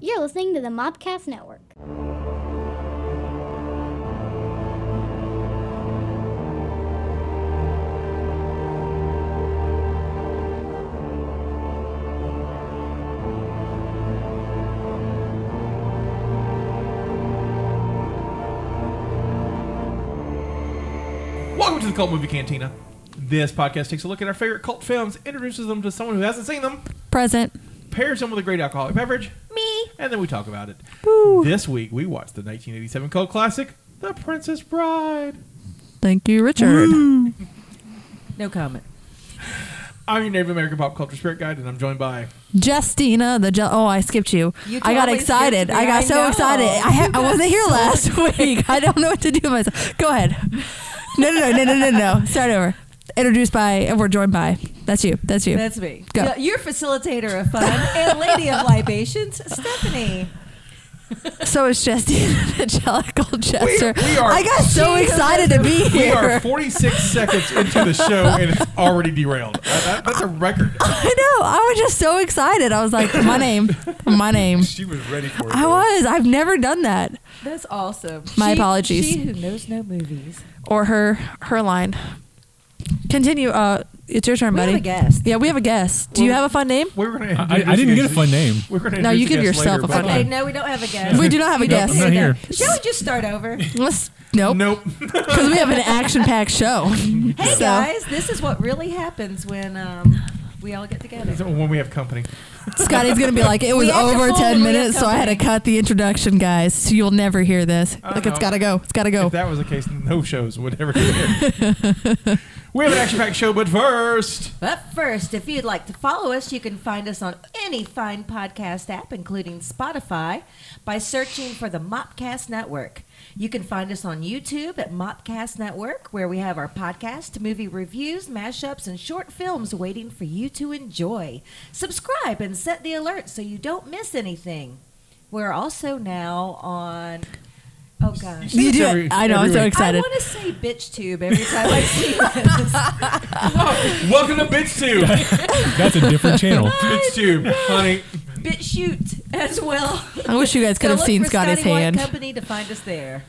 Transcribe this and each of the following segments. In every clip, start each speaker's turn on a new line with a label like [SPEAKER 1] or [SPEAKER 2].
[SPEAKER 1] You're listening to the Mobcast Network.
[SPEAKER 2] Welcome to the Cult Movie Cantina. This podcast takes a look at our favorite cult films, introduces them to someone who hasn't seen them,
[SPEAKER 3] Present.
[SPEAKER 2] pairs them with a great alcoholic beverage,
[SPEAKER 3] Me.
[SPEAKER 2] and then we talk about it. This week we watched the 1987 cult classic, The Princess Bride.
[SPEAKER 3] Thank you, Richard.
[SPEAKER 4] No comment.
[SPEAKER 2] I'm your Native American pop culture spirit guide, and I'm joined by
[SPEAKER 3] Justina, the Ju- oh, I skipped you.
[SPEAKER 4] You
[SPEAKER 3] I got
[SPEAKER 4] totally
[SPEAKER 3] excited.
[SPEAKER 4] skipped me.
[SPEAKER 3] I got
[SPEAKER 4] I
[SPEAKER 3] so
[SPEAKER 4] know.
[SPEAKER 3] excited. I ha- I wasn't here last week. I don't know what to do with myself. Go ahead. No, no, no, no, no, no, no. Start over. Introduced by, and we're joined by. That's you. That's you.
[SPEAKER 4] That's me.
[SPEAKER 3] Go.
[SPEAKER 4] Yeah, Your facilitator of fun and lady of libations, Stephanie.
[SPEAKER 3] so it's Justina, Angelica Colchester.
[SPEAKER 2] we are-
[SPEAKER 3] I got so excited to be
[SPEAKER 2] We are
[SPEAKER 3] here.
[SPEAKER 2] 46 seconds into the show, and it's already derailed. Uh, that- that's a record.
[SPEAKER 3] I know. I was just so excited. I was like, my name, my name.
[SPEAKER 5] She was ready for it.
[SPEAKER 3] I
[SPEAKER 5] though.
[SPEAKER 3] was. I've never done that.
[SPEAKER 4] That's awesome.
[SPEAKER 3] My apologies.
[SPEAKER 4] She who knows no movies.
[SPEAKER 3] or her her line. Continue. Uh, it's your turn,
[SPEAKER 4] We
[SPEAKER 3] buddy.
[SPEAKER 4] have a guest.
[SPEAKER 3] Yeah, we have a guest. Do you have a fun name?
[SPEAKER 2] We were gonna
[SPEAKER 5] I- I didn't get a fun name.
[SPEAKER 2] We were gonna
[SPEAKER 3] No,
[SPEAKER 2] introduce
[SPEAKER 3] you give
[SPEAKER 2] the guest
[SPEAKER 3] yourself
[SPEAKER 2] later,
[SPEAKER 3] a fun
[SPEAKER 2] but-
[SPEAKER 4] Okay,
[SPEAKER 3] name.
[SPEAKER 4] no, we don't have a guest.
[SPEAKER 3] We do not have a
[SPEAKER 5] Nope,
[SPEAKER 3] guest.
[SPEAKER 5] I'm not here.
[SPEAKER 4] Shall we just start over? Hey
[SPEAKER 3] Let's nope.
[SPEAKER 2] Nope.
[SPEAKER 3] Because we have an action-packed show. hey
[SPEAKER 4] guys, this is what really happens when um, we all get together.
[SPEAKER 2] when we have company.
[SPEAKER 3] Scotty's gonna be like, it was
[SPEAKER 4] We have to
[SPEAKER 3] over
[SPEAKER 4] fold
[SPEAKER 3] ten
[SPEAKER 4] when we
[SPEAKER 3] minutes,
[SPEAKER 4] have
[SPEAKER 3] so I had to
[SPEAKER 4] company."
[SPEAKER 3] cut the introduction, guys. So you'll never hear this.
[SPEAKER 2] I
[SPEAKER 3] Like
[SPEAKER 2] don't
[SPEAKER 3] it's
[SPEAKER 2] know.
[SPEAKER 3] gotta go. It's gotta go.
[SPEAKER 2] If that was the case, no shows would ever get aired. We have an action-packed show, but first,
[SPEAKER 4] But first, if you'd like to follow us, you can find us on any fine podcast app, including Spotify, by searching for the Mopcast Network. You can find us on YouTube at Mopcast Network, where we have our podcast, movie reviews, mashups, and short films waiting for you to enjoy. Subscribe and set the alert so you don't miss anything. We're also now on. Oh gosh.
[SPEAKER 2] See,
[SPEAKER 3] you
[SPEAKER 2] it's
[SPEAKER 3] do
[SPEAKER 2] every-
[SPEAKER 3] it. I know. I'm
[SPEAKER 2] every week.
[SPEAKER 3] so
[SPEAKER 4] I
[SPEAKER 3] excited.
[SPEAKER 4] want to say bitch tube every time I see this.
[SPEAKER 2] welcome to Bitch Tube.
[SPEAKER 5] That's a different channel.
[SPEAKER 2] Bitch Tube, honey.
[SPEAKER 4] Bitch shoot as well.
[SPEAKER 3] I wish you guys could have
[SPEAKER 4] look
[SPEAKER 3] seen
[SPEAKER 4] for
[SPEAKER 3] Scotty's
[SPEAKER 4] Scotty White
[SPEAKER 3] hand.
[SPEAKER 4] Company to find us there.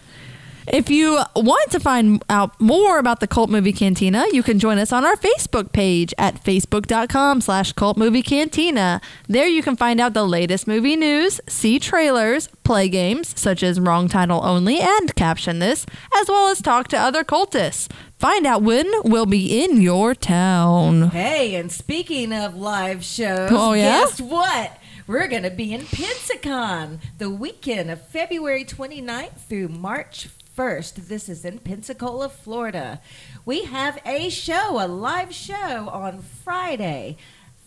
[SPEAKER 3] If you want to find out more about the Cult Movie Cantina, you can join us on our Facebook page at facebook.com slash cult movie cantina. There you can find out the latest movie news, see trailers, play games such as Wrong Title Only and Caption This, as well as talk to other cultists. Find out when we'll be in your town.
[SPEAKER 4] Hey, and speaking of live shows,
[SPEAKER 3] Oh, yeah?
[SPEAKER 4] guess what? We're going to be in Pensacon the weekend of February 29th through March 1st. This is in Pensacola, Florida. We have a show, a live show on Friday.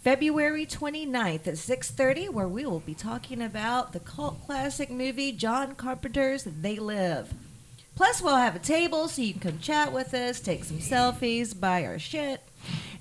[SPEAKER 4] February 29th at 6:30 where we will be talking about the cult classic movie John Carpenter's They Live. Plus we'll have a table so you can come chat with us, take some selfies, buy our shit.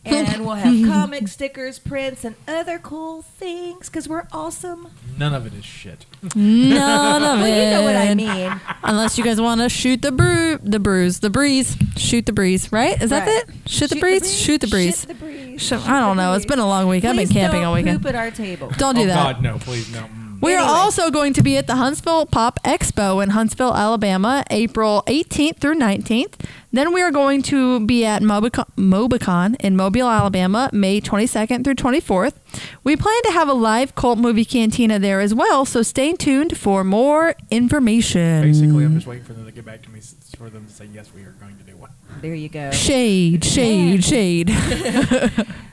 [SPEAKER 4] And we'll have comic stickers, prints, and other cool things because we're awesome.
[SPEAKER 2] None of it is shit.
[SPEAKER 3] None of
[SPEAKER 4] Well,
[SPEAKER 3] it.
[SPEAKER 4] you know what I mean.
[SPEAKER 3] Unless you guys want to shoot the brew, the brews, the breeze, shoot the breeze, right? Is
[SPEAKER 4] Right.
[SPEAKER 3] that it? Shoot, the breeze, shoot the breeze.
[SPEAKER 4] Shoot the breeze.
[SPEAKER 3] Sh- I don't know. It's been a long week. I've been
[SPEAKER 4] Please
[SPEAKER 3] camping
[SPEAKER 4] don't
[SPEAKER 3] all weekend.
[SPEAKER 4] Poop at our table.
[SPEAKER 3] Don't do
[SPEAKER 2] oh
[SPEAKER 3] that.
[SPEAKER 2] God, no, please, no. Mm.
[SPEAKER 3] We are
[SPEAKER 4] Anyway.
[SPEAKER 3] also going to be at the Huntsville Pop Expo in Huntsville, Alabama, April 18th through 19th. Then we are going to be at Mobicon, Mobicon in Mobile, Alabama, May 22nd through 24th. We plan to have a live cult movie cantina there as well, so stay tuned for more information.
[SPEAKER 2] Basically, I'm just waiting for them to get back to me s- for them to say yes, we are going to do one.
[SPEAKER 4] There you go.
[SPEAKER 3] Shade, shade, shade.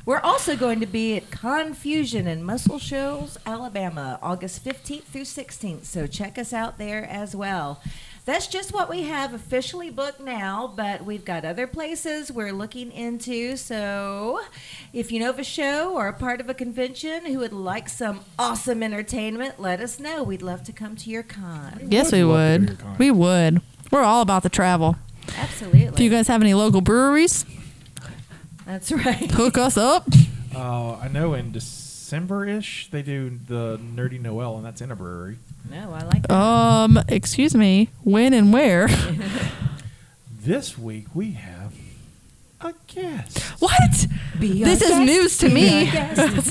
[SPEAKER 4] We're also going to be at Confusion in Muscle Shoals, Alabama, August 15th through 16th. So check us out there as well. That's just what we have officially booked now, but we've got other places we're looking into. So if you know of a show or a part of a convention who would like some awesome entertainment, let us know. We'd love to come to your con.
[SPEAKER 3] yes, we
[SPEAKER 5] love to do
[SPEAKER 3] would.
[SPEAKER 5] your con.
[SPEAKER 3] We would. We're all about the travel.
[SPEAKER 4] Absolutely.
[SPEAKER 3] Do you guys have any local breweries?
[SPEAKER 4] That's right.
[SPEAKER 3] Hook us up.
[SPEAKER 2] Uh, I know in December ish they do the Nerdy Noel, and that's in a brewery.
[SPEAKER 4] No, I like that.
[SPEAKER 3] Um, excuse me, when and where?
[SPEAKER 2] This week we have a guest.
[SPEAKER 3] What?
[SPEAKER 4] Be
[SPEAKER 3] This
[SPEAKER 4] our
[SPEAKER 3] is
[SPEAKER 4] guest,
[SPEAKER 3] news to
[SPEAKER 4] be
[SPEAKER 3] me.
[SPEAKER 4] our guest.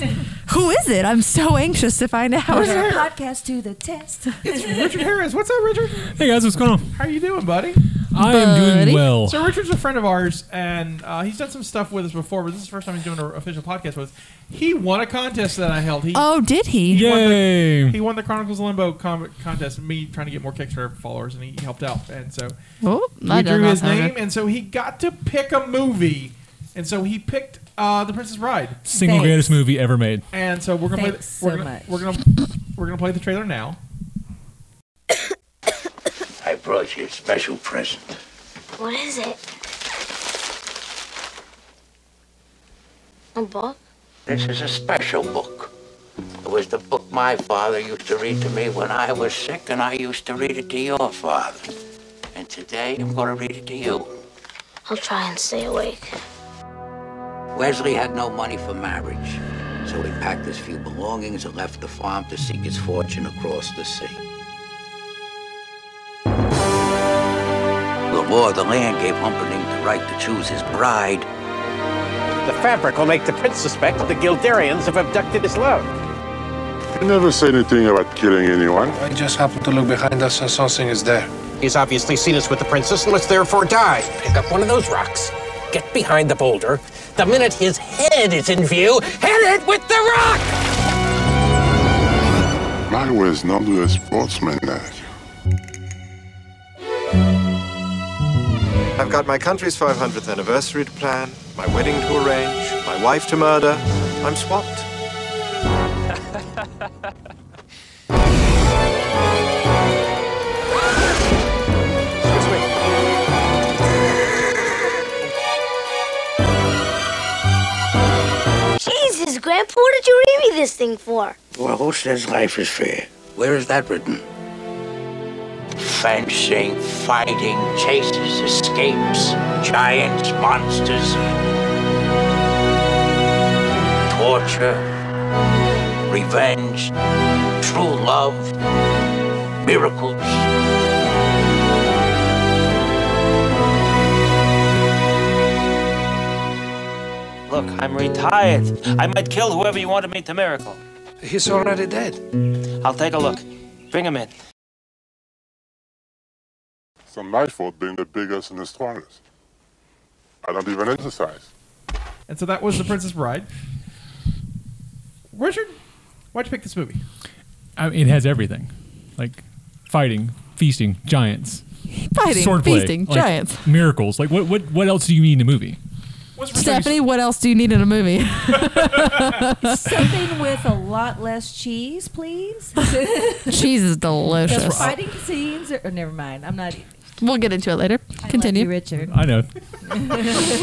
[SPEAKER 3] Who is it? I'm so anxious to find
[SPEAKER 4] Put
[SPEAKER 3] out.
[SPEAKER 4] our podcast to the test.
[SPEAKER 2] It's Richard Harris. What's up, Richard?
[SPEAKER 5] Hey guys, what's going on?
[SPEAKER 2] How you doing, buddy?
[SPEAKER 5] I am
[SPEAKER 3] Buddy.
[SPEAKER 5] doing well.
[SPEAKER 2] So Richard's a friend of ours, and uh, he's done some stuff with us before, but this is the first time he's doing an official podcast with us. He won a contest that I held. He
[SPEAKER 3] Oh, did he?
[SPEAKER 2] Yeah.
[SPEAKER 5] Yay!
[SPEAKER 2] he won the Chronicles of Limbo com- contest. Me trying to get more Kickstarter followers, and he helped out, and so
[SPEAKER 3] Oh, I
[SPEAKER 2] we
[SPEAKER 3] did
[SPEAKER 2] drew
[SPEAKER 3] not
[SPEAKER 2] his
[SPEAKER 3] know
[SPEAKER 2] name,
[SPEAKER 3] that.
[SPEAKER 2] and so he got to pick a movie, and so he picked uh, The Princess Bride,
[SPEAKER 5] Single
[SPEAKER 4] Thanks.
[SPEAKER 5] greatest movie ever made.
[SPEAKER 2] and so we're gonna play.
[SPEAKER 4] Thanks
[SPEAKER 2] we're
[SPEAKER 4] so
[SPEAKER 2] gonna,
[SPEAKER 4] much.
[SPEAKER 2] We're gonna we're gonna play the trailer now.
[SPEAKER 6] I brought you a special present.
[SPEAKER 7] What is it? A book?
[SPEAKER 6] This is a special book. It was the book my father used to read to me when I was sick, and I used to read it to your father. And today I'm going to read it to you.
[SPEAKER 7] I'll try and stay awake.
[SPEAKER 6] Wesley had no money for marriage, so he packed his few belongings and left the farm to seek his fortune across the sea. The law of the land gave Humperdinck the right to choose his bride,
[SPEAKER 8] The fabric will make the prince suspect the Gildarians have abducted his love.
[SPEAKER 9] I never said anything about killing anyone.
[SPEAKER 10] I just happened to look behind us and something is there.
[SPEAKER 8] He's obviously seen us with the princess and must therefore die.
[SPEAKER 11] Pick up one of those rocks, get behind the boulder. The minute his head is in view, hit it with the rock!
[SPEAKER 9] I was not a sportsman. like.
[SPEAKER 8] I've got my country's 500th anniversary to plan, my wedding to arrange, my wife to murder. I'm swamped.
[SPEAKER 7] Jesus, Grandpa, what did you read me this thing for?
[SPEAKER 6] Well, who says life is fair? Where is that written? Fencing, fighting, chases, escapes, giants, monsters, torture, revenge, true love, miracles. Look, I'm retired. I might kill whoever you wanted me to miracle.
[SPEAKER 10] He's already dead.
[SPEAKER 11] I'll take a look. Bring him in.
[SPEAKER 9] It's not my fault being the biggest and the strongest. I don't even exercise.
[SPEAKER 2] And so that was The Princess Bride. Richard, why'd you pick this movie?
[SPEAKER 5] I mean, it has everything, like fighting, feasting, giants,
[SPEAKER 3] Fighting,
[SPEAKER 5] swordplay,
[SPEAKER 3] feasting,
[SPEAKER 5] like,
[SPEAKER 3] giants.
[SPEAKER 5] miracles. Like what? What? What else do you need in a movie?
[SPEAKER 2] What's
[SPEAKER 3] Stephanie, what else do you need in a movie?
[SPEAKER 4] Something with a lot less cheese, please.
[SPEAKER 3] Cheese is
[SPEAKER 4] The
[SPEAKER 3] delicious.
[SPEAKER 4] fighting scenes are. Oh, never mind. I'm not.
[SPEAKER 3] We'll get into it later.
[SPEAKER 4] I love you,
[SPEAKER 3] Continue.
[SPEAKER 4] Richard.
[SPEAKER 5] I know.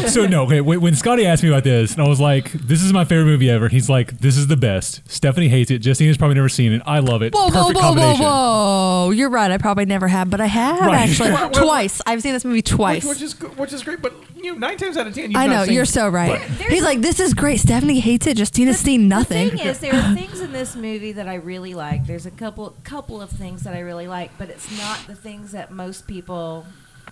[SPEAKER 5] so no, okay, when when Scotty asked me about this, and I was like, "This is my favorite movie ever." He's like, "This is the best." Stephanie hates it. Justina's probably never seen it. I love it.
[SPEAKER 3] Whoa, whoa,
[SPEAKER 5] Perfect
[SPEAKER 3] whoa, whoa,
[SPEAKER 5] combination.
[SPEAKER 3] whoa! You're right. I probably never have, but I have
[SPEAKER 5] Right.
[SPEAKER 3] actually
[SPEAKER 2] Well, well,
[SPEAKER 3] twice. I've seen this movie
[SPEAKER 2] Which,
[SPEAKER 3] twice.
[SPEAKER 2] which is good- which is great, but you know, nine times out of ten, you've
[SPEAKER 3] I
[SPEAKER 2] not
[SPEAKER 3] know
[SPEAKER 2] seen
[SPEAKER 3] you're so right.
[SPEAKER 4] There's-
[SPEAKER 3] He's like, this is great. Stephanie hates it. Justina's seen nothing.
[SPEAKER 4] The thing is, there are things in this movie that I really like. There's a couple couple of things that I really like, but it's not the things that most people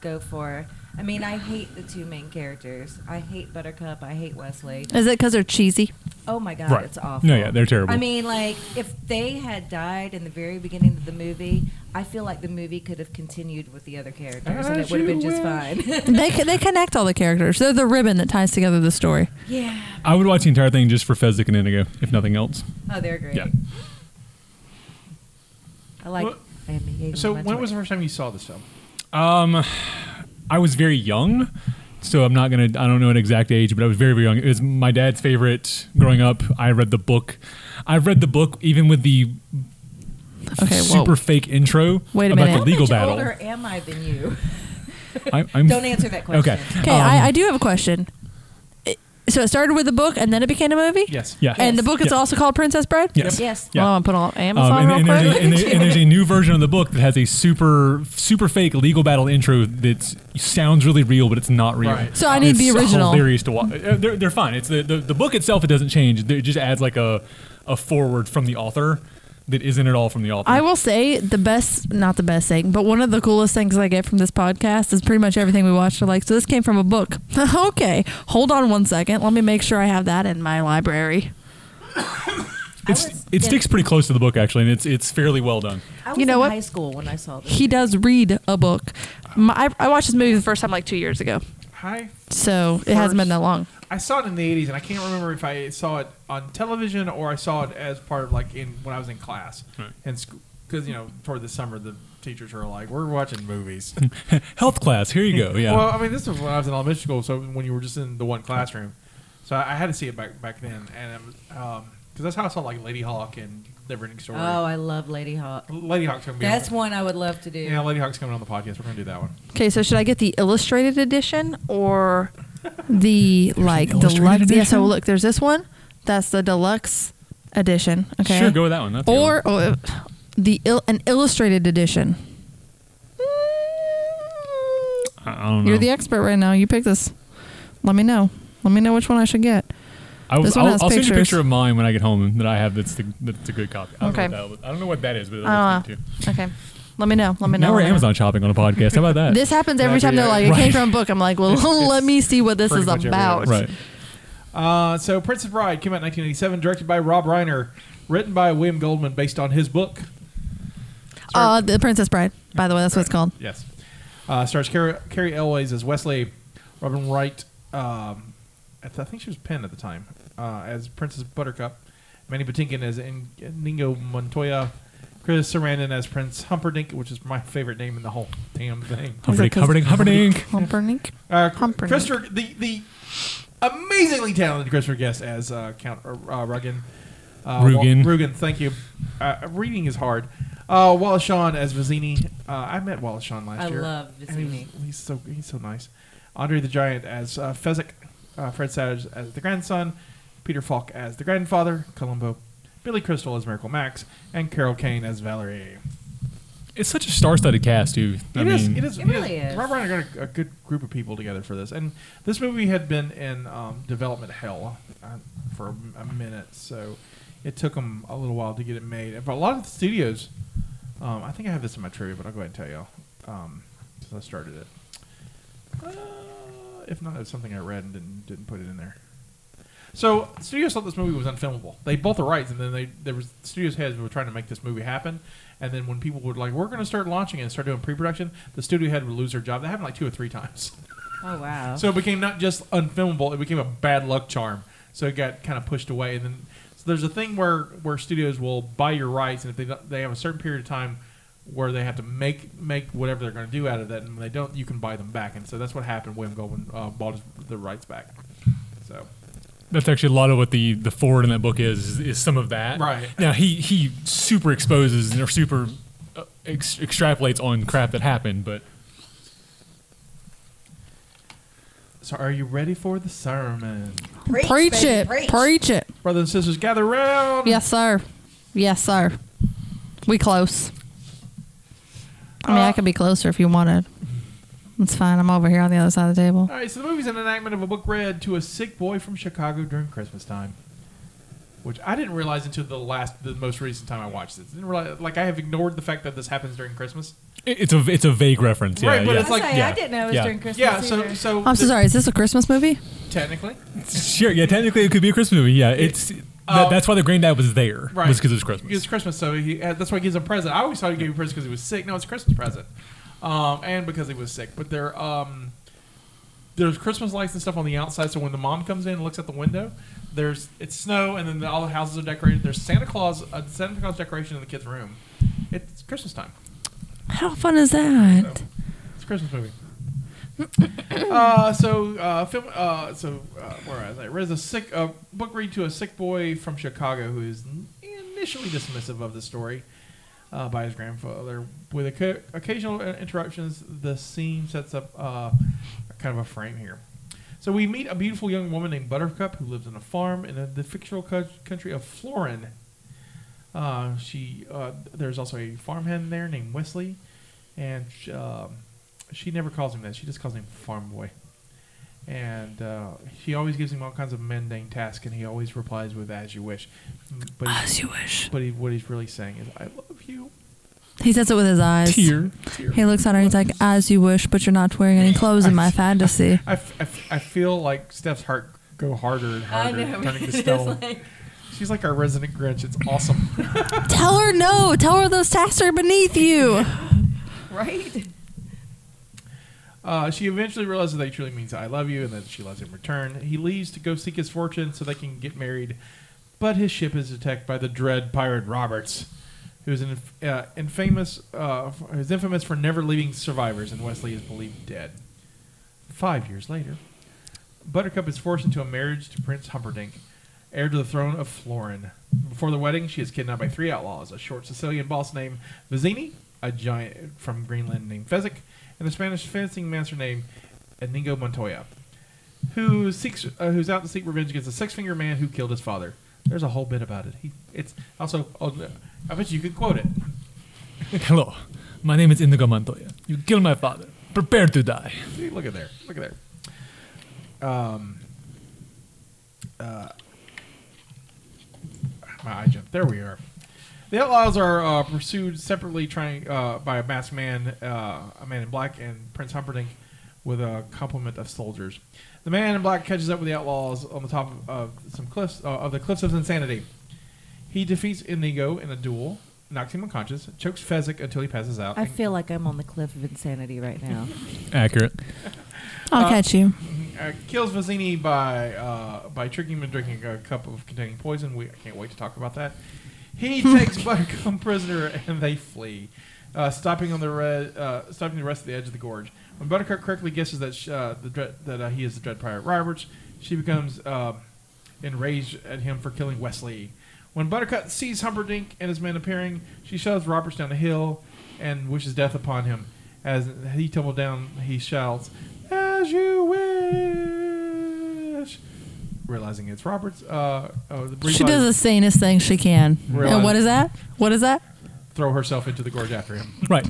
[SPEAKER 4] go for. I mean, I hate the two main characters. I hate Buttercup. I hate Wesley.
[SPEAKER 3] Is it because they're cheesy?
[SPEAKER 4] Oh my god,
[SPEAKER 5] Right.
[SPEAKER 4] it's awful.
[SPEAKER 5] No, yeah, they're terrible.
[SPEAKER 4] I mean, like if they had died in the very beginning of the movie, I feel like the movie could have continued with the other characters, and
[SPEAKER 2] As
[SPEAKER 4] it would have been
[SPEAKER 2] you
[SPEAKER 4] just fine.
[SPEAKER 3] they co- they connect all the characters. They're the ribbon that ties together the story.
[SPEAKER 4] yeah.
[SPEAKER 5] I would watch the entire thing just for Fezzik and Indigo, if nothing else.
[SPEAKER 4] Oh, they're great.
[SPEAKER 5] Yeah.
[SPEAKER 4] I like.
[SPEAKER 2] Well,
[SPEAKER 4] I am behaving
[SPEAKER 2] So
[SPEAKER 4] much
[SPEAKER 2] when
[SPEAKER 4] like-
[SPEAKER 2] was the first time you saw this film?
[SPEAKER 5] Um, I was very young, so I'm not gonna. I don't know an exact age, but I was very, very young. It was my dad's favorite growing up. I read the book. I read the book even with the
[SPEAKER 3] Okay, whoa.
[SPEAKER 5] super fake intro
[SPEAKER 3] Wait a
[SPEAKER 5] about
[SPEAKER 3] minute.
[SPEAKER 5] the legal
[SPEAKER 4] How much
[SPEAKER 5] battle.
[SPEAKER 4] older am I than you?
[SPEAKER 5] I, I'm
[SPEAKER 4] Don't answer that question.
[SPEAKER 5] okay. Um,
[SPEAKER 3] Okay, I, I do have a question. It- so it started with a book, and then it became a movie.
[SPEAKER 2] Yes.
[SPEAKER 5] Yeah.
[SPEAKER 3] And the book is
[SPEAKER 5] Yeah.
[SPEAKER 3] also called Princess Bride.
[SPEAKER 5] Yes.
[SPEAKER 4] Yes.
[SPEAKER 5] Yeah.
[SPEAKER 3] Well, I'm gonna put it on
[SPEAKER 5] Um,
[SPEAKER 3] Amazon
[SPEAKER 5] and, and
[SPEAKER 3] real
[SPEAKER 5] there's a,
[SPEAKER 3] quick.
[SPEAKER 5] and, there- and there's a new version of the book that has a super super fake legal battle intro that sounds really real, but it's not real.
[SPEAKER 2] Right.
[SPEAKER 3] So I need
[SPEAKER 5] it's
[SPEAKER 3] the original.
[SPEAKER 5] Hilarious to watch. Uh, They're, they're fine. It's the, the the book itself. It doesn't change. It just adds like a a forward from the author that isn't at all from the author.
[SPEAKER 3] I will say the best, not the best thing, but one of the coolest things I get from this podcast is pretty much everything we watched. are Like, so this came from a book. okay, hold on one second. Let me make sure I have that in my library.
[SPEAKER 5] It's, it sticks pretty close to the book actually, and it's it's fairly well done.
[SPEAKER 4] I was
[SPEAKER 3] You know
[SPEAKER 4] in
[SPEAKER 3] what?
[SPEAKER 4] high school when I saw this.
[SPEAKER 3] He does read a book. My, I, I watched this movie the first time like two years ago,
[SPEAKER 2] Hi.
[SPEAKER 3] so it hasn't been that long.
[SPEAKER 2] I saw it in the 80s, and I can't remember if I saw it on television or I saw it as part of like in when I was in class in school. Because you know, toward the summer, the teachers are like, "We're watching movies."
[SPEAKER 5] Health class, here you go. Yeah.
[SPEAKER 2] Well, uh, I mean, this was when I was in elementary school, so when you were just in the one classroom, so I, I had to see it back back then, and because that's how I saw like Lady Hawk and Neverending Story.
[SPEAKER 4] Oh, I love Lady Hawk.
[SPEAKER 2] Lady Hawk's gonna be on
[SPEAKER 4] That's
[SPEAKER 2] the-
[SPEAKER 4] one I would love to do.
[SPEAKER 2] yeah, Lady Hawk's coming on the podcast. We're gonna do that one.
[SPEAKER 3] Okay, so should I get the illustrated edition or the like deluxe? Yeah, so look, there's this one. That's the deluxe edition. Okay,
[SPEAKER 5] Sure, go with that one. That's a good
[SPEAKER 3] or or, uh, the il- an illustrated edition.
[SPEAKER 5] Mm, I, I don't know.
[SPEAKER 3] You're the expert right now. You pick this. Let me know. Let me know which one I should get.
[SPEAKER 5] I will,
[SPEAKER 3] this one
[SPEAKER 5] I'll,
[SPEAKER 3] has
[SPEAKER 5] I'll send
[SPEAKER 3] pictures.
[SPEAKER 5] you a picture of mine when I get home that I have. That's the that's a good copy. I don't
[SPEAKER 3] Okay.
[SPEAKER 5] Know what that, I don't know what that is, but it looks
[SPEAKER 3] I
[SPEAKER 5] good
[SPEAKER 3] don't
[SPEAKER 5] too.
[SPEAKER 3] know. Okay. Let me know. Let me know.
[SPEAKER 5] now we're
[SPEAKER 3] let me know.
[SPEAKER 5] Amazon shopping on a podcast. How about that?
[SPEAKER 3] This happens every time they're like, it came from a book. I'm like, well,
[SPEAKER 5] It's- it's
[SPEAKER 3] let me see what this
[SPEAKER 2] pretty
[SPEAKER 3] is
[SPEAKER 2] much everywhere.
[SPEAKER 3] about.
[SPEAKER 5] Right.
[SPEAKER 2] Uh, so, Princess Bride came out in 1987, directed by Rob Reiner, written by William Goldman, based on his book.
[SPEAKER 3] Uh, the Princess Bride, by the way, that's what it's called.
[SPEAKER 2] Yes. Uh, stars Carrie, Carrie Elways as Wesley, Robin Wright, um, I, th- I think she was Penn at the time, uh, as Princess Buttercup, Manny Patinkin as In- Ningo Montoya, Chris Sarandon as Prince Humperdinck, which is my favorite name in the whole damn thing.
[SPEAKER 5] Humperdinck, Humperdinck, Humperdinck.
[SPEAKER 3] Humperdinck.
[SPEAKER 2] Uh,
[SPEAKER 3] Humperdinck.
[SPEAKER 2] Christopher, the, the amazingly talented Christopher Guest as uh, Count uh, uh, Ruggin. Uh, Wa-
[SPEAKER 5] Rugen.
[SPEAKER 2] Rugen, thank you. Uh, reading is hard. Uh, Wallace Shawn as Vizzini. Uh, I met Wallace Shawn last
[SPEAKER 4] I
[SPEAKER 2] year.
[SPEAKER 4] love
[SPEAKER 2] And he was-
[SPEAKER 4] Vizzini.
[SPEAKER 2] He's so he's so nice. Andre the Giant as uh, Fezzik. Uh, Fred Savage as the grandson. Peter Falk as the grandfather. Columbo. Billy Crystal as Miracle Max. And Carol Kane as Valerie.
[SPEAKER 5] It's such a star-studded cast, dude. I
[SPEAKER 2] It is.
[SPEAKER 5] mean,
[SPEAKER 2] It is.
[SPEAKER 4] It really is.
[SPEAKER 2] Rob Reiner got a, a good group of people together for this, and this movie had been in um, development hell uh, for a, m- a minute, so it took them a little while to get it made. But a lot of the studios, um, I think I have this in my trivia, but I'll go ahead and tell you um, since I started it. Uh, if not, it's something I read and didn't didn't put it in there. So studios thought this movie was unfilmable. They bought the rights, and then they there was studios heads who were trying to make this movie happen. And then when people would like, we're going to start launching it and start doing pre-production, the studio head would lose their job. That happened like two or three times.
[SPEAKER 4] Oh wow.
[SPEAKER 2] So it became not just unfilmable; it became a bad luck charm. So it got kind of pushed away. And then so there's a thing where where studios will buy your rights, and if they don't- they have a certain period of time where they have to make make whatever they're going to do out of that, and when they don't, you can buy them back. And so that's what happened. William Goldman uh, bought his, the rights back. So.
[SPEAKER 5] That's actually a lot of what the the forward in that book is is, is some of that.
[SPEAKER 2] Right.
[SPEAKER 5] Now he he super exposes or super uh, ex- extrapolates on crap that happened, but
[SPEAKER 2] So, are you ready for the sermon?
[SPEAKER 3] Preach, it. Preach. it.
[SPEAKER 2] Brothers and sisters, gather round.
[SPEAKER 3] Yes, sir. Yes, sir. We close. I mean, I could be closer if you wanted. It's fine. I'm over here on the other side of the table.
[SPEAKER 2] All right, so the movie's an enactment of a book read to a sick boy from Chicago during Christmas time, which I didn't realize until the last, the most recent time I watched this. Didn't realize, like, I have ignored the fact that this happens during Christmas.
[SPEAKER 5] it, it's a it's a vague reference. Yeah,
[SPEAKER 2] Right, but
[SPEAKER 5] yeah.
[SPEAKER 2] it's like-
[SPEAKER 4] I, say, I didn't know it was
[SPEAKER 5] yeah.
[SPEAKER 4] during Christmas.
[SPEAKER 2] yeah, so
[SPEAKER 4] either.
[SPEAKER 2] so
[SPEAKER 3] I'm so
[SPEAKER 2] the-
[SPEAKER 3] sorry. Is this a Christmas movie?
[SPEAKER 2] Technically,
[SPEAKER 5] Sure, yeah. Technically, it could be a Christmas movie. Yeah, it's that,
[SPEAKER 2] Um,
[SPEAKER 5] that's why the granddad was there.
[SPEAKER 2] right?
[SPEAKER 5] Was because it was Christmas.
[SPEAKER 2] It's Christmas, so he, uh, that's why he gives a present. I always thought he gave a present because he was sick. No, it's a Christmas present, um, and because he was sick. But there, um, there's Christmas lights and stuff on the outside. So when the mom comes in and looks out the window, there's it's snow, and then the, all the houses are decorated. There's Santa Claus, a Santa Claus decoration in the kid's room. It's Christmas time.
[SPEAKER 3] How fun is that?
[SPEAKER 2] It's a Christmas movie. uh, so, uh, film. Uh, so, uh, where was I? There's a sick uh, book read to a sick boy from Chicago who is initially dismissive of the story uh, by his grandfather. With occa- occasional uh, interruptions, the scene sets up uh, kind of a frame here. So we meet a beautiful young woman named Buttercup who lives on a farm in uh the fictional cou- country of Florin. Uh, she uh, there's also a farmhand there named Wesley, and sh- um, she never calls him that. She just calls him Farm Boy. And uh, she always gives him all kinds of mundane tasks, and he always replies with "as you wish." But
[SPEAKER 3] as you wish.
[SPEAKER 2] But he, what he's really saying is, "I love you."
[SPEAKER 3] He says it with his eyes.
[SPEAKER 2] Tear.
[SPEAKER 3] He looks at her. He's like, "As you wish, but you're not wearing any clothes in my fantasy."
[SPEAKER 2] I, f- I, f- I feel like Steph's heart go harder and
[SPEAKER 4] I
[SPEAKER 2] harder,
[SPEAKER 4] know.
[SPEAKER 2] turning to
[SPEAKER 4] It's
[SPEAKER 2] stone.
[SPEAKER 4] like-
[SPEAKER 2] She's like our resident Grinch. It's awesome.
[SPEAKER 3] Tell her no. Tell her those tasks are beneath you.
[SPEAKER 4] Right?
[SPEAKER 2] Uh, she eventually realizes that he truly means "I love you" and that she loves him in return. He leaves to go seek his fortune so they can get married, but his ship is attacked by the dread pirate Roberts, who's an, uh, infamous, uh, who's infamous for never leaving survivors, and Wesley is believed dead. Five years later, Buttercup is forced into a marriage to Prince Humperdinck, heir to the throne of Florin. Before the wedding, she is kidnapped by three outlaws: a short Sicilian boss named Vizzini, a giant from Greenland named Fezzik, and a Spanish fencing master named Inigo Montoya, who seeks uh, who's out to seek revenge against a six-finger man who killed his father. There's a whole bit about it. He, it's also oh, I bet you could quote it.
[SPEAKER 5] Hello, my name is Indigo Montoya. You killed my father. Prepare to die.
[SPEAKER 2] See, look at there. Look at there. Um. Uh, my eye jumped. There we are. The outlaws are uh, pursued separately, trying uh, by a masked man, uh, a man in black, and Prince Humperdinck, with a complement of soldiers. The man in black catches up with the outlaws on the top of, of some cliffs uh, of the cliffs of insanity. He defeats Inigo in a duel, knocks him unconscious, chokes Fezzik until he passes out.
[SPEAKER 4] I feel like I'm on the cliff of insanity right now.
[SPEAKER 5] Accurate.
[SPEAKER 3] I'll catch you.
[SPEAKER 2] Uh, kills Vizzini by uh, by tricking him into drinking a cup of containing poison. We I can't wait to talk about that. He takes Buttercup prisoner and they flee, uh, stopping on the red, uh, stopping the rest of the edge of the gorge. When Buttercup correctly guesses that sh- uh, the dread, that uh, he is the Dread Pirate Roberts, she becomes uh, enraged at him for killing Wesley. When Buttercup sees Humperdinck and his men appearing, she shoves Roberts down a hill and wishes death upon him. As he tumbled down, he shouts, "As you wish." Realizing it's Roberts, uh, oh, the
[SPEAKER 3] She does the
[SPEAKER 2] realizes-
[SPEAKER 3] sanest thing she can.
[SPEAKER 2] Realize-
[SPEAKER 3] And what is that? What is that?
[SPEAKER 2] throw herself into the gorge after him.
[SPEAKER 5] Right.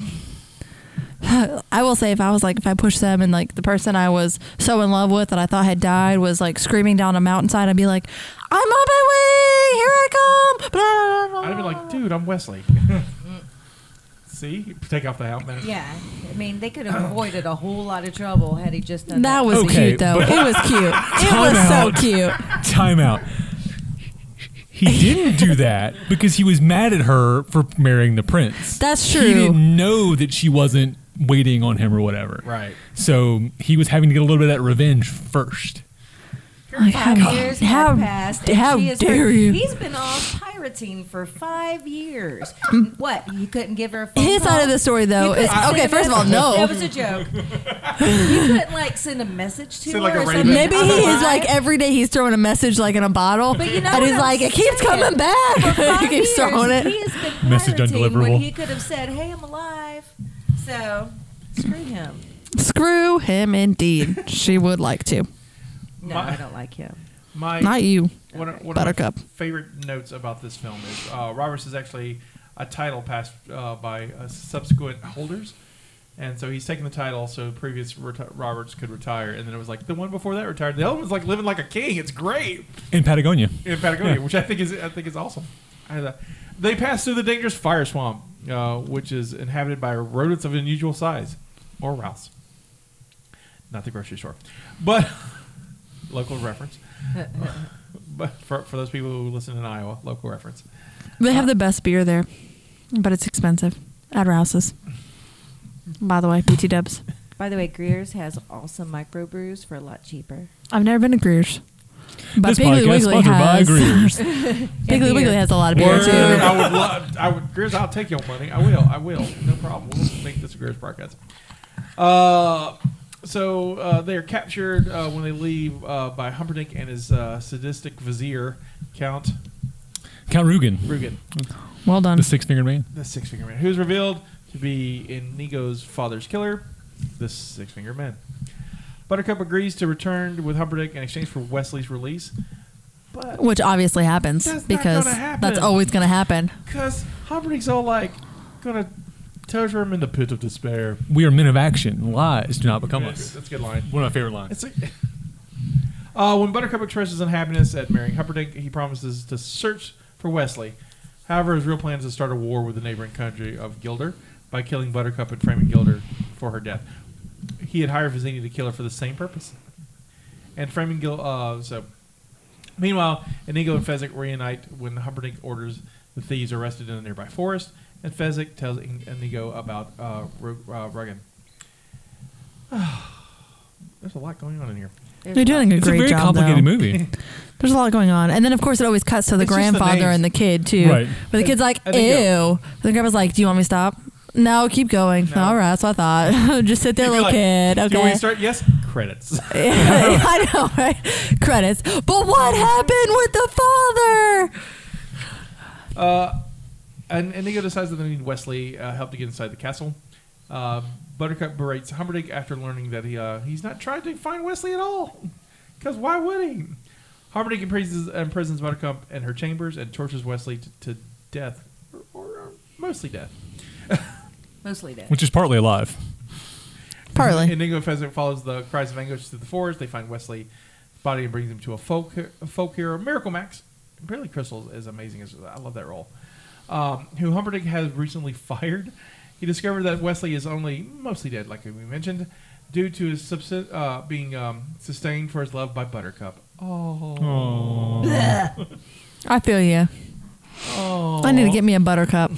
[SPEAKER 3] I will say if I was like if I pushed them and like the person I was so in love with that I thought had died was like screaming down a mountainside, I'd be like, I'm on my way, here I come. Blah, blah, blah, blah.
[SPEAKER 2] I'd have been like, "Dude, I'm Wesley." See, take off the helmet.
[SPEAKER 4] Yeah. I mean, they could have avoided a whole lot of trouble had he just done
[SPEAKER 3] That
[SPEAKER 4] that.
[SPEAKER 3] was
[SPEAKER 5] Okay,
[SPEAKER 3] cute though.
[SPEAKER 5] but-
[SPEAKER 3] It was cute. It
[SPEAKER 5] Time
[SPEAKER 3] was
[SPEAKER 5] out.
[SPEAKER 3] so cute.
[SPEAKER 5] Time out. He didn't do that because he was mad at her for marrying the prince.
[SPEAKER 3] That's
[SPEAKER 5] He
[SPEAKER 3] true.
[SPEAKER 5] didn't know that she wasn't waiting on him or whatever.
[SPEAKER 2] Right.
[SPEAKER 5] So he was having to get a little bit of that revenge first.
[SPEAKER 3] Like,
[SPEAKER 4] Five
[SPEAKER 3] how
[SPEAKER 4] years
[SPEAKER 3] how,
[SPEAKER 4] have passed. and
[SPEAKER 3] how
[SPEAKER 4] she has
[SPEAKER 3] dare
[SPEAKER 4] been-
[SPEAKER 3] you?
[SPEAKER 4] He's been off pirating for five years. what? He couldn't give her a phone
[SPEAKER 3] Mm. His
[SPEAKER 4] call?
[SPEAKER 3] side of the story
[SPEAKER 4] You
[SPEAKER 3] though
[SPEAKER 4] couldn't
[SPEAKER 3] is
[SPEAKER 4] send
[SPEAKER 3] okay.
[SPEAKER 4] a
[SPEAKER 3] First of all,
[SPEAKER 4] message? That
[SPEAKER 3] no.
[SPEAKER 4] was a joke. you couldn't like send a message to
[SPEAKER 2] Send,
[SPEAKER 4] her.
[SPEAKER 2] like, a
[SPEAKER 4] or
[SPEAKER 2] raven.
[SPEAKER 4] something?
[SPEAKER 3] Maybe he is
[SPEAKER 4] Otherwise-
[SPEAKER 3] like every day he's throwing a message like in a bottle,
[SPEAKER 4] But you know
[SPEAKER 3] and
[SPEAKER 4] what
[SPEAKER 3] he's
[SPEAKER 4] I'm
[SPEAKER 3] like, it keeps
[SPEAKER 4] saying.
[SPEAKER 3] coming back.
[SPEAKER 4] For
[SPEAKER 3] he
[SPEAKER 4] five
[SPEAKER 3] keeps throwing
[SPEAKER 4] years,
[SPEAKER 3] it.
[SPEAKER 4] He has been
[SPEAKER 5] Message
[SPEAKER 4] pirating
[SPEAKER 5] undeliverable.
[SPEAKER 4] When he could have said, "Hey, I'm alive." So screw him.
[SPEAKER 3] Screw him, indeed. she would like to.
[SPEAKER 4] No,
[SPEAKER 2] My-
[SPEAKER 4] I don't like him.
[SPEAKER 2] My
[SPEAKER 3] Not you.
[SPEAKER 2] One, of- one
[SPEAKER 3] Buttercup.
[SPEAKER 2] of my favorite notes about this film is uh, Roberts is actually a title passed uh, by uh, subsequent holders, and so he's taking the title so previous reti- Roberts could retire, and then it was like the one before that retired. The other one's like living like a king. It's great
[SPEAKER 5] In Patagonia.
[SPEAKER 2] in Patagonia,
[SPEAKER 5] Yeah.
[SPEAKER 2] which I think is I think is awesome. I, uh, they pass through the dangerous fire swamp, uh, which is inhabited by rodents of unusual size, or rouse. Not the grocery store, but local reference. Uh, but for, for those people who listen in Iowa, local reference.
[SPEAKER 3] They have the best beer there, but it's expensive at Rouse's. By the way, BT Dubs.
[SPEAKER 4] By the way, Greer's has awesome microbrews for a lot cheaper.
[SPEAKER 3] I've never been to Greer's. But
[SPEAKER 5] this podcast sponsored by Greer's.
[SPEAKER 4] And
[SPEAKER 3] Piggly
[SPEAKER 4] beer.
[SPEAKER 3] Wiggly has a lot of beer
[SPEAKER 2] Word,
[SPEAKER 3] too.
[SPEAKER 2] I would love, I would, Grizz, I'll take your money. I will, I will. No problem. We'll make this a Grizz podcast. Uh, so uh, they are captured uh, when they leave uh, by Humperdinck and his uh, sadistic vizier, Count
[SPEAKER 5] Count Rugen,
[SPEAKER 2] Rugen,
[SPEAKER 3] Well done.
[SPEAKER 5] the six fingered man.
[SPEAKER 2] the Six Finger Man, who's revealed to be Inigo's father's killer, the Six Finger Man. Buttercup agrees to return with Humperdinck in exchange for Wesley's release, but
[SPEAKER 3] Which obviously happens
[SPEAKER 2] That's not
[SPEAKER 3] because
[SPEAKER 2] gonna happen.
[SPEAKER 3] that's always going to happen.
[SPEAKER 2] because Humperdinck's all like gonna toter him in the pit of despair.
[SPEAKER 5] We are men of action. Lies do not become us.
[SPEAKER 2] That's a good line.
[SPEAKER 5] One of my favorite lines.
[SPEAKER 2] It's a, Uh, when Buttercup expresses unhappiness at marrying Humperdinck, he promises to search for Wesley. However, his real plan is to start a war with the neighboring country of Gilder by killing Buttercup and framing Gilder for her death. He had hired Vizini to kill her for the same purpose. And framing Gil, uh, so. Meanwhile, Inigo and Fezzik reunite when Humperdinck orders the thieves arrested in a nearby forest, and Fezzik tells In- Inigo about uh, Ru- uh, Ruggin. There's a lot going on in here.
[SPEAKER 3] You're doing a
[SPEAKER 5] It's a
[SPEAKER 3] great
[SPEAKER 5] very
[SPEAKER 3] job,
[SPEAKER 5] complicated
[SPEAKER 3] though.
[SPEAKER 5] movie.
[SPEAKER 3] There's a lot going on, and then of course it always cuts to the
[SPEAKER 2] It's just the
[SPEAKER 3] grandfather
[SPEAKER 2] names.
[SPEAKER 3] and the kid too.
[SPEAKER 5] Right.
[SPEAKER 3] But the kid's like,
[SPEAKER 2] And
[SPEAKER 3] "Ew."
[SPEAKER 2] they go.
[SPEAKER 3] The grandpa's like, "Do you want me to stop?" No, keep going. All right, that's what I thought. Just sit there,
[SPEAKER 2] You'd be
[SPEAKER 3] little
[SPEAKER 2] like,
[SPEAKER 3] kid. Okay.
[SPEAKER 2] Do you want me to start? Yes. Credits.
[SPEAKER 3] I know, right? Credits. But what happened with the father?
[SPEAKER 2] Uh, and Inigo decides that they need Wesley uh, help to get inside the castle. Uh, Buttercup berates Humperdinck after learning that he uh, he's not trying to find Wesley at all. Because why would he? Humperdinck imprisons, imprisons Buttercup in her chambers and tortures Wesley t- to death, or, or, or mostly death.
[SPEAKER 4] Mostly dead.
[SPEAKER 5] Which is partly alive.
[SPEAKER 3] Partly.
[SPEAKER 2] Inigo and Pheasant follows the cries of anguish through the forest. They find Wesley's body and brings him to a folk, a folk hero, Miracle Max. Apparently, Crystal is amazing. As, I love that role. Um, who Humperdinck has recently fired. He discovered that Wesley is only mostly dead, like we mentioned, due to his subsi- uh, being um, sustained for his love by Buttercup. Oh.
[SPEAKER 3] I feel you.
[SPEAKER 2] Oh.
[SPEAKER 3] I need to get me a buttercup.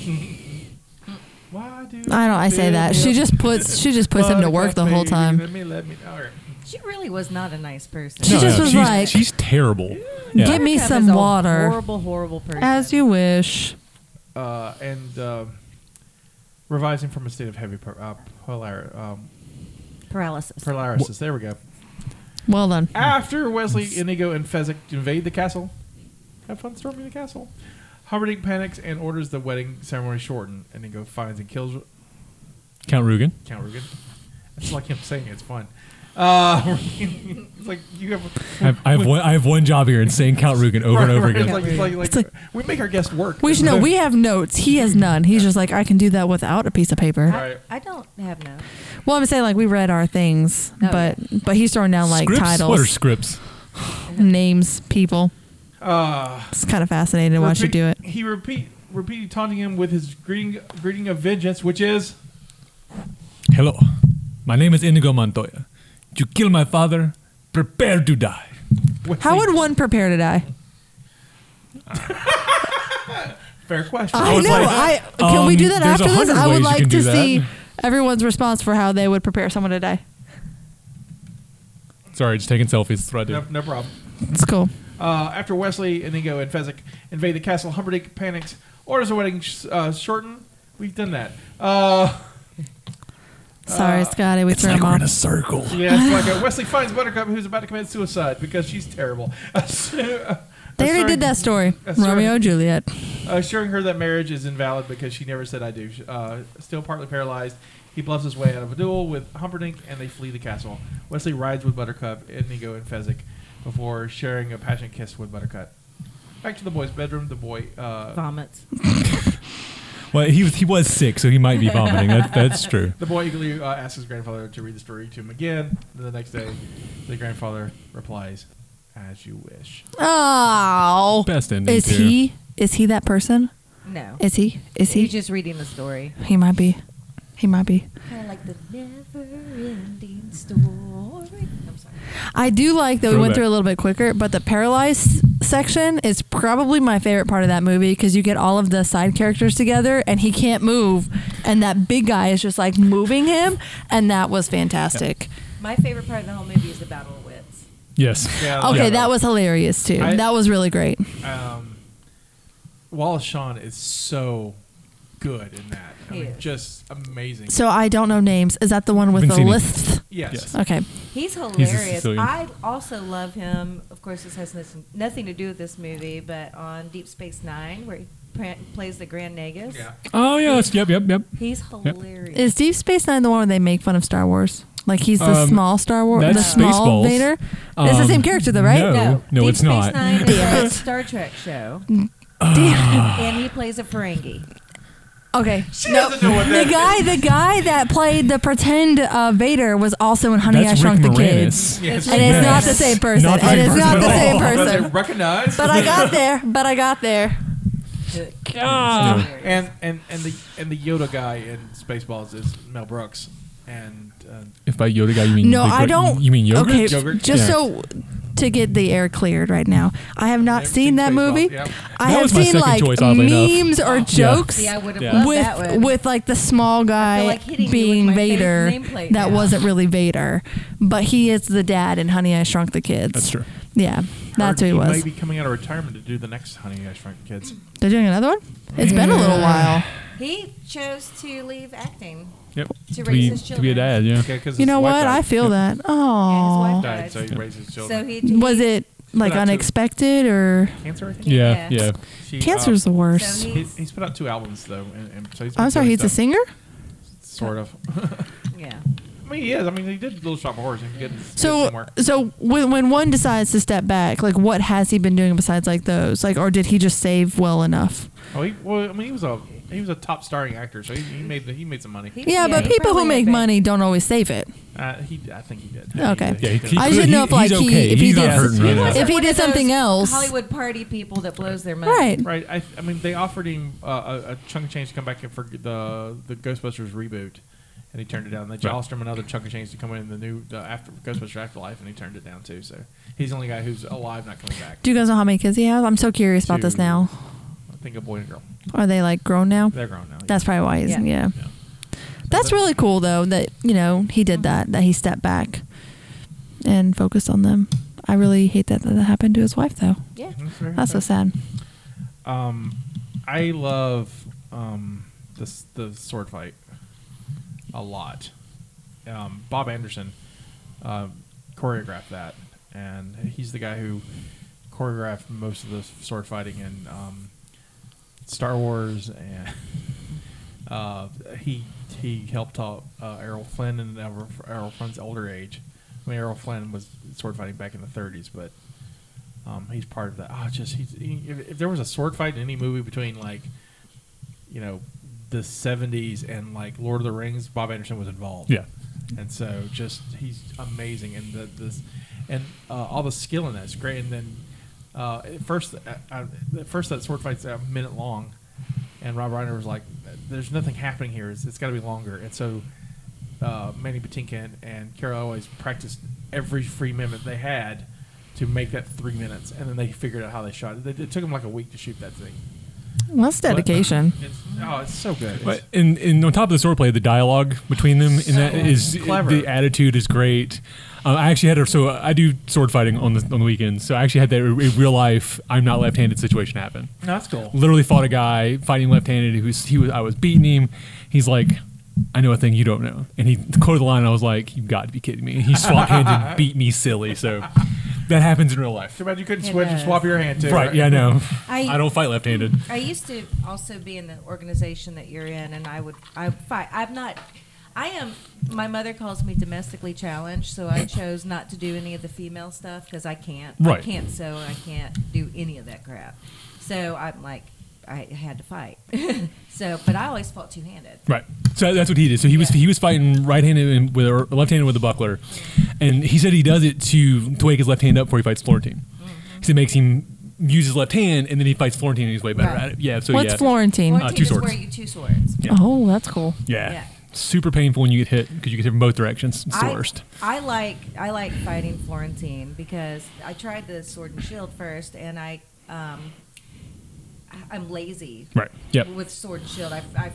[SPEAKER 2] Why do
[SPEAKER 3] I don't. I say
[SPEAKER 2] you
[SPEAKER 3] that.
[SPEAKER 2] feel
[SPEAKER 3] She just puts. She just puts him to work the
[SPEAKER 2] Buttercup,
[SPEAKER 3] whole
[SPEAKER 2] baby,
[SPEAKER 3] time.
[SPEAKER 2] Let me, let me. All right.
[SPEAKER 4] She really was not a nice person.
[SPEAKER 3] She just was
[SPEAKER 5] she's,
[SPEAKER 3] like,
[SPEAKER 5] she's terrible. Yeah.
[SPEAKER 3] "Give me
[SPEAKER 4] Buttercup
[SPEAKER 3] some
[SPEAKER 4] is a
[SPEAKER 3] water."
[SPEAKER 4] horrible, horrible person.
[SPEAKER 3] As you wish.
[SPEAKER 2] uh, and uh, revising from a state of heavy par- uh, polar- um,
[SPEAKER 4] Paralysis.
[SPEAKER 2] paralysis. There we go.
[SPEAKER 5] Hmm.
[SPEAKER 3] Well done.
[SPEAKER 2] After Wesley, Inigo, and Fezzik invade the castle, have fun storming the castle. Humperdinck panics and orders the wedding ceremony shortened. Inigo finds and kills
[SPEAKER 5] Count Rugen.
[SPEAKER 2] Count Rugen. That's like him saying it's fun. Uh, it's like you have
[SPEAKER 5] I have, I have one. I have one job here, and saying Count Rugen over and over
[SPEAKER 2] Right, right.
[SPEAKER 5] again.
[SPEAKER 2] It's like, it's like-
[SPEAKER 3] It's
[SPEAKER 2] like, we make our guests work.
[SPEAKER 3] We should know. We have notes. He has none. He's just like, I can do that without a piece of paper.
[SPEAKER 2] Right.
[SPEAKER 4] I don't have no.
[SPEAKER 3] Well, I'm saying like we read our things,
[SPEAKER 4] Oh,
[SPEAKER 3] but but he's throwing down like
[SPEAKER 5] scripts. What are
[SPEAKER 3] titles,
[SPEAKER 5] scripts?
[SPEAKER 3] names, people.
[SPEAKER 2] Uh,
[SPEAKER 3] It's kind of fascinating to watch you
[SPEAKER 2] repeat-
[SPEAKER 3] do it.
[SPEAKER 2] He repeat repeated taunting him with his greeting greeting of vengeance, which is
[SPEAKER 5] Hello, my name is Inigo Montoya. You kill my father. Prepare to die.
[SPEAKER 2] Wesley-
[SPEAKER 3] How would one prepare to die?
[SPEAKER 2] fair question?
[SPEAKER 3] I,
[SPEAKER 5] was
[SPEAKER 3] know.
[SPEAKER 5] like,
[SPEAKER 3] I can we
[SPEAKER 5] um,
[SPEAKER 3] do that
[SPEAKER 5] there's
[SPEAKER 3] after
[SPEAKER 5] a
[SPEAKER 3] this?
[SPEAKER 5] hundred
[SPEAKER 3] I
[SPEAKER 5] ways
[SPEAKER 3] would
[SPEAKER 5] you
[SPEAKER 3] like to
[SPEAKER 5] can do that.
[SPEAKER 3] see everyone's response for how they would prepare someone to die.
[SPEAKER 5] Sorry, just taking selfies. That's what I do.
[SPEAKER 2] no, no problem.
[SPEAKER 3] It's cool.
[SPEAKER 2] Uh, after Wesley, Inigo, and Fezzik invade the castle, Humperdinck panics, orders the wedding sh- uh, shortened. We've done that. Uh,
[SPEAKER 3] Sorry, Scotty, we
[SPEAKER 5] It's
[SPEAKER 3] threw
[SPEAKER 5] like
[SPEAKER 3] him
[SPEAKER 5] we're in a
[SPEAKER 3] off.
[SPEAKER 5] circle.
[SPEAKER 2] yeah, it's like uh, Wesley finds Buttercup, who's about to commit suicide because she's terrible.
[SPEAKER 3] They already did that story.
[SPEAKER 2] That's right.
[SPEAKER 3] Romeo and Juliet.
[SPEAKER 2] assuring her that marriage is invalid because she never said I do. Uh, still partly paralyzed, he bluffs his way out of a duel with Humperdinck, and they flee the castle. Wesley rides with Buttercup, Inigo, and Fezzik before sharing a passionate kiss with Buttercup. Back to the boy's bedroom. The boy uh,
[SPEAKER 4] Vomits.
[SPEAKER 5] Well, he was he was sick, so he might be vomiting. That, that's true.
[SPEAKER 2] the boy eagerly uh, asks his grandfather to read the story to him again. Then the next day, the grandfather replies, "As you wish."
[SPEAKER 3] Oh,
[SPEAKER 5] Best ending.
[SPEAKER 3] is
[SPEAKER 5] too.
[SPEAKER 3] he? Is he that person?
[SPEAKER 4] No.
[SPEAKER 3] Is he? Is he?
[SPEAKER 4] He's just reading the story.
[SPEAKER 3] He might be. He might be.
[SPEAKER 4] Kind of like the never-ending story. I'm sorry.
[SPEAKER 3] I do like that we went
[SPEAKER 5] Throwback.
[SPEAKER 3] through a little bit quicker, but the paralyzed section is probably my favorite part of that movie because you get all of the side characters together and he can't move, and that big guy is just like moving him, and that was fantastic.
[SPEAKER 4] My favorite part of the whole movie is the battle of wits.
[SPEAKER 5] Yes.
[SPEAKER 2] Yeah,
[SPEAKER 3] Okay,
[SPEAKER 2] yeah.
[SPEAKER 3] that was hilarious too.
[SPEAKER 2] I-
[SPEAKER 3] that was really great.
[SPEAKER 2] um, Wallace Shawn is so good in that. I
[SPEAKER 4] He
[SPEAKER 2] mean,
[SPEAKER 4] is.
[SPEAKER 2] just amazing.
[SPEAKER 3] So I don't know names. Is that the one with the
[SPEAKER 5] Vincini.
[SPEAKER 3] list?
[SPEAKER 2] yes.
[SPEAKER 3] Okay.
[SPEAKER 4] He's hilarious.
[SPEAKER 5] Sicilian.
[SPEAKER 4] I also love him. Of course, this has nothing- nothing to do with this movie, but on Deep Space Nine, where he pra- plays the Grand Nagus,
[SPEAKER 2] Yeah.
[SPEAKER 5] Oh yeah. That's, yep. Yep. Yep.
[SPEAKER 4] he's hilarious.
[SPEAKER 3] Is Deep Space Nine the one where they make fun of Star Wars? Like he's the
[SPEAKER 5] Um,
[SPEAKER 3] small Star Wars, the
[SPEAKER 5] that's
[SPEAKER 3] small
[SPEAKER 5] Spaceballs.
[SPEAKER 3] Vader. it's the
[SPEAKER 5] Um,
[SPEAKER 3] same character though, right?
[SPEAKER 5] no. no,
[SPEAKER 4] Deep
[SPEAKER 5] it's
[SPEAKER 4] Space
[SPEAKER 5] not.
[SPEAKER 4] Nine
[SPEAKER 3] Damn it.
[SPEAKER 4] is a Star Trek show,
[SPEAKER 5] Ah.
[SPEAKER 3] Damn.
[SPEAKER 4] and he plays a Ferengi.
[SPEAKER 3] Okay.
[SPEAKER 2] She doesn't know what that
[SPEAKER 3] the guy, the guy that played the pretend uh, Vader was also in Honey I
[SPEAKER 5] That's
[SPEAKER 3] Shrunk
[SPEAKER 5] Rick
[SPEAKER 3] the
[SPEAKER 5] Moranis.
[SPEAKER 3] Kids,
[SPEAKER 5] Yes.
[SPEAKER 3] and it's not the
[SPEAKER 5] Yes.
[SPEAKER 3] same person.
[SPEAKER 5] Not the
[SPEAKER 3] and
[SPEAKER 5] same
[SPEAKER 3] it's not
[SPEAKER 5] person
[SPEAKER 3] the
[SPEAKER 5] at
[SPEAKER 3] same
[SPEAKER 5] all.
[SPEAKER 3] person.
[SPEAKER 2] Recognize?
[SPEAKER 3] But I got there. But I got there.
[SPEAKER 2] Ah. And and and the and the Yoda guy in Spaceballs is Mel Brooks, and uh,
[SPEAKER 5] If by Yoda guy you mean
[SPEAKER 3] No,
[SPEAKER 5] like
[SPEAKER 3] I
[SPEAKER 5] what-
[SPEAKER 3] don't.
[SPEAKER 5] You mean yogurt?
[SPEAKER 3] Okay, just so to get the air cleared right now, I have not seen that movie. I
[SPEAKER 5] That
[SPEAKER 3] have
[SPEAKER 5] was my
[SPEAKER 3] seen
[SPEAKER 5] second
[SPEAKER 3] like
[SPEAKER 5] choice, oddly enough.
[SPEAKER 3] memes or
[SPEAKER 5] Yeah.
[SPEAKER 3] jokes
[SPEAKER 5] See, I would've Yeah. loved
[SPEAKER 3] with
[SPEAKER 5] that one.
[SPEAKER 3] with like the small guy
[SPEAKER 4] like hitting you with
[SPEAKER 3] being
[SPEAKER 4] my favorite
[SPEAKER 3] Vader
[SPEAKER 4] nameplate
[SPEAKER 3] that
[SPEAKER 4] now.
[SPEAKER 3] wasn't really Vader, but he is the dad in Honey I Shrunk the Kids. That's
[SPEAKER 5] true.
[SPEAKER 3] Yeah, that's who
[SPEAKER 2] heard
[SPEAKER 3] he was.
[SPEAKER 2] May be coming out of retirement to do the next Honey I Shrunk the Kids.
[SPEAKER 3] They're doing another one. It's been a little while.
[SPEAKER 4] He chose to leave acting.
[SPEAKER 5] Yep.
[SPEAKER 4] To
[SPEAKER 5] To
[SPEAKER 4] raise
[SPEAKER 5] be,
[SPEAKER 4] his
[SPEAKER 5] to be a
[SPEAKER 4] children.
[SPEAKER 5] dad, yeah.
[SPEAKER 2] Okay,
[SPEAKER 3] You know what? I feel that. Oh,
[SPEAKER 2] died, so he raised his
[SPEAKER 4] So
[SPEAKER 2] children.
[SPEAKER 4] he
[SPEAKER 3] was it like
[SPEAKER 2] Put out two-
[SPEAKER 3] unexpected or
[SPEAKER 2] Cancer, I think?
[SPEAKER 5] Yeah, yeah. yeah.
[SPEAKER 2] She, uh,
[SPEAKER 3] Cancer's the worst. So
[SPEAKER 2] He, he's put out two albums though, and, and so he's been
[SPEAKER 3] I'm sorry,
[SPEAKER 2] doing
[SPEAKER 3] he's a
[SPEAKER 2] stuff.
[SPEAKER 3] singer.
[SPEAKER 2] Sort of.
[SPEAKER 4] yeah.
[SPEAKER 2] I mean, he is. I mean, he did Little Shop of Horrors. And he did did
[SPEAKER 3] So,
[SPEAKER 2] work.
[SPEAKER 3] so when when one decides to step back, like what has he been doing besides like those? Like, or did he just save well enough?
[SPEAKER 2] Oh, he, well, I mean, he was a he was a top starring actor, so he, he made the, he made some money.
[SPEAKER 3] Yeah, but people who make money don't always save it.
[SPEAKER 2] uh, he I think he did.
[SPEAKER 3] Okay,
[SPEAKER 5] Yeah, he-
[SPEAKER 3] I
[SPEAKER 5] he-
[SPEAKER 3] should know if like
[SPEAKER 5] he's
[SPEAKER 3] he
[SPEAKER 5] okay.
[SPEAKER 3] if he
[SPEAKER 5] He's not
[SPEAKER 3] did
[SPEAKER 5] hurting right now.
[SPEAKER 3] if he
[SPEAKER 4] One
[SPEAKER 3] did
[SPEAKER 4] of those
[SPEAKER 3] something else.
[SPEAKER 4] Hollywood party people that blows their money.
[SPEAKER 2] Right. I, I mean, they offered him uh, a, a chunk of change to come back in for the the Ghostbusters reboot, and he turned it down. They
[SPEAKER 5] Right.
[SPEAKER 2] asked him another chunk of change to come in the new the after Ghostbusters Afterlife, and he turned it down too. So he's the only guy who's alive, not coming back.
[SPEAKER 3] Do you guys know how many kids he has? I'm so curious about this
[SPEAKER 2] Two.
[SPEAKER 3] now.
[SPEAKER 2] I think a boy and a girl.
[SPEAKER 3] Are they like grown now?
[SPEAKER 2] They're grown now,
[SPEAKER 3] That's probably why he's
[SPEAKER 2] Yeah.
[SPEAKER 3] yeah. That's really cool though that you know he did that that he stepped back and focused on them. I really hate that that happened to his wife though.
[SPEAKER 4] Yeah.
[SPEAKER 2] That's very
[SPEAKER 3] That's so sad.
[SPEAKER 2] Um, I love um this the sword fight a lot. Um, Bob Anderson uh, choreographed that, and he's the guy who choreographed most of the sword fighting in um, Star Wars, and uh, he he helped out uh, Errol Flynn in Errol, Errol Flynn's older age. I mean, Errol Flynn was sword fighting back in the 30s, but um, he's part of that. Oh, it's just he's, he, if, if there was a sword fight in any movie between like, you know, the '70s and like Lord of the Rings, Bob Anderson was involved.
[SPEAKER 5] Yeah.
[SPEAKER 2] and so just he's amazing, and the, this and uh, all the skill in that's great. And then uh, at first, I, I, at first that sword fight's a minute long, and Rob Reiner was like, "There's nothing happening here. It's, it's got to be longer." And so uh, Manny Patinkin and Carol always practiced every free minute they had to make that three minutes, and then they figured out how they shot it. It, it took them like a week to shoot that thing.
[SPEAKER 3] Well, that's dedication.
[SPEAKER 2] It's, oh, it's so good. It's-
[SPEAKER 5] But and, and on top of the swordplay, the dialogue between them in that is
[SPEAKER 2] clever.
[SPEAKER 5] the attitude is great. Um, I actually had a so I do sword fighting on the on the weekends. So I actually had that a real life I'm not left handed situation happen.
[SPEAKER 2] No, that's cool.
[SPEAKER 5] Literally fought a guy fighting left handed who's he was I was beating him. He's like, I know a thing you don't know, and he quoted the line. And I was like, you've got to be kidding me. And he swap hands and beat me silly. So that happens in real life.
[SPEAKER 2] Too bad you couldn't
[SPEAKER 4] It
[SPEAKER 2] switch and
[SPEAKER 4] does.
[SPEAKER 2] swap your hand too.
[SPEAKER 5] Right? Yeah, I know.
[SPEAKER 4] I-
[SPEAKER 5] I don't fight left handed.
[SPEAKER 4] I used to also be in the organization that you're in, and I would I fight. I'm not. I am. My mother calls me domestically challenged, so I chose not to do any of the female stuff because I can't. I
[SPEAKER 5] Right.
[SPEAKER 4] can't sew. and I can't do any of that crap. So I'm like, I had to fight. so, but I always fought two handed.
[SPEAKER 5] Right. So that's what he did. So he was he was fighting right-handed and with or left-handed with a buckler, and he said he does it to to wake his left hand up before he fights Florentine.
[SPEAKER 3] Mm.
[SPEAKER 5] So it makes him use his left hand, and then he fights Florentine, and he's way better
[SPEAKER 4] Right.
[SPEAKER 5] at it. Yeah. So
[SPEAKER 3] What's
[SPEAKER 5] yeah.
[SPEAKER 3] Florentine?
[SPEAKER 5] Uh, two
[SPEAKER 4] is
[SPEAKER 5] swords.
[SPEAKER 4] where you two swords.
[SPEAKER 5] Yeah.
[SPEAKER 3] Oh, that's cool.
[SPEAKER 5] yeah.
[SPEAKER 4] Yeah.
[SPEAKER 5] Super painful when you get hit because you get hit from both directions. It's the
[SPEAKER 4] I-
[SPEAKER 5] worst.
[SPEAKER 4] I like I like fighting Florentine because I tried the sword and shield first, and I um, I- I'm lazy.
[SPEAKER 5] Right. Yep.
[SPEAKER 4] With sword and shield, I, I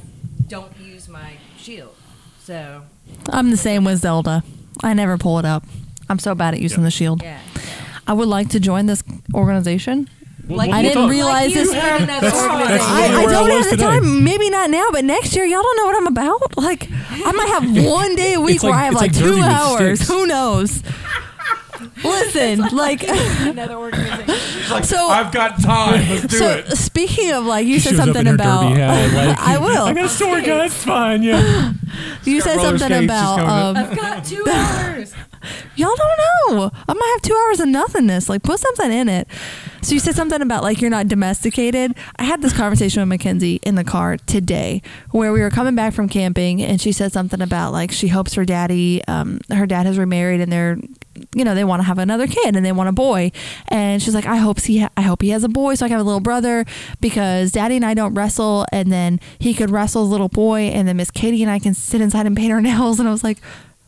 [SPEAKER 4] don't use my shield, so
[SPEAKER 3] I'm the same with Zelda. I never pull it up. I'm so bad at using the shield.
[SPEAKER 4] yeah.
[SPEAKER 3] I would like to join this organization.
[SPEAKER 4] Like
[SPEAKER 3] I
[SPEAKER 4] you-
[SPEAKER 3] didn't
[SPEAKER 4] like
[SPEAKER 3] realize
[SPEAKER 4] you
[SPEAKER 3] this.
[SPEAKER 4] have another
[SPEAKER 5] That's- that's
[SPEAKER 4] organization.
[SPEAKER 3] I, I
[SPEAKER 5] where I
[SPEAKER 3] don't
[SPEAKER 5] was
[SPEAKER 3] have the
[SPEAKER 5] today.
[SPEAKER 3] time. Maybe not now, but next year, y'all don't know what I'm about. Like, I might have one day a week
[SPEAKER 5] like-
[SPEAKER 3] where I have
[SPEAKER 5] it's
[SPEAKER 3] like,
[SPEAKER 5] like Derby
[SPEAKER 3] two
[SPEAKER 5] with
[SPEAKER 3] hours.
[SPEAKER 5] sticks.
[SPEAKER 3] Who knows? Listen, like,
[SPEAKER 4] another organization.
[SPEAKER 2] It's like,
[SPEAKER 3] So-
[SPEAKER 2] I've got time. Let's do
[SPEAKER 3] so
[SPEAKER 2] it.
[SPEAKER 3] speaking of like, you
[SPEAKER 5] She
[SPEAKER 3] said
[SPEAKER 5] shows up in
[SPEAKER 3] something
[SPEAKER 5] her
[SPEAKER 3] about.
[SPEAKER 5] derby hat, like,
[SPEAKER 3] I will.
[SPEAKER 5] I got a sword, guys. It's fine. Yeah.
[SPEAKER 3] You
[SPEAKER 2] got
[SPEAKER 3] said
[SPEAKER 2] roller skates,
[SPEAKER 3] something
[SPEAKER 2] she's
[SPEAKER 3] about
[SPEAKER 2] coming up.
[SPEAKER 3] um,
[SPEAKER 4] I've got two hours.
[SPEAKER 3] y'all don't know. I might have two hours of nothingness. Like, put something in it. So you said something about like you're not domesticated. I had this conversation with Mackenzie in the car today, where we were coming back from camping, and she said something about like she hopes her daddy, um, her dad has remarried, and they're, you know, they want to have another kid and they want a boy, and she's like, I hope he, ha- I hope he has a boy so I can have a little brother because daddy and I don't wrestle, and then he could wrestle his little boy, and then Miss Katie and I can sit inside and paint our nails, and I was like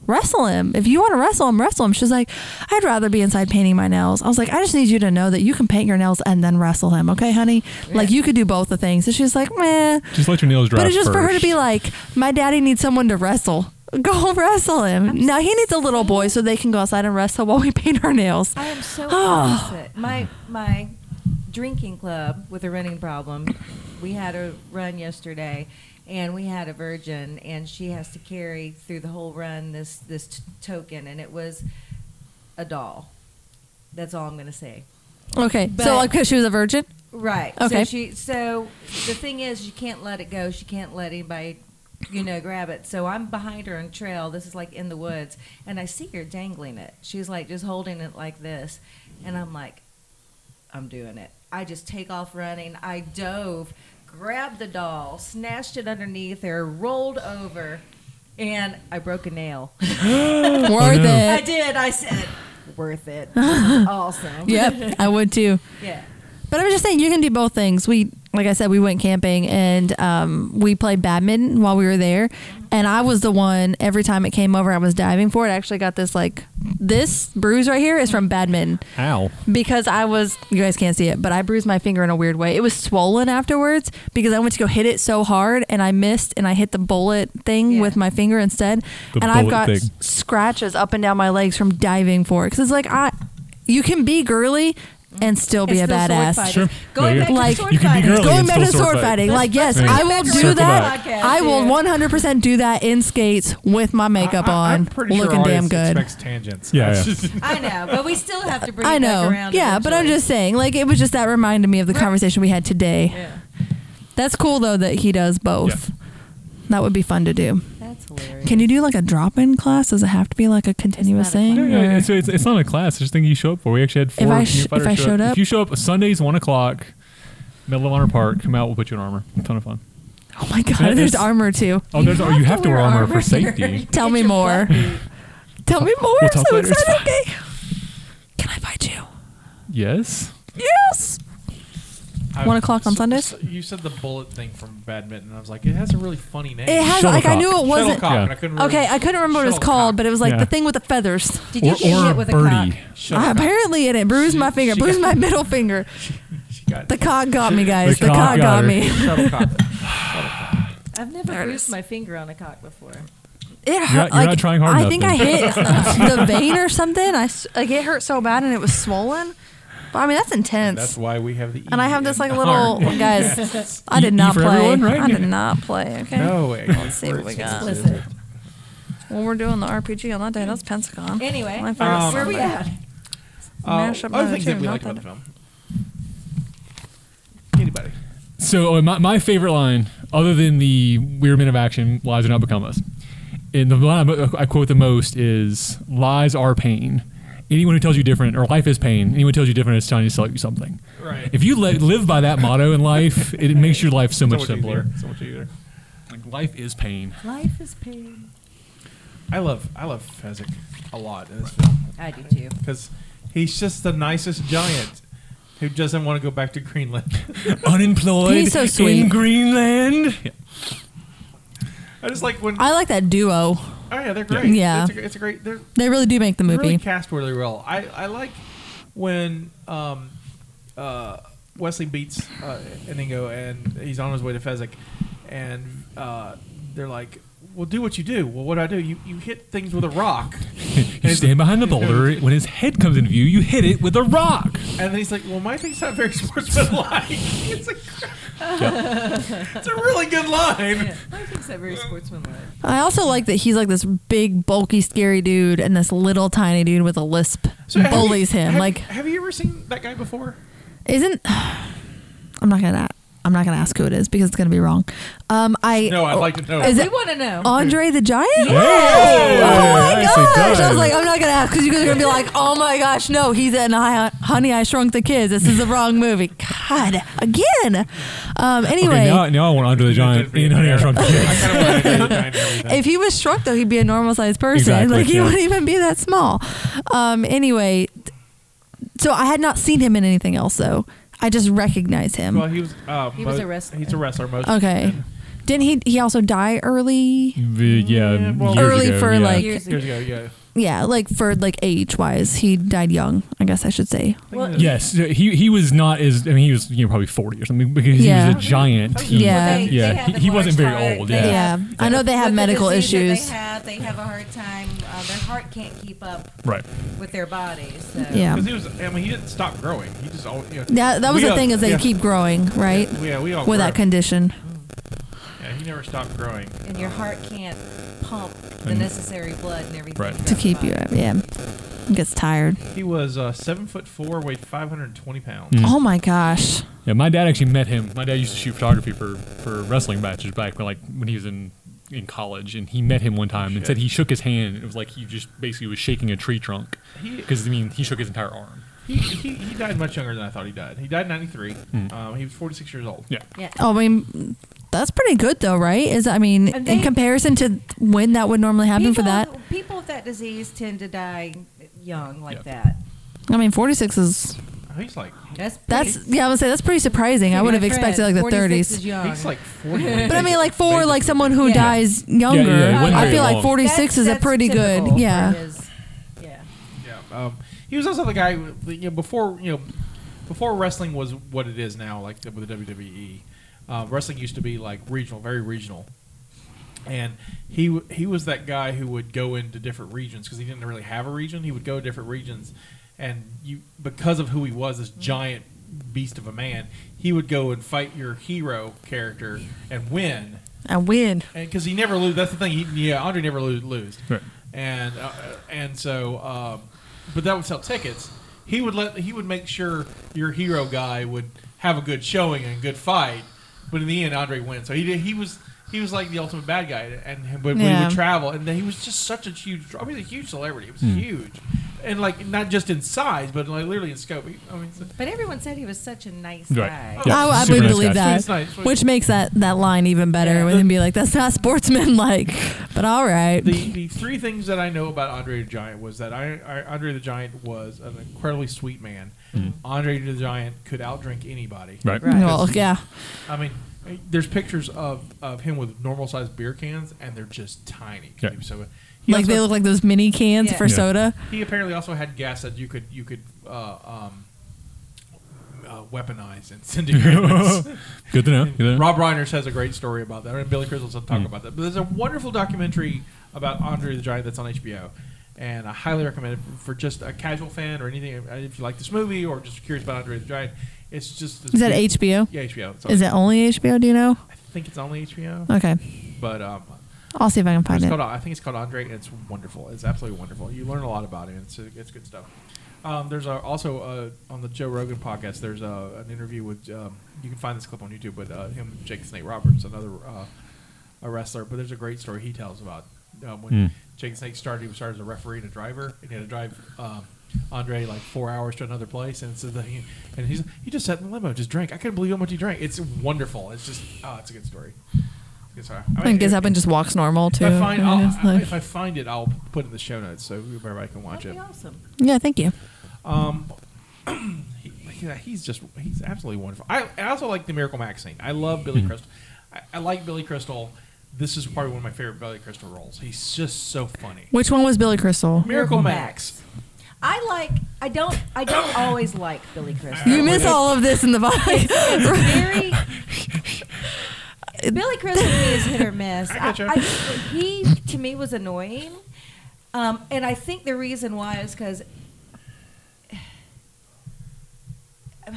[SPEAKER 3] wrestle him. If you want to wrestle him, wrestle him. She's like, I'd rather be inside painting my nails. I was like, I just need you to know that you can paint your nails and then wrestle him, okay, honey? Like you could do both the things. And she's like, meh.
[SPEAKER 5] Just let your nails dry.
[SPEAKER 3] But it's just for her to
[SPEAKER 5] first.
[SPEAKER 3] be like, my daddy needs someone to wrestle. Go wrestle him. now he needs a little boy so they can go outside and wrestle while we paint our nails.
[SPEAKER 4] I am so
[SPEAKER 3] Oh.
[SPEAKER 4] opposite. My my drinking club with a running problem. We had a run yesterday, and we had a virgin, and she has to carry through the whole run this this t- token, and it was a doll. That's all I'm going to say.
[SPEAKER 3] Okay.
[SPEAKER 4] But-
[SPEAKER 3] so like because she was a virgin?
[SPEAKER 4] Right.
[SPEAKER 3] Okay.
[SPEAKER 4] So she. So the thing is, you can't let it go. She can't let anybody, you know, grab it. So I'm behind her on trail. This is like in the woods, and I see her dangling it. She's like just holding it like this, and I'm like, I'm doing it. I just take off running. I dove, grabbed the doll, snatched it underneath her, rolled over, and I broke a nail. Worth
[SPEAKER 3] Oh, no.
[SPEAKER 4] I did. I said, worth it. awesome.
[SPEAKER 3] yep, I would too.
[SPEAKER 4] Yeah.
[SPEAKER 3] But I was just saying, you can do both things. We, like I said, we went camping and um, we played badminton while we were there. And I was the one every time it came over, I was diving for it. I actually got this like this bruise right here is from badminton
[SPEAKER 5] Ow.
[SPEAKER 3] because I was you guys can't see it, but I bruised my finger in a weird way. It was swollen afterwards because I went to go hit it so hard and I missed and I hit the bullet thing with my finger instead.
[SPEAKER 5] The
[SPEAKER 3] and I've
[SPEAKER 5] bullet
[SPEAKER 3] got
[SPEAKER 5] thing.
[SPEAKER 3] s- scratches up and down my legs from diving for it. Cause it's like I, you can be girly and still be
[SPEAKER 4] And
[SPEAKER 3] a
[SPEAKER 4] still sword
[SPEAKER 3] badass.
[SPEAKER 4] fighters. Sure. Going
[SPEAKER 5] Yeah, back to
[SPEAKER 3] like
[SPEAKER 5] sword you can be fighting. girly
[SPEAKER 3] going
[SPEAKER 5] and
[SPEAKER 3] back
[SPEAKER 5] still
[SPEAKER 3] to
[SPEAKER 5] sword
[SPEAKER 3] sword
[SPEAKER 5] fight.
[SPEAKER 3] fighting. Like yes,
[SPEAKER 5] Let's
[SPEAKER 3] I
[SPEAKER 5] bring
[SPEAKER 3] will
[SPEAKER 5] it back
[SPEAKER 3] do
[SPEAKER 5] around.
[SPEAKER 3] that.
[SPEAKER 5] Circle back.
[SPEAKER 3] I will 100% do that in skates with my makeup
[SPEAKER 2] I-
[SPEAKER 3] on,
[SPEAKER 2] I'm pretty sure
[SPEAKER 3] looking damn
[SPEAKER 2] audience
[SPEAKER 3] good.
[SPEAKER 2] Expects tangents.
[SPEAKER 5] Yeah,
[SPEAKER 2] That's
[SPEAKER 5] yeah.
[SPEAKER 2] just-
[SPEAKER 4] I know, but we still have to bring
[SPEAKER 3] I
[SPEAKER 4] it back
[SPEAKER 3] know.
[SPEAKER 4] around.
[SPEAKER 3] yeah, but I'm just saying, like, it was just that reminded me of the conversation we had today.
[SPEAKER 4] Yeah.
[SPEAKER 3] That's cool, though, that he does both. That would be fun to do.
[SPEAKER 4] That's hilarious.
[SPEAKER 3] Can you do like a drop in class? Does it have to be like a continuous thing?
[SPEAKER 5] No, no,
[SPEAKER 3] or-
[SPEAKER 5] it's, it's, it's not a class. It's just a thing you show up for. We actually had four.
[SPEAKER 3] If I
[SPEAKER 5] new
[SPEAKER 3] sh- if
[SPEAKER 5] fighters
[SPEAKER 3] I
[SPEAKER 5] show
[SPEAKER 3] showed up-
[SPEAKER 5] if you show up Sundays one o'clock, Medal of Honor Park, come out. We'll put you in armor. ton of fun.
[SPEAKER 3] oh my God,
[SPEAKER 5] Yeah,
[SPEAKER 3] there's
[SPEAKER 5] it's-
[SPEAKER 3] armor too.
[SPEAKER 5] Oh, there's. Oh, you have to wear armor for safety.
[SPEAKER 3] Tell me more. Tell me more.
[SPEAKER 5] We'll
[SPEAKER 3] I'm
[SPEAKER 5] talk
[SPEAKER 3] so
[SPEAKER 5] later. It's
[SPEAKER 3] excited. Okay. Can I fight you?
[SPEAKER 5] Yes.
[SPEAKER 3] Yes.
[SPEAKER 2] I-
[SPEAKER 3] One o'clock on
[SPEAKER 2] s-
[SPEAKER 3] Sundays?
[SPEAKER 2] s- You said the bullet thing from badminton. I was like, it has a really funny name.
[SPEAKER 3] It has like I knew it wasn't.
[SPEAKER 2] Shuttlecock, and I
[SPEAKER 5] Mm.
[SPEAKER 2] couldn't remember-
[SPEAKER 3] okay, I couldn't remember what it was called, but it was like
[SPEAKER 5] Yeah.
[SPEAKER 3] the thing with the feathers.
[SPEAKER 4] Did you get hit with a cock?
[SPEAKER 3] I, apparently, it, it bruised my finger, bruised my middle finger.
[SPEAKER 2] got-
[SPEAKER 3] the cock got me, guys.
[SPEAKER 5] The
[SPEAKER 3] The,
[SPEAKER 5] cock
[SPEAKER 3] cock,
[SPEAKER 5] got
[SPEAKER 3] got,
[SPEAKER 5] her.
[SPEAKER 3] me.
[SPEAKER 2] Shuttlecock.
[SPEAKER 4] I've never
[SPEAKER 3] There it
[SPEAKER 4] bruised
[SPEAKER 3] is.
[SPEAKER 4] my finger on a cock before.
[SPEAKER 3] It hurt.
[SPEAKER 5] You're not- you're
[SPEAKER 3] like,
[SPEAKER 5] not trying hard
[SPEAKER 3] I
[SPEAKER 5] enough
[SPEAKER 3] think
[SPEAKER 5] then.
[SPEAKER 3] I hit uh, the vein or something. I s- like it hurt so bad and it was swollen. But I mean, that's intense.
[SPEAKER 2] That's why we have the. E
[SPEAKER 3] and I have this like little
[SPEAKER 2] Hard.
[SPEAKER 3] guys. I did
[SPEAKER 5] E- E
[SPEAKER 3] not
[SPEAKER 5] for
[SPEAKER 3] play.
[SPEAKER 5] everyone, right?
[SPEAKER 3] I did not play. Okay.
[SPEAKER 2] No way.
[SPEAKER 3] Let's see what we
[SPEAKER 4] Uh,
[SPEAKER 3] got. When we're doing the RPG on that day, that's Pensacon.
[SPEAKER 4] Anyway,
[SPEAKER 3] My favorite
[SPEAKER 2] Um,
[SPEAKER 4] where we
[SPEAKER 3] Sunday.
[SPEAKER 4] at?
[SPEAKER 2] Uh,
[SPEAKER 3] Mash up
[SPEAKER 2] other
[SPEAKER 3] my
[SPEAKER 2] things that
[SPEAKER 3] two,
[SPEAKER 2] we
[SPEAKER 3] not
[SPEAKER 2] liked about the
[SPEAKER 3] that.
[SPEAKER 2] film. Anybody?
[SPEAKER 5] So uh, my, my favorite line, other than the "We're men of action, lies do not become us," and the line I- I quote the most is "Lies are pain." Anyone who tells you different, or life is pain. Anyone who tells you different is trying to sell you something.
[SPEAKER 2] Right.
[SPEAKER 5] If you let, live by that motto in life, it makes your life so much
[SPEAKER 2] much
[SPEAKER 5] simpler.
[SPEAKER 2] easier. So much easier.
[SPEAKER 5] Like life is pain.
[SPEAKER 4] Life is pain.
[SPEAKER 2] I love I love Fezzik a lot in this film
[SPEAKER 4] I do too.
[SPEAKER 2] because he's just the nicest giant who doesn't want to go back to Greenland.
[SPEAKER 5] Unemployed
[SPEAKER 3] He's so
[SPEAKER 5] in
[SPEAKER 3] sweet.
[SPEAKER 5] Greenland. Yeah.
[SPEAKER 2] I just like when.
[SPEAKER 3] I like that duo.
[SPEAKER 2] oh yeah, they're great.
[SPEAKER 3] Yeah.
[SPEAKER 2] it's a, it's a great. They're
[SPEAKER 3] They really do make the
[SPEAKER 2] they
[SPEAKER 3] movie.
[SPEAKER 2] really cast really well. I I like when um uh Wesley beats uh, Inigo and he's on his way to Fezzik, and uh they're like. Well, do what you do. Well, what do I do? You you hit things with a rock,
[SPEAKER 5] You stand behind the boulder. When his head comes into view, you hit it with a rock.
[SPEAKER 2] and then he's like, "Well, my thing's not very sportsmanlike." It's a, it's a really good line.
[SPEAKER 4] Yeah, I think so. Very sportsmanlike.
[SPEAKER 3] I also like that he's like this big, bulky, scary dude, and this little tiny dude with a lisp
[SPEAKER 2] have you-
[SPEAKER 3] bullies him.
[SPEAKER 2] have-
[SPEAKER 3] like,
[SPEAKER 2] have you ever seen that guy before?
[SPEAKER 3] isn't I'm not gonna I'm not going to ask who it is because it's going to be wrong. Um, I
[SPEAKER 2] No, I'd like to know.
[SPEAKER 3] Is
[SPEAKER 2] We
[SPEAKER 3] it
[SPEAKER 2] wanna
[SPEAKER 4] know.
[SPEAKER 3] Andre the Giant?
[SPEAKER 2] Yeah.
[SPEAKER 3] Oh my
[SPEAKER 2] Nicely
[SPEAKER 3] gosh! I
[SPEAKER 2] done.
[SPEAKER 3] was like, I'm not going to ask because you guys are going to be like, oh my gosh, no, he's in Hi- Honey I Shrunk the Kids. This is the wrong movie. God, again. Um, anyway,
[SPEAKER 5] Okay, now, now I want Andre the Giant. You know, you're shrunk the kids.
[SPEAKER 3] if he was shrunk though, he'd be a normal sized person.
[SPEAKER 5] Exactly,
[SPEAKER 3] like he
[SPEAKER 5] yeah.
[SPEAKER 3] wouldn't even be that small. Um, anyway, t- so I had not seen him in anything else though. I just recognized him.
[SPEAKER 2] Well, he was. Um,
[SPEAKER 4] He was
[SPEAKER 2] mo-
[SPEAKER 4] a wrestler.
[SPEAKER 2] He's a wrestler. Most
[SPEAKER 3] okay. Didn't he? He also die early.
[SPEAKER 5] Yeah, years
[SPEAKER 3] early
[SPEAKER 5] ago,
[SPEAKER 3] for
[SPEAKER 5] yeah.
[SPEAKER 3] like
[SPEAKER 2] years ago. Yeah.
[SPEAKER 3] yeah, like for like age wise, he died young. I guess I should say.
[SPEAKER 5] Yes, he he was not as I mean he was you know probably forty or something because
[SPEAKER 3] Yeah.
[SPEAKER 5] he was a giant. He,
[SPEAKER 3] Yeah. Well, they-
[SPEAKER 5] yeah,
[SPEAKER 3] they have
[SPEAKER 5] he, he wasn't very old. Yeah,
[SPEAKER 3] I know they have
[SPEAKER 4] With the
[SPEAKER 3] medical
[SPEAKER 4] disease that
[SPEAKER 3] issues.
[SPEAKER 4] They have, they have a hard time. Uh, their heart can't keep up
[SPEAKER 5] Right.
[SPEAKER 4] with their bodies. So.
[SPEAKER 3] Yeah.
[SPEAKER 2] Because he was. I mean, he didn't stop growing. He just. All, yeah.
[SPEAKER 3] That that was
[SPEAKER 2] We
[SPEAKER 3] the
[SPEAKER 2] all-
[SPEAKER 3] thing is they
[SPEAKER 2] yeah.
[SPEAKER 3] keep growing, right?
[SPEAKER 2] Yeah, we- yeah, we all
[SPEAKER 3] with that
[SPEAKER 2] grow.
[SPEAKER 3] condition.
[SPEAKER 2] Yeah, he never stopped growing.
[SPEAKER 4] And your heart can't pump the
[SPEAKER 2] And-
[SPEAKER 4] necessary blood and everything.
[SPEAKER 2] Right.
[SPEAKER 3] to keep you yeah gets tired
[SPEAKER 2] He was uh, seven foot four, weighed five hundred and twenty pounds.
[SPEAKER 5] Mm.
[SPEAKER 3] oh my gosh
[SPEAKER 5] Yeah, my dad actually met him. My dad used to shoot photography for, for wrestling matches back when like when he was in, in college, and he met him one time and
[SPEAKER 2] Shit.
[SPEAKER 5] said he shook his hand. And it was like he just basically was shaking a tree trunk
[SPEAKER 2] He-
[SPEAKER 5] because I mean he shook his entire arm.
[SPEAKER 2] He, he, he died much younger than I thought he died. He died in ninety three.
[SPEAKER 5] Mm.
[SPEAKER 2] Um, he was forty six years old.
[SPEAKER 5] Yeah.
[SPEAKER 4] Yeah.
[SPEAKER 3] oh, i mean that's pretty good though right is i mean
[SPEAKER 4] And
[SPEAKER 3] in
[SPEAKER 4] they-
[SPEAKER 3] comparison to when that would normally happen for that
[SPEAKER 4] People with that disease tend to die young like that.
[SPEAKER 3] i mean 46 is
[SPEAKER 2] He's like
[SPEAKER 4] That's
[SPEAKER 3] that's
[SPEAKER 4] pretty-
[SPEAKER 3] yeah i would say that's pretty surprising i
[SPEAKER 4] Pretty
[SPEAKER 3] would have
[SPEAKER 4] good
[SPEAKER 3] expected
[SPEAKER 4] friend.
[SPEAKER 3] like the
[SPEAKER 4] 46
[SPEAKER 3] 30s
[SPEAKER 4] is young.
[SPEAKER 2] He's like forty.
[SPEAKER 3] but i mean like for like someone who
[SPEAKER 4] Yeah.
[SPEAKER 3] dies
[SPEAKER 5] Yeah, yeah,
[SPEAKER 3] younger
[SPEAKER 5] it wasn't
[SPEAKER 3] i
[SPEAKER 5] very
[SPEAKER 3] feel like
[SPEAKER 5] long.
[SPEAKER 3] 46 is a
[SPEAKER 4] that's
[SPEAKER 3] pretty
[SPEAKER 4] typical
[SPEAKER 3] good
[SPEAKER 4] for
[SPEAKER 3] yeah
[SPEAKER 4] his- yeah.
[SPEAKER 2] Yeah. Um, he was also the guy who- you know, before you know before wrestling was what it is now, like the, with the WWE. Uh, wrestling used to be like regional, very regional, and he w- he was that guy who would go into different regions because he didn't really have a region. He would go to different regions, and you because of who he was, this giant beast of a man, he would go and fight your hero character and win
[SPEAKER 3] i win
[SPEAKER 2] because he never lose. That's the thing. He, yeah, Andre never lose. lose.
[SPEAKER 5] Right.
[SPEAKER 2] And uh, and so, um, but that would sell tickets. He would let he would make sure your hero guy would have a good showing and a good fight. But in the end, Andre wins. So he did, he was he was like the ultimate bad guy. And and- but we
[SPEAKER 3] Yeah.
[SPEAKER 2] would travel, and then he was just such a huge. I mean, a huge celebrity. It was
[SPEAKER 5] Hmm.
[SPEAKER 2] huge, and like not just in size, but like literally in scope. He- I mean, so-
[SPEAKER 4] But everyone said he was such a nice
[SPEAKER 5] Right.
[SPEAKER 2] Oh,
[SPEAKER 4] guy.
[SPEAKER 5] Yeah,
[SPEAKER 3] I, I
[SPEAKER 5] super
[SPEAKER 3] would
[SPEAKER 5] nice
[SPEAKER 3] believe
[SPEAKER 5] guy.
[SPEAKER 3] that,
[SPEAKER 2] Sweetest night, sweet-
[SPEAKER 3] which makes that, that line even better.
[SPEAKER 2] Yeah.
[SPEAKER 3] With him be like, "That's not sportsman like," but all right.
[SPEAKER 2] the, the three things that I know about Andre the Giant was that I, I Andre the Giant was an incredibly sweet man. Andre the Giant could outdrink anybody.
[SPEAKER 5] Mm. Right.
[SPEAKER 4] Right.
[SPEAKER 3] Well, yeah.
[SPEAKER 2] I mean, there's pictures of, of him with normal sized beer cans, and they're just tiny. 'cause
[SPEAKER 5] Yeah.
[SPEAKER 2] he was so he
[SPEAKER 3] Like they
[SPEAKER 2] also-
[SPEAKER 3] look like those mini cans
[SPEAKER 4] Yeah.
[SPEAKER 3] for
[SPEAKER 5] Yeah.
[SPEAKER 3] soda.
[SPEAKER 2] He apparently also had gas that you could you could uh, um, uh, weaponize and send to humans.
[SPEAKER 5] Good to know. Good to know.
[SPEAKER 2] Rob Reiner has a great story about that, and Billy Crystal's will talk about that. But there's a wonderful documentary about Andre the Giant that's on HBO, and I highly recommend it for just a casual fan or anything. uh, If you like this movie or just curious about Andre the Giant, it's just this
[SPEAKER 3] Is that
[SPEAKER 2] big-
[SPEAKER 3] HBO?
[SPEAKER 2] Yeah, HBO. It's on-
[SPEAKER 3] Is it Oh. only HBO? Do you know?
[SPEAKER 2] I think it's only HBO.
[SPEAKER 3] Okay,
[SPEAKER 2] But um,
[SPEAKER 3] I'll see if I can find
[SPEAKER 2] it's
[SPEAKER 3] it.
[SPEAKER 2] called, I think it's called Andre, and it's wonderful. It's absolutely wonderful. You learn a lot about it. and It's it's good stuff. Um, there's a, also uh on the Joe Rogan podcast. There's a, an interview with um, you can find this clip on YouTube with uh, him, and Jake the Snake Roberts, another uh, a wrestler. But there's a great story he tells about um, when
[SPEAKER 5] Mm.
[SPEAKER 2] Jake the Snake started. He was started as a referee and a driver, and he had to drive um, Andre like four hours to another place. And so the, and he's he just sat in the limo, just drank. I couldn't believe how much he drank. It's wonderful. It's just oh, it's a good story. It's a good story. I mean,
[SPEAKER 3] and gets
[SPEAKER 2] it-
[SPEAKER 3] up and just walks normal too.
[SPEAKER 2] if I find,
[SPEAKER 3] I mean,
[SPEAKER 2] I'll,
[SPEAKER 3] it's like-
[SPEAKER 2] if I find it, I'll put it in the show notes so everybody can watch
[SPEAKER 4] That'd
[SPEAKER 2] it.
[SPEAKER 4] be awesome.
[SPEAKER 3] yeah, thank you.
[SPEAKER 2] Um, he, yeah, he's just he's absolutely wonderful. I, I also like the Miracle Max scene. I love Billy
[SPEAKER 5] Hmm.
[SPEAKER 2] Crystal. I, I like Billy Crystal. This is probably one of my favorite Billy Crystal roles. He's just so funny.
[SPEAKER 3] Which one was Billy Crystal?
[SPEAKER 2] Miracle Max.
[SPEAKER 4] I like. I don't. I don't always like Billy Crystal.
[SPEAKER 3] You miss all of this in the vibe.
[SPEAKER 4] Very. Billy Crystal to me is hit or miss.
[SPEAKER 2] I gotcha.
[SPEAKER 4] I- he to me was annoying, um, and I think the reason why is because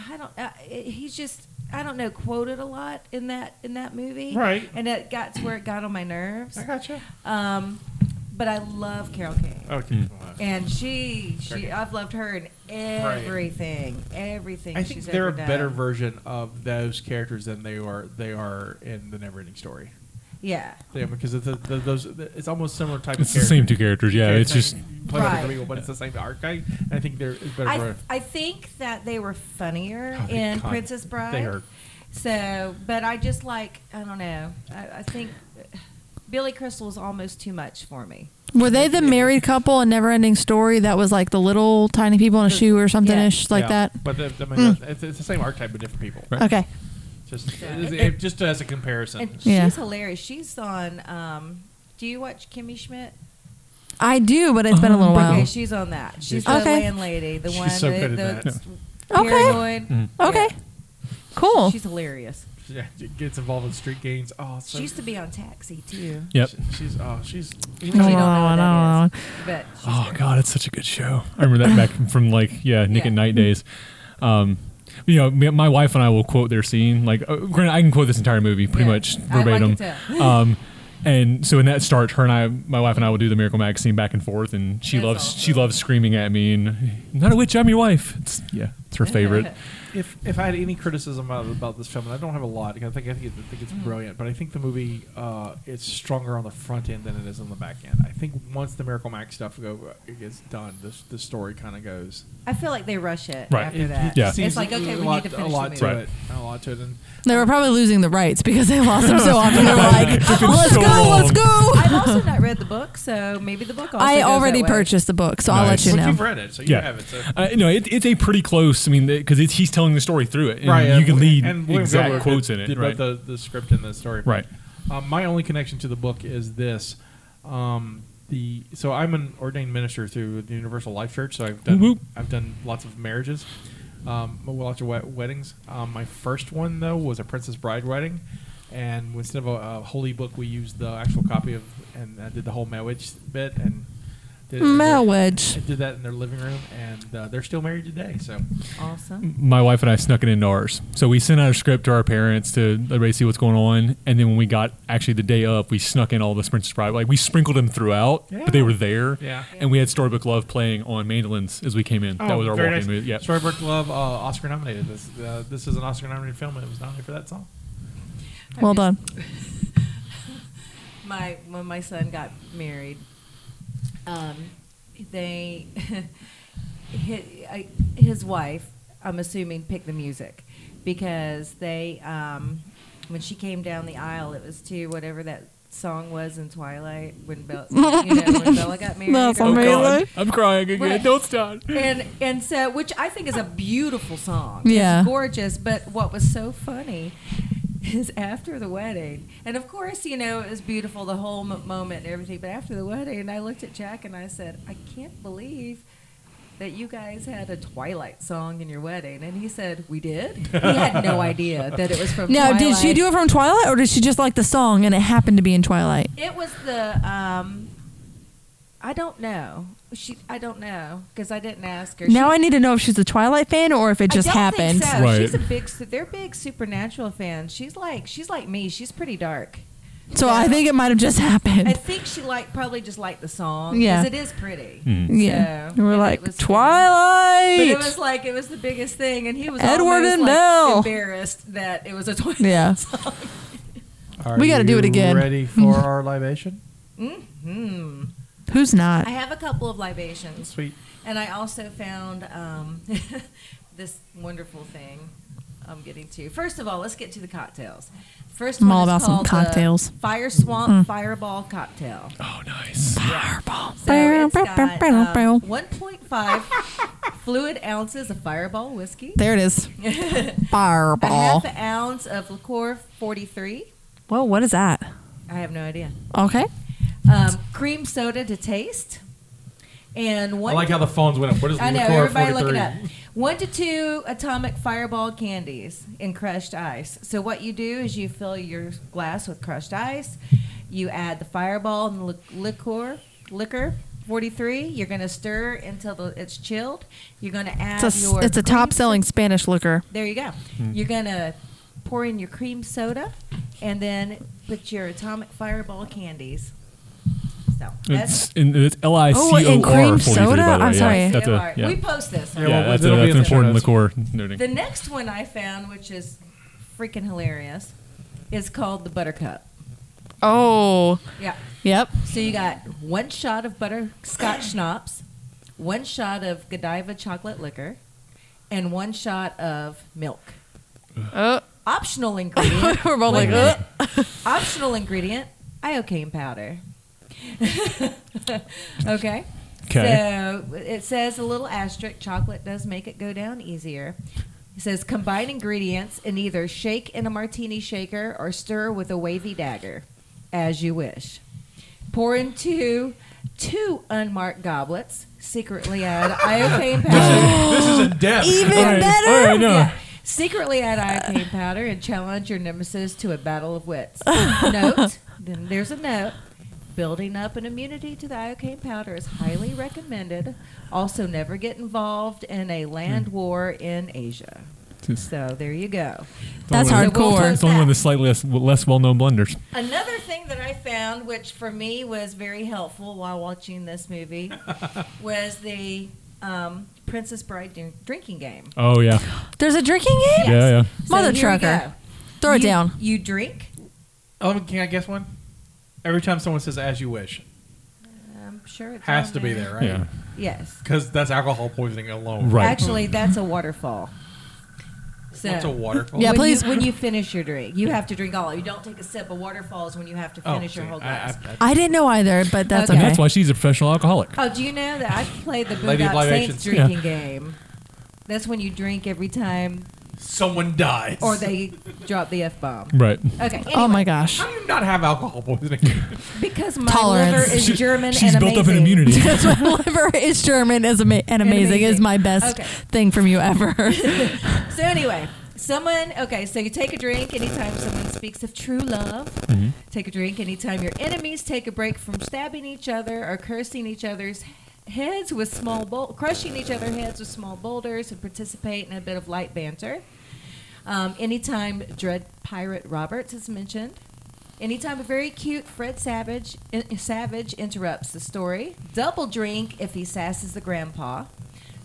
[SPEAKER 4] I don't. Uh, he's just I don't know quoted a lot in that in that movie,
[SPEAKER 2] Right.
[SPEAKER 4] And it got to where it got on my nerves.
[SPEAKER 2] I gotcha.
[SPEAKER 4] Um, But I love Carol King.
[SPEAKER 2] Okay.
[SPEAKER 5] Hmm.
[SPEAKER 2] uh,
[SPEAKER 4] And she, she, I've loved her in everything, everything.
[SPEAKER 2] I think
[SPEAKER 4] she's
[SPEAKER 2] they're
[SPEAKER 4] ever
[SPEAKER 2] a
[SPEAKER 4] done.
[SPEAKER 2] better version of those characters than they are they are in the Neverending Story.
[SPEAKER 4] Yeah.
[SPEAKER 2] Yeah, because it's a, the, those it's almost similar type.
[SPEAKER 5] It's
[SPEAKER 2] of
[SPEAKER 5] the same two characters, yeah, it's just-
[SPEAKER 2] play with
[SPEAKER 4] Right.
[SPEAKER 2] other people, but it's the same archetype. I think they're it's better.
[SPEAKER 4] I,
[SPEAKER 2] for-
[SPEAKER 4] I think that they were funnier
[SPEAKER 2] Oh, they
[SPEAKER 4] in
[SPEAKER 2] con-
[SPEAKER 4] Princess Bride.
[SPEAKER 2] they are-
[SPEAKER 4] So, but I just like I don't know. I, I think Billy Crystal is almost too much for me.
[SPEAKER 3] Were they the married couple in Never Ending Story that was like the little tiny people in a shoe or something ish like
[SPEAKER 2] Yeah,
[SPEAKER 3] that?
[SPEAKER 2] But the, the,
[SPEAKER 3] Mm.
[SPEAKER 2] it's, it's the same archetype with different people.
[SPEAKER 3] Right. Okay.
[SPEAKER 2] Just it, it- just as a comparison.
[SPEAKER 4] And she's hilarious. She's on. Um, do you watch Kimmy Schmidt?
[SPEAKER 3] I do, but it's been a little while.
[SPEAKER 4] Okay, she's on that. She's the
[SPEAKER 3] Okay.
[SPEAKER 4] landlady, the
[SPEAKER 3] She's
[SPEAKER 4] one
[SPEAKER 3] so
[SPEAKER 4] that,
[SPEAKER 3] good at
[SPEAKER 4] that's
[SPEAKER 3] Okay.
[SPEAKER 4] paranoid.
[SPEAKER 3] Mhm. Okay. Cool.
[SPEAKER 4] She's hilarious.
[SPEAKER 2] Yeah, she gets involved in street gangs. Oh, so
[SPEAKER 4] She used to be on Taxi too.
[SPEAKER 5] Yep.
[SPEAKER 2] She- she's oh she's.
[SPEAKER 4] You don't know what that is, but
[SPEAKER 5] Oh God, it's such a good show. I remember that back from like yeah, Nick at Night days. Um, you know, me- my wife and I will quote their scene. Like, uh, granted, I can quote this entire movie pretty much
[SPEAKER 12] I like
[SPEAKER 5] verbatim.
[SPEAKER 12] it too.
[SPEAKER 5] um, and so when that starts, her and I, my wife and I, will do the Miracle Max scene back and forth, and she loves she loves screaming at me and not a witch, I'm your wife. It's yeah, it's her favorite.
[SPEAKER 2] if if I had any criticism about, about this film, and I don't have a lot, 'cause I think I think, it, I think it's
[SPEAKER 4] Mm.
[SPEAKER 2] brilliant, but I think the movie uh, it's stronger on the front end than it is on the back end. I think once the Miracle Max stuff go uh, it gets done, this the story kind of goes
[SPEAKER 4] I feel like they rush it
[SPEAKER 5] Right.
[SPEAKER 4] after
[SPEAKER 5] It-
[SPEAKER 4] that.
[SPEAKER 5] yeah.
[SPEAKER 4] It's like okay, we
[SPEAKER 2] lot,
[SPEAKER 4] need to finish
[SPEAKER 2] a lot
[SPEAKER 4] the
[SPEAKER 2] to
[SPEAKER 4] movie.
[SPEAKER 2] it, a lot to it, and
[SPEAKER 3] They were probably losing the rights because they lost them so often. They're like,
[SPEAKER 5] Took them
[SPEAKER 3] let's
[SPEAKER 5] so
[SPEAKER 3] go, let's
[SPEAKER 5] long."
[SPEAKER 3] go.
[SPEAKER 4] I've also not read the book, so maybe the book. Also
[SPEAKER 3] I
[SPEAKER 4] goes that
[SPEAKER 3] already
[SPEAKER 4] way.
[SPEAKER 3] purchased the book, so I'll let you know.
[SPEAKER 5] yeah. Uh, no, it, it's a pretty close. I mean, because it's he's telling the story through it, and
[SPEAKER 2] right,
[SPEAKER 5] you can lead
[SPEAKER 2] and William
[SPEAKER 5] exact
[SPEAKER 2] Goldberg
[SPEAKER 5] quotes
[SPEAKER 2] did,
[SPEAKER 5] in it,
[SPEAKER 2] did
[SPEAKER 5] right?
[SPEAKER 2] both The, the script and the story,
[SPEAKER 5] Right.
[SPEAKER 2] Um, my only connection to the book is this. Um, the so I'm an ordained minister through the Universal Life Church, so I've done I've done lots of marriages, um, lots of wed- weddings. Um, my first one though was a Princess Bride wedding, and instead of a, a holy book, we used the actual copy of, and I did the whole marriage bit and. did it in their-
[SPEAKER 3] Marriage.
[SPEAKER 2] I did that in their living room, and uh, they're still married today. So
[SPEAKER 4] awesome.
[SPEAKER 5] my wife and I snuck it into ours. So we sent out a script to our parents to let everybody see what's going on. And then when we got actually the day up, we snuck in all the Princess Bride. Like we sprinkled them throughout, but they were there.
[SPEAKER 2] Yeah.
[SPEAKER 5] And we had Storybook Love playing on mandolins as we came in. that was our
[SPEAKER 2] Oh, very
[SPEAKER 5] walking
[SPEAKER 2] nice.
[SPEAKER 5] move. Yeah.
[SPEAKER 2] Storybook Love, uh, Oscar nominated. This uh, this is an Oscar nominated film, and it was nominated for that song.
[SPEAKER 3] Well done.
[SPEAKER 4] my when my son got married, um, they his, I, his wife, I'm assuming, picked the music because they um, when she came down the aisle, it was to whatever that song was in Twilight when Bella, you know, when Bella got married.
[SPEAKER 5] That's
[SPEAKER 4] or whatever.
[SPEAKER 5] amazing. Oh, I'm crying again.
[SPEAKER 4] Right.
[SPEAKER 5] Don't stop.
[SPEAKER 4] And and so, which I think is a beautiful song.
[SPEAKER 5] Yeah.
[SPEAKER 4] it's gorgeous. But what was so funny is after the wedding, and of course, you know, it was beautiful the whole m- moment and everything. But after the wedding, I looked at Jack and I said, I can't believe that you guys had a Twilight song in your wedding. And he said, We did. He had no idea that it was from.
[SPEAKER 3] Now, did she
[SPEAKER 4] Twilight.
[SPEAKER 3] do it from Twilight, or did she just like the song and it happened to be in Twilight?
[SPEAKER 4] It was the um. I don't know. She, I don't know because I didn't ask her.
[SPEAKER 3] Now
[SPEAKER 4] She-
[SPEAKER 3] I need to know if she's a Twilight fan or if it just
[SPEAKER 4] I don't
[SPEAKER 3] happened.
[SPEAKER 4] Think so. She's a big. su- They're big supernatural fans. She's like she's like me. She's pretty dark.
[SPEAKER 3] So I think it might have just happened.
[SPEAKER 4] I think she like probably just liked the song.
[SPEAKER 3] Yeah.
[SPEAKER 4] because it is pretty.
[SPEAKER 3] Yeah.
[SPEAKER 4] So-
[SPEAKER 3] And we're like, Twilight.
[SPEAKER 4] But it was like it was the biggest thing, and he was
[SPEAKER 3] Edward
[SPEAKER 4] almost,
[SPEAKER 3] and
[SPEAKER 4] like,
[SPEAKER 3] Belle.
[SPEAKER 4] embarrassed that it was a Twilight
[SPEAKER 3] Yeah.
[SPEAKER 4] song.
[SPEAKER 2] Are
[SPEAKER 3] We gotta do it
[SPEAKER 2] you
[SPEAKER 3] again.
[SPEAKER 2] Ready for our libation?
[SPEAKER 4] hmm
[SPEAKER 3] Who's not?
[SPEAKER 4] I have a couple of libations.
[SPEAKER 2] Sweet.
[SPEAKER 4] And I also found um, this wonderful thing I'm getting to. First of all, let's get to the cocktails. 1st
[SPEAKER 3] I'm
[SPEAKER 4] one
[SPEAKER 3] all
[SPEAKER 4] is
[SPEAKER 3] about some
[SPEAKER 4] called the
[SPEAKER 3] cocktails.
[SPEAKER 4] Fire Swamp
[SPEAKER 3] Mm.
[SPEAKER 4] Fireball Cocktail.
[SPEAKER 5] Oh, nice.
[SPEAKER 4] Fireball.
[SPEAKER 3] Bow, bow,
[SPEAKER 4] um,
[SPEAKER 3] bow, bow.
[SPEAKER 4] 1.5 fluid ounces of Fireball whiskey.
[SPEAKER 3] There it is.
[SPEAKER 4] A
[SPEAKER 3] Fireball.
[SPEAKER 4] half an ounce of liqueur 43.
[SPEAKER 3] Well, what is that?
[SPEAKER 4] I have no idea.
[SPEAKER 3] Okay.
[SPEAKER 4] Um, cream soda to taste. And one
[SPEAKER 2] I like how the phones went up. What is
[SPEAKER 4] I know
[SPEAKER 2] liqueur
[SPEAKER 4] everybody look
[SPEAKER 2] 43?
[SPEAKER 4] it up. One to two atomic fireball candies in crushed ice. So what you do is you fill your glass with crushed ice. You add the fireball and li- liquor, liquor. 43 you're going to stir until the, it's chilled you're going to add
[SPEAKER 3] It's a, s-
[SPEAKER 4] your
[SPEAKER 3] it's a top selling Spanish liquor.
[SPEAKER 4] there you go.
[SPEAKER 3] Hmm.
[SPEAKER 4] You're gonna pour in your cream soda, and then put your atomic fireball candies. So that's
[SPEAKER 5] It's, and it's L I C
[SPEAKER 4] Oh,
[SPEAKER 5] O
[SPEAKER 4] and
[SPEAKER 5] R
[SPEAKER 4] cream
[SPEAKER 5] forty three. By
[SPEAKER 4] soda?
[SPEAKER 5] the way,
[SPEAKER 4] I'm
[SPEAKER 5] yeah.
[SPEAKER 4] sorry.
[SPEAKER 5] That's a,
[SPEAKER 4] Alright,
[SPEAKER 5] yeah.
[SPEAKER 4] we post this.
[SPEAKER 5] Yeah,
[SPEAKER 4] Yeah, well,
[SPEAKER 5] that's, a,
[SPEAKER 2] it'll be
[SPEAKER 5] that's an
[SPEAKER 2] in the show
[SPEAKER 5] important
[SPEAKER 2] notes.
[SPEAKER 5] liqueur noting.
[SPEAKER 4] the next one I found, which is freaking hilarious, is called the Buttercup.
[SPEAKER 3] Oh.
[SPEAKER 4] Yeah.
[SPEAKER 3] Yep.
[SPEAKER 4] So you got one shot of butterscotch schnapps, one shot of Godiva chocolate liquor, and one shot of milk. Optional ingredient.
[SPEAKER 3] Uh, We're both
[SPEAKER 4] Wait
[SPEAKER 3] like,
[SPEAKER 4] a minute. optional ingredient, iocane powder. okay. uh,
[SPEAKER 5] 'Kay.
[SPEAKER 4] So it says a little asterisk chocolate does make it go down easier. It says combine ingredients and either shake in a martini shaker or stir with a wavy dagger as you wish. Pour into two unmarked goblets. Secretly add iocane powder.
[SPEAKER 2] This is in depth.
[SPEAKER 3] "Uh, Even better.
[SPEAKER 4] Yeah. Secretly
[SPEAKER 3] Uh,
[SPEAKER 4] add iocane powder and challenge your nemesis to a battle of wits. note, then there's a note. Building up an immunity to the iocane powder is highly recommended. Also, never get involved in a land
[SPEAKER 2] Hmm.
[SPEAKER 4] war in Asia.
[SPEAKER 5] Just-
[SPEAKER 4] So there you go.
[SPEAKER 5] It's only
[SPEAKER 3] That's
[SPEAKER 5] one of the-
[SPEAKER 3] hardcore.
[SPEAKER 5] It's only one of the slightly less, less well known blenders.
[SPEAKER 4] Another thing that I found, which for me was very helpful while watching this movie, was the um, Princess Bride drink- drinking game.
[SPEAKER 5] Oh yeah,
[SPEAKER 3] There's a drinking game?
[SPEAKER 5] yeah, yeah.
[SPEAKER 3] Mother
[SPEAKER 4] here we
[SPEAKER 3] trucker.
[SPEAKER 4] go.
[SPEAKER 3] Throw it
[SPEAKER 4] You-
[SPEAKER 3] down.
[SPEAKER 4] You drink.
[SPEAKER 2] Um, can I guess one? Every time someone says "as you wish,"
[SPEAKER 4] I'm sure it
[SPEAKER 2] has to be there, right?
[SPEAKER 5] Yeah.
[SPEAKER 4] Yes.
[SPEAKER 2] Because that's alcohol poisoning alone.
[SPEAKER 5] Right.
[SPEAKER 4] Actually, that's a waterfall. So
[SPEAKER 2] That's a waterfall.
[SPEAKER 3] Yeah,
[SPEAKER 4] when
[SPEAKER 3] please.
[SPEAKER 4] You, when you finish your drink, you have to drink all. You don't take a sip. A waterfall is when you have to
[SPEAKER 2] Oh,
[SPEAKER 4] finish
[SPEAKER 2] see,
[SPEAKER 4] your whole
[SPEAKER 2] I-
[SPEAKER 4] glass.
[SPEAKER 2] I- I-
[SPEAKER 3] I didn't know either, but that's
[SPEAKER 4] Okay.
[SPEAKER 3] okay.
[SPEAKER 5] And that's why she's a professional alcoholic.
[SPEAKER 4] oh, do you know that I've played the
[SPEAKER 2] Lady of
[SPEAKER 4] Boondock
[SPEAKER 2] Libations.
[SPEAKER 4] Saints
[SPEAKER 5] Yeah.
[SPEAKER 4] drinking game? That's when you drink every time,
[SPEAKER 2] someone dies.
[SPEAKER 4] or they drop the f bomb.
[SPEAKER 5] Right.
[SPEAKER 4] Okay. Anyway,
[SPEAKER 3] Oh my gosh.
[SPEAKER 2] How do you not have alcohol poisoning?
[SPEAKER 4] Because my
[SPEAKER 3] Tolerance.
[SPEAKER 4] liver is
[SPEAKER 5] She-
[SPEAKER 4] German
[SPEAKER 5] she's
[SPEAKER 4] and
[SPEAKER 5] built up an
[SPEAKER 4] amazing.
[SPEAKER 5] immunity.
[SPEAKER 3] Because my liver is German is ama- and amazing, is
[SPEAKER 4] amazing.
[SPEAKER 3] my best
[SPEAKER 4] Okay.
[SPEAKER 3] thing from you ever.
[SPEAKER 4] So anyway, someone okay, so you take a drink anytime someone speaks of true love. Take a drink anytime your enemies take a break from stabbing each other or cursing each other's heads with small boulders, crushing each other's heads with small boulders and participate in a bit of light banter. Um, anytime Dread Pirate Roberts is mentioned. Anytime a very cute Fred Savage in, Savage interrupts the story, double drink if he sasses the grandpa.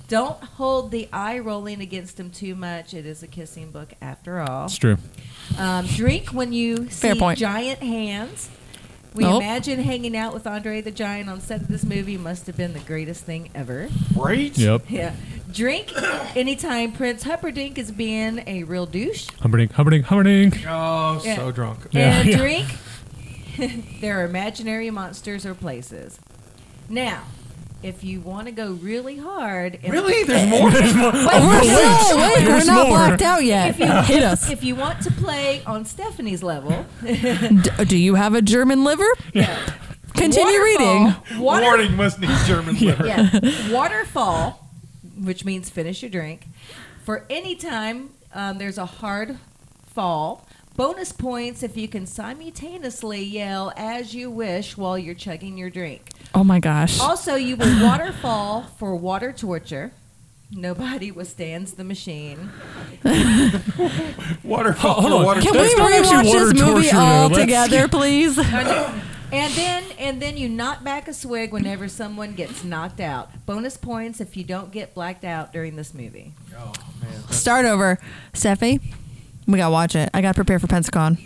[SPEAKER 4] Don't hold the eye rolling against him too much. It is a kissing book after all.
[SPEAKER 5] It's true.
[SPEAKER 4] Um, drink when you
[SPEAKER 3] Fair
[SPEAKER 4] see
[SPEAKER 3] point.
[SPEAKER 4] giant hands. We
[SPEAKER 3] Nope.
[SPEAKER 4] imagine hanging out with Andre the Giant on set of this movie must have been the greatest thing ever.
[SPEAKER 2] right?
[SPEAKER 5] Yep.
[SPEAKER 4] Yeah. Drink anytime Prince Humperdinck is being a real douche.
[SPEAKER 5] Humperdinck, Humperdinck, Humperdinck.
[SPEAKER 2] Oh,
[SPEAKER 4] Yeah.
[SPEAKER 2] so drunk.
[SPEAKER 5] Yeah.
[SPEAKER 4] And
[SPEAKER 5] Yeah.
[SPEAKER 4] drink their imaginary monsters or places. Now, if you want to go really hard, and
[SPEAKER 2] Really? There's more.
[SPEAKER 3] we're still wait, we're
[SPEAKER 5] There's
[SPEAKER 3] not
[SPEAKER 5] more.
[SPEAKER 3] blacked out yet.
[SPEAKER 4] If you,
[SPEAKER 3] Hit us.
[SPEAKER 4] if you want to play on Stephanie's level,
[SPEAKER 3] D- do you have a German liver? Continue reading.
[SPEAKER 4] reading. Water,
[SPEAKER 2] Warning: Must need German liver.
[SPEAKER 4] yeah. waterfall, which means finish your drink. For any time um, there's a hard fall, bonus points if you can simultaneously yell as you wish while you're chugging your drink.
[SPEAKER 3] Oh my gosh.
[SPEAKER 4] Also, you will waterfall for water torture. Nobody withstands the machine.
[SPEAKER 2] Waterfall.
[SPEAKER 5] Hold on.
[SPEAKER 2] Water
[SPEAKER 3] Can
[SPEAKER 5] That's
[SPEAKER 3] we
[SPEAKER 5] not actually
[SPEAKER 3] rewatch
[SPEAKER 5] water
[SPEAKER 3] this movie
[SPEAKER 5] torture,
[SPEAKER 3] all
[SPEAKER 5] though. Let's-
[SPEAKER 3] together, please?
[SPEAKER 4] And then, and then you knock back a swig whenever someone gets knocked out. Bonus points if you don't get blacked out during this movie.
[SPEAKER 2] Oh man.
[SPEAKER 3] Start over. Steffi, we gotta watch it. I gotta prepare for Pensacon.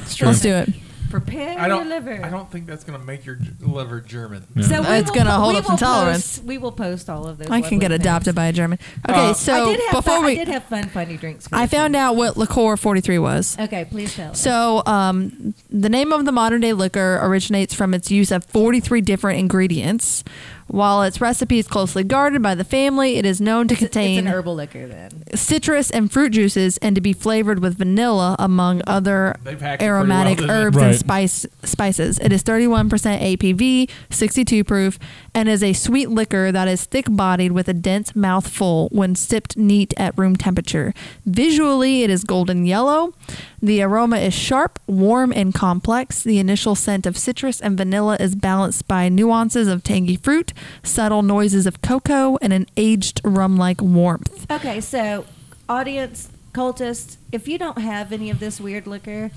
[SPEAKER 5] It's true.
[SPEAKER 3] Let's do it.
[SPEAKER 4] Prepare
[SPEAKER 2] I don't.
[SPEAKER 4] your liver.
[SPEAKER 2] I don't think that's gonna make your j- liver German.
[SPEAKER 4] So we
[SPEAKER 3] It's
[SPEAKER 4] will
[SPEAKER 3] gonna
[SPEAKER 4] po-
[SPEAKER 3] hold
[SPEAKER 4] we
[SPEAKER 3] up
[SPEAKER 4] will
[SPEAKER 3] some tolerance.
[SPEAKER 4] Post, we will post all of those.
[SPEAKER 3] I can
[SPEAKER 4] lovely
[SPEAKER 3] get adopted
[SPEAKER 4] things.
[SPEAKER 3] by a German. Okay,
[SPEAKER 4] I
[SPEAKER 3] so
[SPEAKER 4] did have
[SPEAKER 3] before
[SPEAKER 4] fun,
[SPEAKER 3] we,
[SPEAKER 4] I did have fun finding drinks. For
[SPEAKER 3] I
[SPEAKER 4] this
[SPEAKER 3] found
[SPEAKER 4] one.
[SPEAKER 3] out what liqueur 43 was.
[SPEAKER 4] Okay, please tell. us.
[SPEAKER 3] So, um, the name of the modern day liquor originates from its use of 43 different ingredients. While its recipe is closely guarded by the family, it is known to
[SPEAKER 4] it's an
[SPEAKER 3] contain
[SPEAKER 4] herbal liquor then.
[SPEAKER 3] citrus and fruit juices and to be flavored with vanilla, among other
[SPEAKER 2] They've hacked it pretty
[SPEAKER 3] aromatic
[SPEAKER 2] well, didn't they?
[SPEAKER 3] herbs
[SPEAKER 5] Right.
[SPEAKER 3] and spice, spices. It is 31% APV, 62 proof, and is a sweet liquor that is thick bodied with a dense mouthful when sipped neat at room temperature. Visually, it is golden yellow. The aroma is sharp, warm, and complex. The initial scent of citrus and vanilla is balanced by nuances of tangy fruit, subtle noises of cocoa, and an aged rum like warmth.
[SPEAKER 4] Okay, so audience, cultists, if you don't have any of this weird liquor,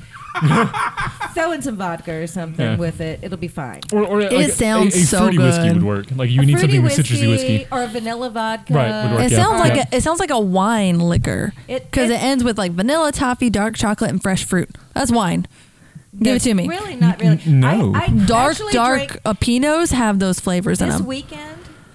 [SPEAKER 4] throw in some vodka or something
[SPEAKER 5] Yeah.
[SPEAKER 4] with it. It'll be fine.
[SPEAKER 5] Or, or like a- a, a fruity whiskey would work. Like you
[SPEAKER 4] A
[SPEAKER 5] need
[SPEAKER 4] fruity
[SPEAKER 5] something with citrusy whiskey.
[SPEAKER 4] or a vanilla vodka.
[SPEAKER 5] Right, would work,
[SPEAKER 3] It
[SPEAKER 5] yeah.
[SPEAKER 3] sounds like
[SPEAKER 5] Yeah.
[SPEAKER 3] a, it sounds like a wine liquor
[SPEAKER 4] It-
[SPEAKER 3] because it, ends with like vanilla, toffee, dark chocolate, and fresh fruit. That's wine. Give it
[SPEAKER 4] That's
[SPEAKER 3] to me.
[SPEAKER 4] Really not really.
[SPEAKER 3] No.
[SPEAKER 4] I, I
[SPEAKER 3] dark
[SPEAKER 4] actually
[SPEAKER 3] dark
[SPEAKER 4] drank-
[SPEAKER 3] uh, pinots have those flavors in
[SPEAKER 4] This
[SPEAKER 3] them.
[SPEAKER 4] weekend,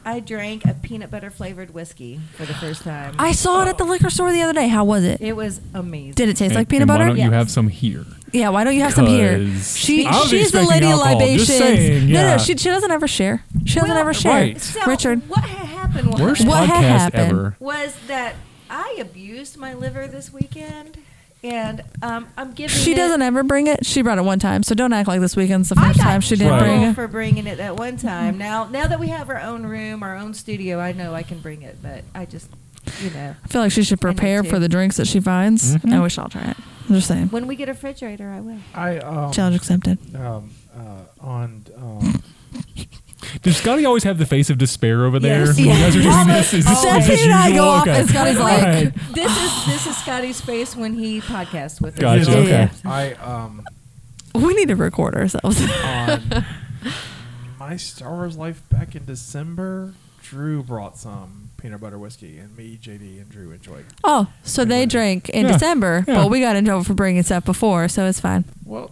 [SPEAKER 4] I drank a peanut butter flavored whiskey for the first time.
[SPEAKER 3] I saw it at the liquor store the other day. How was it?
[SPEAKER 4] It was amazing.
[SPEAKER 3] Did it taste
[SPEAKER 5] And-
[SPEAKER 3] like peanut
[SPEAKER 5] and
[SPEAKER 3] butter?
[SPEAKER 5] Why don't you have some here?
[SPEAKER 3] yeah. Why don't you have some here?
[SPEAKER 5] 'Cause
[SPEAKER 3] She
[SPEAKER 5] I was
[SPEAKER 3] she's the
[SPEAKER 5] expecting
[SPEAKER 3] lady
[SPEAKER 5] alcohol,
[SPEAKER 3] of libations.
[SPEAKER 5] just saying,
[SPEAKER 3] No,
[SPEAKER 5] yeah.
[SPEAKER 3] no, she she doesn't ever share. She doesn't ever share.
[SPEAKER 5] right.
[SPEAKER 4] So
[SPEAKER 3] Richard,
[SPEAKER 4] what had happened was,
[SPEAKER 5] Worst
[SPEAKER 3] What had
[SPEAKER 5] podcast
[SPEAKER 3] happened?
[SPEAKER 5] ever.
[SPEAKER 4] was that I abused my liver this weekend, and um, I'm giving.
[SPEAKER 3] she
[SPEAKER 4] it-
[SPEAKER 3] doesn't ever bring it. She brought it one time, so don't act like this weekend's the
[SPEAKER 4] I
[SPEAKER 3] first
[SPEAKER 4] got
[SPEAKER 3] time she
[SPEAKER 4] in
[SPEAKER 3] didn't
[SPEAKER 4] trouble
[SPEAKER 3] bring it.
[SPEAKER 4] for bringing it at one time. Now, now that we have our own room, our own studio, I know I can bring it, but I just, you know,
[SPEAKER 3] I feel like she should
[SPEAKER 4] I need
[SPEAKER 3] prepare
[SPEAKER 4] to.
[SPEAKER 3] for the drinks that she finds.
[SPEAKER 2] Mm-hmm.
[SPEAKER 4] Mhm.
[SPEAKER 3] I wish I'll try it. I'm just saying.
[SPEAKER 4] When we get a refrigerator, I will.
[SPEAKER 2] I um,
[SPEAKER 3] Challenge accepted.
[SPEAKER 2] Um, uh, on um,
[SPEAKER 5] Does Scotty always have the face of despair over there?
[SPEAKER 2] Yes.
[SPEAKER 5] When You guys are doing
[SPEAKER 2] Almost.
[SPEAKER 5] this. Is this,
[SPEAKER 2] Always.
[SPEAKER 5] is this
[SPEAKER 2] Stephanie and I
[SPEAKER 5] usual?
[SPEAKER 2] go off
[SPEAKER 5] Okay.
[SPEAKER 2] and Scotty's
[SPEAKER 5] All
[SPEAKER 2] like-
[SPEAKER 5] right.
[SPEAKER 4] This is this is Scotty's face when he podcasts with us.
[SPEAKER 5] Gotcha, Yeah, yeah, okay.
[SPEAKER 2] I um,
[SPEAKER 3] We need to record ourselves.
[SPEAKER 2] on my Star Wars life back in December, Drew brought some peanut butter whiskey, and me, JD, and Drew enjoyed.
[SPEAKER 3] oh, so they drank in
[SPEAKER 2] Yeah.
[SPEAKER 3] December,
[SPEAKER 2] Yeah.
[SPEAKER 3] but we got in trouble for bringing stuff before, so it's fine.
[SPEAKER 2] Well,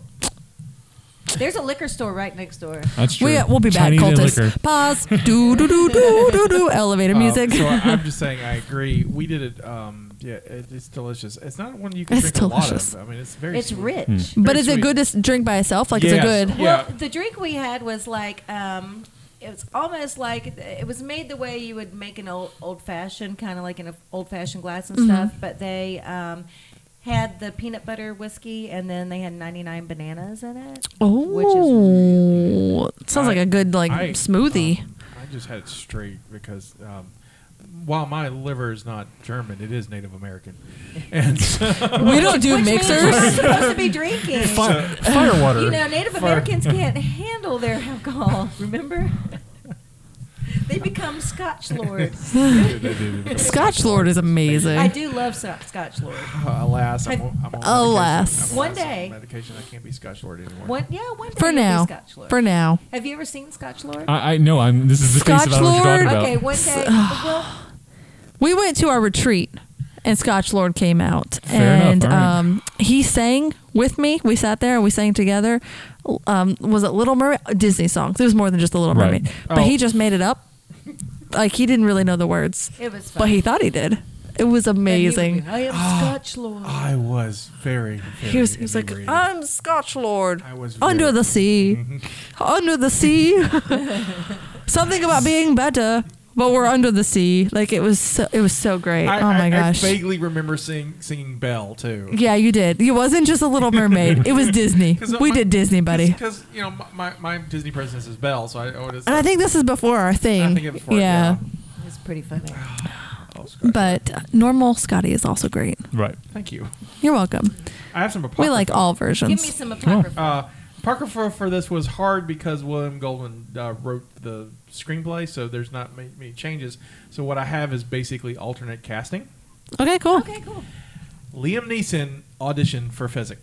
[SPEAKER 4] There's a liquor store right next door.
[SPEAKER 5] That's
[SPEAKER 3] We,
[SPEAKER 5] true.
[SPEAKER 3] we'll be back,
[SPEAKER 5] Chinese and liquor.
[SPEAKER 3] cultist. Pause. do do do do do do. Elevator
[SPEAKER 2] Um,
[SPEAKER 3] music.
[SPEAKER 2] so I, I'm just saying, I agree. We did it. Um, yeah, it, it's delicious. It's not one you can
[SPEAKER 3] It's
[SPEAKER 2] drink
[SPEAKER 3] delicious.
[SPEAKER 2] a lot of. I mean, it's very.
[SPEAKER 4] It's
[SPEAKER 2] sweet.
[SPEAKER 4] rich.
[SPEAKER 5] Hmm.
[SPEAKER 3] but
[SPEAKER 2] Very
[SPEAKER 3] is it
[SPEAKER 2] sweet.
[SPEAKER 3] good to s- drink by itself? Like, is it
[SPEAKER 2] Yes.
[SPEAKER 3] good?
[SPEAKER 2] Yeah.
[SPEAKER 4] Well, the drink we had was like um, it was almost like it was made the way you would make an old old fashioned, kind of like in an old fashioned glass and
[SPEAKER 3] Mhm.
[SPEAKER 4] stuff. But they um, had the peanut butter whiskey, and then they had 99 bananas in it.
[SPEAKER 3] Oh, sounds like
[SPEAKER 2] I-
[SPEAKER 3] a good like
[SPEAKER 2] I,
[SPEAKER 3] smoothie.
[SPEAKER 2] um, I just had it straight because um, while my liver is not German, it is Native American. And
[SPEAKER 3] We don't do Which means mixers. we're not
[SPEAKER 4] supposed to be drinking.
[SPEAKER 2] Fire,
[SPEAKER 5] fire water.
[SPEAKER 4] You know, Native
[SPEAKER 2] Fire-
[SPEAKER 4] Americans can't handle their alcohol. Remember? they become Scotch lords.
[SPEAKER 3] Scotch Lord is amazing.
[SPEAKER 4] I do love so- Scotch lord.
[SPEAKER 2] Uh, alas, I'm, on- I'm on
[SPEAKER 3] Oh, Alas.
[SPEAKER 2] medication. I'm
[SPEAKER 4] One
[SPEAKER 2] on
[SPEAKER 4] day.
[SPEAKER 2] medication. I can't be Scotch Lord anymore.
[SPEAKER 4] One, yeah, one day
[SPEAKER 3] For
[SPEAKER 4] you'll be
[SPEAKER 3] now.
[SPEAKER 4] Scotch lord.
[SPEAKER 3] For now.
[SPEAKER 4] Have you ever seen Scotch lord?
[SPEAKER 5] I, I know. I'm. This is the face of I don't know what you're talking about.
[SPEAKER 4] Okay, one day. well,
[SPEAKER 3] we went to our retreat and Scotch Lord came out
[SPEAKER 5] Fair enough,
[SPEAKER 3] and
[SPEAKER 5] all right.
[SPEAKER 3] um, he sang with me. We sat there and we sang together. Um, was it Little Mermaid? Disney songs. It was more than just the Little
[SPEAKER 5] Right.
[SPEAKER 3] Mermaid, but
[SPEAKER 5] Oh.
[SPEAKER 3] he just made it up. Like he didn't really know the words,
[SPEAKER 4] It was
[SPEAKER 3] but he thought he did. It was amazing.
[SPEAKER 4] I am Scotch
[SPEAKER 5] Oh,
[SPEAKER 4] lord.
[SPEAKER 2] I was very. very
[SPEAKER 3] He was, he was like,
[SPEAKER 2] inebriated.
[SPEAKER 3] I'm Scotch Lord.
[SPEAKER 2] I was
[SPEAKER 3] Under
[SPEAKER 2] very-
[SPEAKER 3] the sea. under the sea. Something about being better, but we're under the sea. Like it was so, it was so great.
[SPEAKER 2] I,
[SPEAKER 3] oh
[SPEAKER 2] I-
[SPEAKER 3] my gosh.
[SPEAKER 2] I vaguely remember sing, singing Belle too.
[SPEAKER 3] yeah, you did. It wasn't just a Little Mermaid. It was Disney.
[SPEAKER 2] 'Cause
[SPEAKER 3] We
[SPEAKER 2] my-
[SPEAKER 3] did Disney, buddy.
[SPEAKER 2] Because you know my, my Disney princess is Belle, so I always.
[SPEAKER 3] And I think this is before our thing.
[SPEAKER 2] I think it before,
[SPEAKER 3] yeah.
[SPEAKER 4] It's pretty funny.
[SPEAKER 3] But normal Scotty is also great.
[SPEAKER 5] Right.
[SPEAKER 2] Thank you.
[SPEAKER 3] You're welcome.
[SPEAKER 2] I have some.
[SPEAKER 3] We
[SPEAKER 2] apocrypha.
[SPEAKER 3] like all versions.
[SPEAKER 4] Give me some apocrypha.
[SPEAKER 2] Uh, apocrypha for this was hard because William Goldman uh, wrote the screenplay, so there's not ma- many changes. So what I have is basically alternate casting.
[SPEAKER 3] Okay, cool.
[SPEAKER 4] Okay, cool.
[SPEAKER 2] Liam Neeson auditioned for Physic.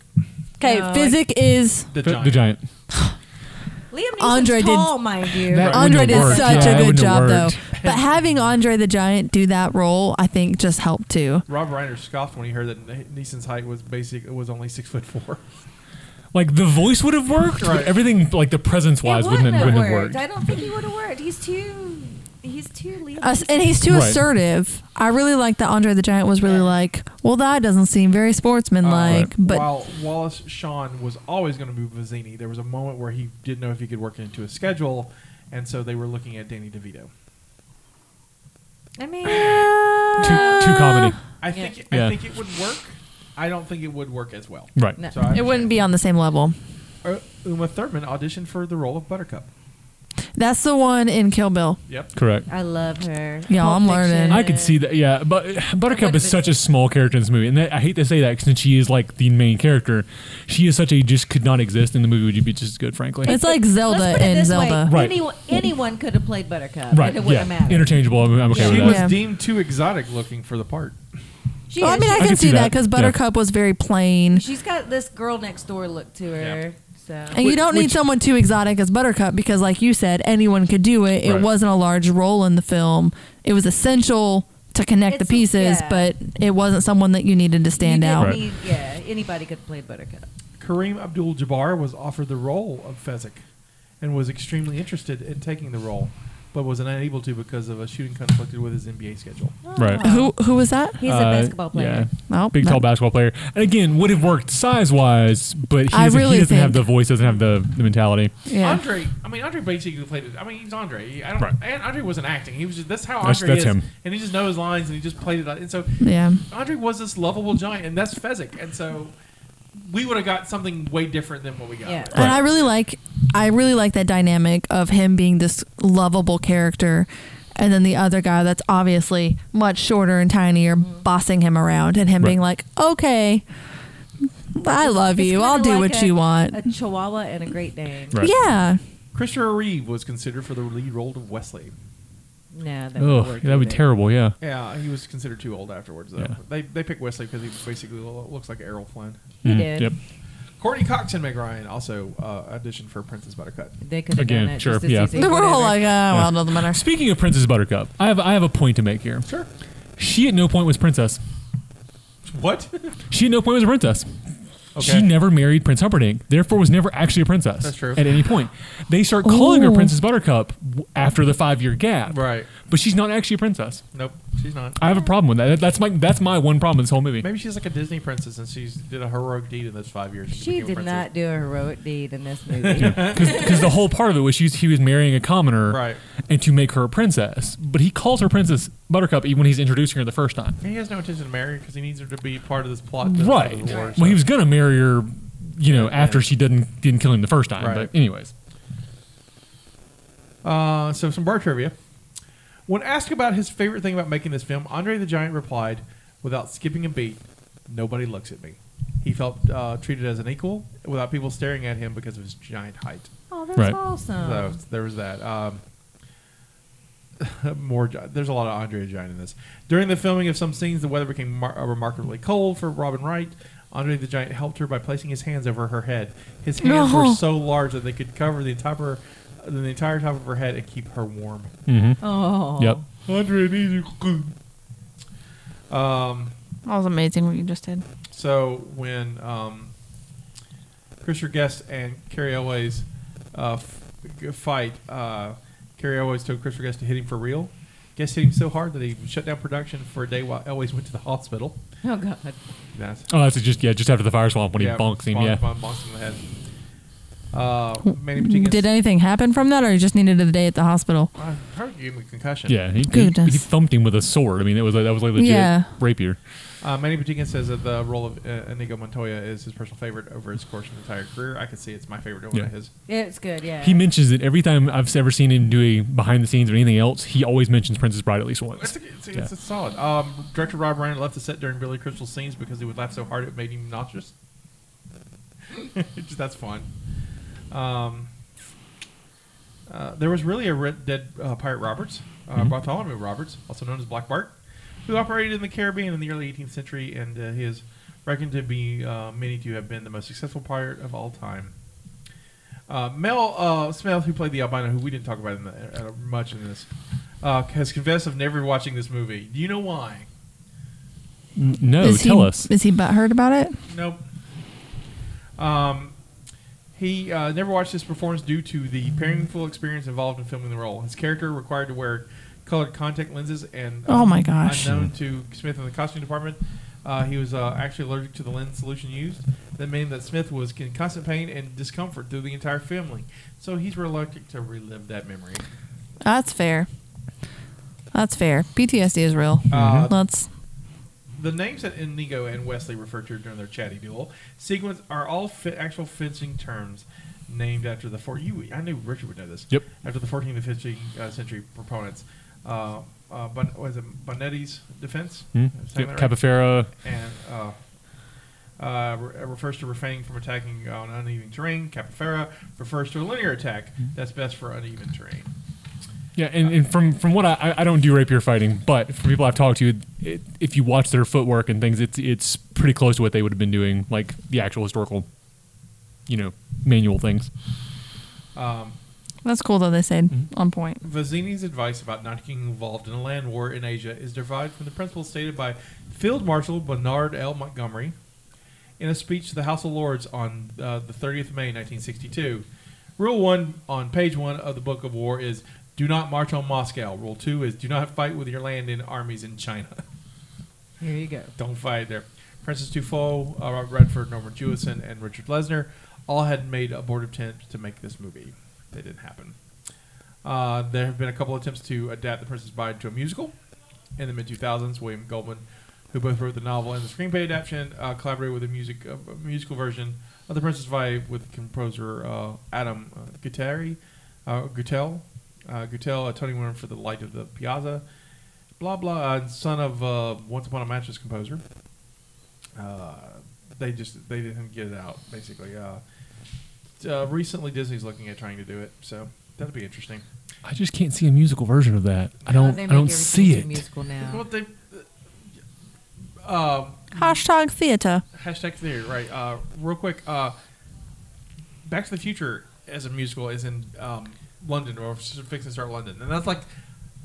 [SPEAKER 3] Okay,
[SPEAKER 4] No,
[SPEAKER 3] physic is
[SPEAKER 2] The
[SPEAKER 5] The-
[SPEAKER 2] giant.
[SPEAKER 5] The giant.
[SPEAKER 4] Liam Neeson's
[SPEAKER 3] Andre did-
[SPEAKER 4] tall, mind you.
[SPEAKER 5] That
[SPEAKER 3] Andre
[SPEAKER 5] wouldn't
[SPEAKER 3] did
[SPEAKER 5] have worked.
[SPEAKER 3] such
[SPEAKER 5] Yeah,
[SPEAKER 3] a
[SPEAKER 5] that
[SPEAKER 3] good
[SPEAKER 5] wouldn't have
[SPEAKER 3] job, though.
[SPEAKER 5] worked.
[SPEAKER 3] But having Andre the Giant do that role, I think, just helped too.
[SPEAKER 2] Rob Reiner scoffed when he heard that Ne- Neeson's height was basic was only six foot four.
[SPEAKER 5] Like the voice would have worked,
[SPEAKER 2] Right.
[SPEAKER 5] but everything like the presence
[SPEAKER 4] It
[SPEAKER 5] wise
[SPEAKER 4] wouldn't have
[SPEAKER 5] wouldn't have
[SPEAKER 4] worked.
[SPEAKER 5] worked.
[SPEAKER 4] I don't think he would have worked. He's too. He's too Liam.
[SPEAKER 3] Us-
[SPEAKER 4] Neeson.
[SPEAKER 3] and he's too
[SPEAKER 5] Right.
[SPEAKER 3] assertive. I really like that Andre the Giant was really like, well, that doesn't seem very sportsmanlike, but
[SPEAKER 2] While Wallace Shawn was always going to move Vizzini, there was a moment where he didn't know if he could work it into his schedule, and so they were looking at Danny DeVito.
[SPEAKER 4] I mean,
[SPEAKER 5] Too,
[SPEAKER 3] Uh,
[SPEAKER 5] too comedy.
[SPEAKER 2] I think
[SPEAKER 5] Yeah.
[SPEAKER 2] I think it would work. I don't think it would work as well.
[SPEAKER 5] Right.
[SPEAKER 4] No.
[SPEAKER 2] So I-
[SPEAKER 3] it wouldn't be on the same level.
[SPEAKER 2] Uh, Uma Thurman auditioned for the role of Buttercup.
[SPEAKER 3] That's the one in Kill Bill.
[SPEAKER 2] Yep.
[SPEAKER 5] Correct.
[SPEAKER 4] I love her.
[SPEAKER 3] Yeah,
[SPEAKER 4] Pulp
[SPEAKER 3] I'm learning.
[SPEAKER 4] Fiction.
[SPEAKER 5] I could see that. Yeah, but Buttercup
[SPEAKER 4] would've
[SPEAKER 5] is such a small character in this movie, and that, I hate to say that since she is like the main character, she is such a just could not exist in the movie. Would you be just as good, frankly?
[SPEAKER 3] It's like Zelda
[SPEAKER 4] Let's put it
[SPEAKER 3] in
[SPEAKER 4] this
[SPEAKER 3] Zelda.
[SPEAKER 4] Way.
[SPEAKER 5] Right.
[SPEAKER 4] Anyone, anyone could have played Buttercup.
[SPEAKER 5] right?
[SPEAKER 4] And it
[SPEAKER 5] yeah,
[SPEAKER 4] wouldn't have mattered.
[SPEAKER 5] interchangeable. I'm, I'm okay
[SPEAKER 2] she
[SPEAKER 5] with
[SPEAKER 2] was
[SPEAKER 5] that.
[SPEAKER 3] Yeah.
[SPEAKER 2] deemed too exotic looking for the part.
[SPEAKER 4] She
[SPEAKER 3] well, I
[SPEAKER 4] is.
[SPEAKER 3] mean, I,
[SPEAKER 4] She-
[SPEAKER 3] can, see that because Buttercup was very plain.
[SPEAKER 4] She's got this girl next door look to her. So
[SPEAKER 3] And you don't need someone too exotic as Buttercup because, like you said, anyone could do it. It
[SPEAKER 4] Right.
[SPEAKER 3] wasn't a large role in the film. It was essential to connect the
[SPEAKER 4] It's-
[SPEAKER 3] pieces,
[SPEAKER 4] yeah.
[SPEAKER 3] but it wasn't someone that you needed to stand
[SPEAKER 4] You didn't
[SPEAKER 3] out.
[SPEAKER 4] need- yeah, anybody could play Buttercup.
[SPEAKER 2] Kareem Abdul-Jabbar was offered the role of Fezzik and was extremely interested in taking the role, but was unable to because of a shooting conflict with his NBA schedule.
[SPEAKER 5] Right.
[SPEAKER 4] um,
[SPEAKER 3] Who who was that?
[SPEAKER 5] Uh, Yeah.
[SPEAKER 3] Oh,
[SPEAKER 5] big
[SPEAKER 3] no.
[SPEAKER 5] tall basketball player. And again, would have worked size wise, but he
[SPEAKER 3] I
[SPEAKER 5] doesn't,
[SPEAKER 3] really
[SPEAKER 5] he doesn't have
[SPEAKER 3] think-
[SPEAKER 5] the voice, doesn't have the, the mentality.
[SPEAKER 2] Andre, I mean, Andre basically played it. I mean, he's Andre. He- I don't. And Andre wasn't acting. He was just that's how Andre
[SPEAKER 5] That's- that's
[SPEAKER 2] is,
[SPEAKER 5] him.
[SPEAKER 2] and he just knows his lines and he just played it. out. And so,
[SPEAKER 3] Yeah.
[SPEAKER 2] Andre was this lovable giant, and that's Fezzik. And so, we would have got something way different than what we got.
[SPEAKER 3] And I really like I really like that dynamic of him being this lovable character and then the other guy that's obviously much shorter and tinier bossing him around and him being like, "Okay, I love
[SPEAKER 4] It's
[SPEAKER 3] you.
[SPEAKER 4] kinda
[SPEAKER 3] I'll do
[SPEAKER 4] like
[SPEAKER 3] what
[SPEAKER 4] a-
[SPEAKER 3] you want."
[SPEAKER 4] A Chihuahua and a Great Dane.
[SPEAKER 3] Yeah.
[SPEAKER 2] Christopher Reeve was considered for the lead role of Wesley.
[SPEAKER 4] No, that
[SPEAKER 5] Ugh, that would be terrible. Yeah.
[SPEAKER 2] Yeah, he was considered too old afterwards, though.
[SPEAKER 5] Yeah.
[SPEAKER 2] They, they picked Wesley because he basically lo- looks like Errol Flynn.
[SPEAKER 5] He Mm, did. yep.
[SPEAKER 2] Courtney Cox and Meg Ryan also uh, auditioned for Princess Buttercup.
[SPEAKER 4] They
[SPEAKER 5] could have Again, done it sure, just as yeah. easy, They
[SPEAKER 3] were all like, "Ah, well,
[SPEAKER 5] Yeah.
[SPEAKER 3] it doesn't matter."
[SPEAKER 5] Speaking of Princess Buttercup, I have I have a point to make here.
[SPEAKER 2] Sure.
[SPEAKER 5] She at no point was princess.
[SPEAKER 2] What?
[SPEAKER 5] She at no point was a princess.
[SPEAKER 2] Okay.
[SPEAKER 5] She never married Prince Humperdinck, therefore was never actually a princess.
[SPEAKER 2] That's true.
[SPEAKER 5] At any point, they start calling her
[SPEAKER 2] Ooh.
[SPEAKER 5] Princess Buttercup w- after the five year gap.
[SPEAKER 2] Right.
[SPEAKER 5] But she's not actually a princess.
[SPEAKER 2] Nope, she's not.
[SPEAKER 5] I have a problem with that. That's my that's my one problem with this whole movie.
[SPEAKER 2] Maybe she's like a Disney princess and she's did a heroic deed in those five years. and
[SPEAKER 4] She
[SPEAKER 2] became a
[SPEAKER 4] did
[SPEAKER 2] princess.
[SPEAKER 4] not do a heroic deed in this movie.
[SPEAKER 5] Because the whole part of it was she was, he was marrying a commoner, right. and to make her a princess. But he calls her Princess Buttercup even when he's introducing her the first time.
[SPEAKER 2] He has no intention of marrying because he needs her to be part of this plot. to-
[SPEAKER 5] Right.
[SPEAKER 2] to the war, so.
[SPEAKER 5] Well, he was gonna marry her, you know, after she didn't didn't kill him the first time.
[SPEAKER 2] Right.
[SPEAKER 5] But anyways,
[SPEAKER 2] Uh, so some bar trivia. When asked about his favorite thing about making this film, Andre the Giant replied, without skipping a beat, "Nobody looks at me." He felt uh, treated as an equal without people staring at him because of his giant height.
[SPEAKER 4] Oh, that's Right. awesome.
[SPEAKER 2] So there was that. Um, more. gi- There's a lot of Andre the Giant in this. During the filming of some scenes, the weather became mar- uh, remarkably cold for Robin Wright. Andre the Giant helped her by placing his hands over her head. His hands
[SPEAKER 4] No.
[SPEAKER 2] were so large that they could cover the entire her, the entire top of her head and keep her warm.
[SPEAKER 5] Mhm.
[SPEAKER 4] Oh.
[SPEAKER 5] Yep.
[SPEAKER 2] Andre needs you. Um.
[SPEAKER 3] That was amazing what you just did.
[SPEAKER 2] So when um, Christopher Guest and Carrie Elway's uh, f- g- fight, uh, Carrie Elway's told Christopher Guest to hit him for real. Guest hit him so hard that he shut down production for a day while Elway's went to the hospital.
[SPEAKER 4] Oh God.
[SPEAKER 2] That's
[SPEAKER 5] oh, that's just yeah, just after the fire swamp when
[SPEAKER 2] yeah,
[SPEAKER 5] he bonks him.
[SPEAKER 2] bonk-
[SPEAKER 5] yeah.
[SPEAKER 2] bonk- bonks him in the head. Uh, Manny Patinkin.
[SPEAKER 3] Did anything happen from that or you just needed a day at the hospital?
[SPEAKER 2] I heard you gave him a concussion.
[SPEAKER 5] Yeah, he, he,
[SPEAKER 3] Goodness.
[SPEAKER 5] he thumped him with a sword. I mean, that was that was like legit
[SPEAKER 3] Yeah.
[SPEAKER 5] rapier.
[SPEAKER 2] Uh, Manny Patinkin says that the role of uh, Inigo Montoya is his personal favorite over his course of his entire career. I can see it's my favorite over
[SPEAKER 5] Yeah.
[SPEAKER 2] his.
[SPEAKER 4] It's good, yeah.
[SPEAKER 5] He mentions it every time I've ever seen him do a behind the scenes or anything else. He always mentions Princess Bride at least once.
[SPEAKER 2] It's, it's, it's solid. Um, director Rob Reiner left the set during Billy Crystal's scenes because he would laugh so hard it made him nauseous. Just- That's fun. Um, uh, there was really a Red Dead uh, Pirate Roberts, uh,
[SPEAKER 5] Mhm.
[SPEAKER 2] Bartholomew Roberts, also known as Black Bart, who operated in the Caribbean in the early 18th century and uh, he is reckoned to be uh, many to have been the most successful pirate of all time. Uh, Mel uh, Smith, who played the albino, who we didn't talk about in the, uh, much in this, uh, has confessed of never watching this movie. Do you know why?
[SPEAKER 5] N- No,
[SPEAKER 3] is
[SPEAKER 5] tell
[SPEAKER 3] he,
[SPEAKER 5] us.
[SPEAKER 3] Is he butthurt about it?
[SPEAKER 2] Nope. Um, he uh, never watched this performance due to the painful experience involved in filming the role. His character required to wear colored contact lenses and um,
[SPEAKER 3] Oh my gosh.
[SPEAKER 2] unknown to Smith in the costume department. Uh, he was uh, actually allergic to the lens solution used. That meant that Smith was in constant pain and discomfort through the entire filming. So he's reluctant to relive that memory.
[SPEAKER 3] That's fair. That's fair. PTSD is real.
[SPEAKER 2] Uh,
[SPEAKER 3] Let's
[SPEAKER 2] The names that Inigo and Wesley refer to during their chatty duel sequence are all fi- actual fencing terms named after the four. You, I knew Richard would know this.
[SPEAKER 5] Yep.
[SPEAKER 2] After the 14th and 15th uh, century proponents, uh, uh, Bon- was it Bonetti's defense?
[SPEAKER 5] Mhm.
[SPEAKER 2] Am I saying
[SPEAKER 5] Yep,
[SPEAKER 2] that
[SPEAKER 5] Capifera.
[SPEAKER 2] And uh, uh, re- refers to refraining from attacking on
[SPEAKER 5] Hmm.
[SPEAKER 2] uneven terrain. Capifera refers to a linear attack that's best for uneven terrain.
[SPEAKER 5] Yeah, and, and from from what I, I- I don't do rapier fighting, but from people I've talked to, it, if you watch their footwork and things, it's it's pretty close to what they would have been doing, like the actual historical, you know, manual things.
[SPEAKER 2] Um,
[SPEAKER 3] That's cool though. They said on point.
[SPEAKER 2] Vazini's advice about not getting involved in a land war in Asia is derived from the principles stated by Field Marshal Bernard L. Montgomery in a speech to the House of Lords on uh, the 30th of May, 1962. Rule one on page one of the Book of War is do not march on Moscow. Rule two is do not fight with your land in armies in China.
[SPEAKER 4] Here you go.
[SPEAKER 2] Don't fight there. Francis Dufault, uh, Robert Redford, Norman Jewison, and Richard Lesner all had made abortive attempts to make this movie. They didn't happen. Uh, there have been a couple attempts to adapt The Princess Bride to a musical. In the mid 2000s, William Goldman, who both wrote the novel and the screenplay adaptation, uh, collaborated with a music uh, a musical version of The Princess Bride with composer uh, Adam uh, Gutteri, uh, Guttel, uh, Guttel, a Tony winner for The Light of the Piazza, blah blah, uh, son of uh, Once Upon a Mattress composer. Uh, they just they didn't get it out basically. Uh, uh, recently, Disney's looking at trying to do it, so that'll be interesting.
[SPEAKER 5] I just can't see a musical version of that. I
[SPEAKER 4] No,
[SPEAKER 5] don't
[SPEAKER 4] they
[SPEAKER 5] I
[SPEAKER 4] make
[SPEAKER 5] don't see
[SPEAKER 4] everything into
[SPEAKER 5] it.
[SPEAKER 4] Musical now.
[SPEAKER 2] Well, they, uh,
[SPEAKER 3] Hashtag theater.
[SPEAKER 2] hashtag theory, right? Uh, real quick, uh, Back to the Future as a musical is in um, London or fixing to start London, and that's like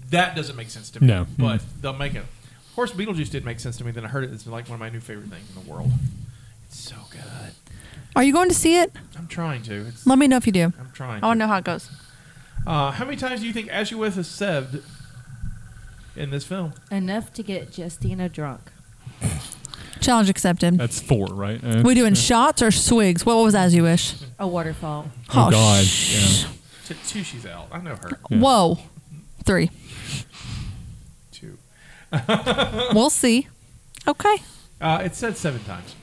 [SPEAKER 2] that doesn't make sense to me.
[SPEAKER 5] No.
[SPEAKER 2] but they'll make it. Of course, Beetlejuice did make sense to me. Then I heard it. It's like one of my new favorite things in the world. It's so good.
[SPEAKER 3] Are you going to see it?
[SPEAKER 2] I'm trying to. It's,
[SPEAKER 3] Let me know if you do.
[SPEAKER 2] I'm trying.
[SPEAKER 3] I want to
[SPEAKER 2] to.
[SPEAKER 3] know how it goes.
[SPEAKER 2] Uh, how many times do you think Ashewith is seved in this film?
[SPEAKER 4] Enough to get Justina drunk.
[SPEAKER 3] Challenge accepted.
[SPEAKER 5] That's four, right? Uh,
[SPEAKER 3] we doing
[SPEAKER 5] yeah.
[SPEAKER 3] shots or swigs? What was as you wish?
[SPEAKER 4] A waterfall.
[SPEAKER 5] Oh,
[SPEAKER 3] Oh,
[SPEAKER 5] God.
[SPEAKER 3] sh-
[SPEAKER 2] T- two, she's out. I know her.
[SPEAKER 5] Yeah.
[SPEAKER 3] Whoa. Three.
[SPEAKER 2] Two.
[SPEAKER 3] we'll see. Okay.
[SPEAKER 2] Uh, it said seven times.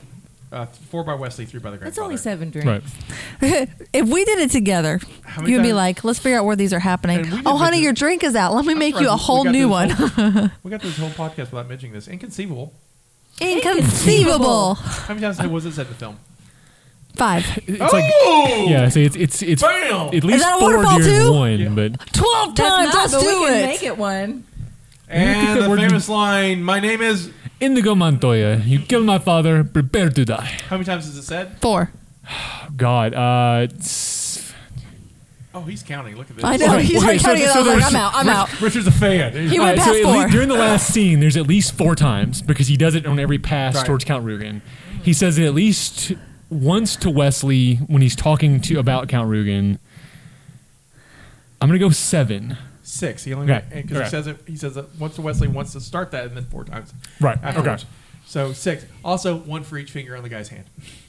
[SPEAKER 2] Uh, four by Wesley, three by the grandfather.
[SPEAKER 4] It's only seven
[SPEAKER 5] yeah.
[SPEAKER 4] drinks.
[SPEAKER 5] Right.
[SPEAKER 3] if we did it together,
[SPEAKER 2] How many
[SPEAKER 3] you'd be
[SPEAKER 2] times-
[SPEAKER 3] like, let's figure out where these are happening.
[SPEAKER 2] And we did
[SPEAKER 3] Oh, honey,
[SPEAKER 2] this-
[SPEAKER 3] your drink is out. Let me
[SPEAKER 2] I'm
[SPEAKER 3] make
[SPEAKER 2] sorry,
[SPEAKER 3] you a
[SPEAKER 2] we- we
[SPEAKER 3] whole
[SPEAKER 2] got
[SPEAKER 3] new one.
[SPEAKER 2] this We got this whole podcast without mentioning this. Inconceivable.
[SPEAKER 3] Inconceivable.
[SPEAKER 2] How many times was it said in the film?
[SPEAKER 3] Five.
[SPEAKER 5] It's like
[SPEAKER 2] oh!
[SPEAKER 5] yeah, so it's it's it's
[SPEAKER 2] Bam!
[SPEAKER 5] at least
[SPEAKER 3] that a
[SPEAKER 5] four
[SPEAKER 3] waterfall
[SPEAKER 5] during
[SPEAKER 3] too?
[SPEAKER 5] one, but
[SPEAKER 3] Twelve
[SPEAKER 4] That's
[SPEAKER 3] times.
[SPEAKER 4] not,
[SPEAKER 3] Let's
[SPEAKER 4] but we
[SPEAKER 3] do
[SPEAKER 4] can
[SPEAKER 3] it.
[SPEAKER 4] make it one.
[SPEAKER 5] think
[SPEAKER 2] And
[SPEAKER 5] that
[SPEAKER 2] the
[SPEAKER 5] we're-
[SPEAKER 2] famous line, my name is...
[SPEAKER 5] Indigo Montoya, you killed my father, prepare to die.
[SPEAKER 2] How many times is it said?
[SPEAKER 3] Four.
[SPEAKER 5] God, uh, it's-
[SPEAKER 2] Oh, he's counting. Look at this.
[SPEAKER 3] I know.
[SPEAKER 5] Okay,
[SPEAKER 3] He's
[SPEAKER 5] okay,
[SPEAKER 3] like
[SPEAKER 5] so-
[SPEAKER 3] counting it.
[SPEAKER 5] so
[SPEAKER 3] I was like,
[SPEAKER 5] there's-
[SPEAKER 3] I'm out. I'm out.
[SPEAKER 2] Richard's a fan.
[SPEAKER 3] He
[SPEAKER 5] All
[SPEAKER 3] went
[SPEAKER 5] right,
[SPEAKER 3] past
[SPEAKER 5] at
[SPEAKER 3] four.
[SPEAKER 5] least- during the last scene, there's at least four times because he does it on every pass
[SPEAKER 2] Right.
[SPEAKER 5] towards Count Rugen. He says it at least once to Wesley when he's talking to about Count Rugen. I'm gonna go seven.
[SPEAKER 2] Six. He only
[SPEAKER 5] Okay,
[SPEAKER 2] because
[SPEAKER 5] okay.
[SPEAKER 2] he says it. He says it once to Wesley, once to start that, and then four times.
[SPEAKER 5] Right, okay.
[SPEAKER 2] afterwards. So six. Also, one for each finger on the guy's hand.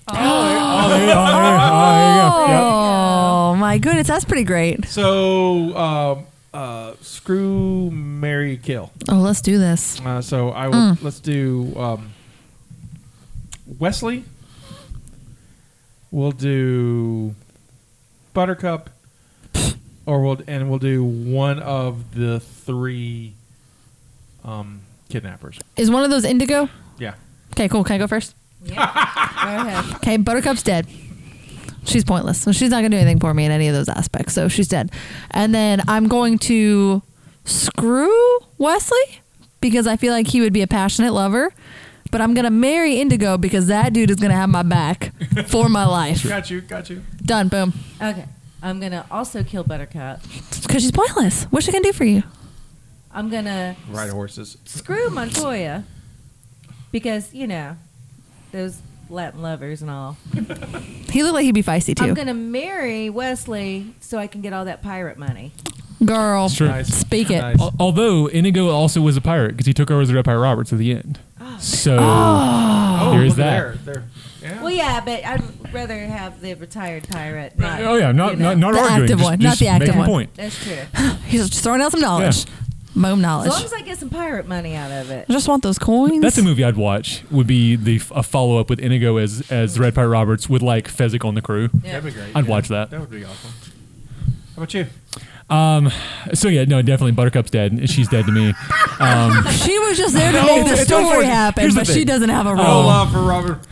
[SPEAKER 5] Oh, there you go. Oh, there you go. Yep.
[SPEAKER 3] Oh my goodness, that's pretty great.
[SPEAKER 2] So, um, uh, screw, Mary kill.
[SPEAKER 3] Oh, let's do this.
[SPEAKER 2] Uh, so I will. Let's do um, Wesley. We'll do Buttercup, or we'll and we'll do one of the three um, kidnappers.
[SPEAKER 3] Is one of those indigo?
[SPEAKER 2] Yeah.
[SPEAKER 3] Okay, cool. Can I go first?
[SPEAKER 4] Go ahead.
[SPEAKER 3] Okay, Buttercup's dead. She's pointless. So she's not going to do anything for me in any of those aspects. So she's dead. And then I'm going to screw Wesley because I feel like he would be a passionate lover. But I'm going to marry Indigo because that dude is going to have my back for my life.
[SPEAKER 2] Got you. Got you.
[SPEAKER 3] Done. Boom.
[SPEAKER 4] Okay. I'm gonna also kill Buttercup.
[SPEAKER 3] Because she's pointless. What's she going to do for you?
[SPEAKER 4] I'm gonna
[SPEAKER 2] Ride horses.
[SPEAKER 4] screw Montoya because you know those Latin lovers and all.
[SPEAKER 3] He looked like he'd be feisty too.
[SPEAKER 4] I'm gonna marry Wesley so I can get all that pirate money.
[SPEAKER 3] Girl,
[SPEAKER 5] Sure.
[SPEAKER 2] Nice.
[SPEAKER 3] speak it.
[SPEAKER 2] Nice.
[SPEAKER 5] Al- Although Inigo also was a pirate because he took over as the Red Pirate Roberts at the end. So
[SPEAKER 2] Oh,
[SPEAKER 5] there
[SPEAKER 2] look
[SPEAKER 5] is
[SPEAKER 2] at
[SPEAKER 5] that.
[SPEAKER 2] There, there. Yeah.
[SPEAKER 4] Well, yeah, but I'd rather have the retired pirate. Not,
[SPEAKER 5] Oh yeah, not
[SPEAKER 4] you know.
[SPEAKER 5] not, not
[SPEAKER 3] The
[SPEAKER 5] arguing.
[SPEAKER 3] active
[SPEAKER 5] just,
[SPEAKER 3] one, not
[SPEAKER 5] just
[SPEAKER 3] the active
[SPEAKER 5] making a
[SPEAKER 3] one.
[SPEAKER 5] Point.
[SPEAKER 4] That's true.
[SPEAKER 3] He's just throwing out some knowledge. My own
[SPEAKER 4] As
[SPEAKER 3] knowledge.
[SPEAKER 4] long as I get some pirate money out of it.
[SPEAKER 3] I just want those coins.
[SPEAKER 5] That's a movie I'd watch. Would be the f- a follow up with Inigo as as the Red Pirate Roberts with like Fezzik on the crew.
[SPEAKER 2] That'd be great.
[SPEAKER 5] I'd
[SPEAKER 2] yeah.
[SPEAKER 5] watch that.
[SPEAKER 2] That would be awesome. How about you?
[SPEAKER 5] So yeah, no, definitely Buttercup's dead. and She's dead to me.
[SPEAKER 3] She was just there to
[SPEAKER 5] No,
[SPEAKER 3] make the
[SPEAKER 5] it's
[SPEAKER 3] story
[SPEAKER 5] unfortunate.
[SPEAKER 3] happen,
[SPEAKER 5] Here's the
[SPEAKER 3] but she
[SPEAKER 5] thing. Oh,
[SPEAKER 3] doesn't have a
[SPEAKER 2] Roll
[SPEAKER 3] role.
[SPEAKER 2] off for Robert.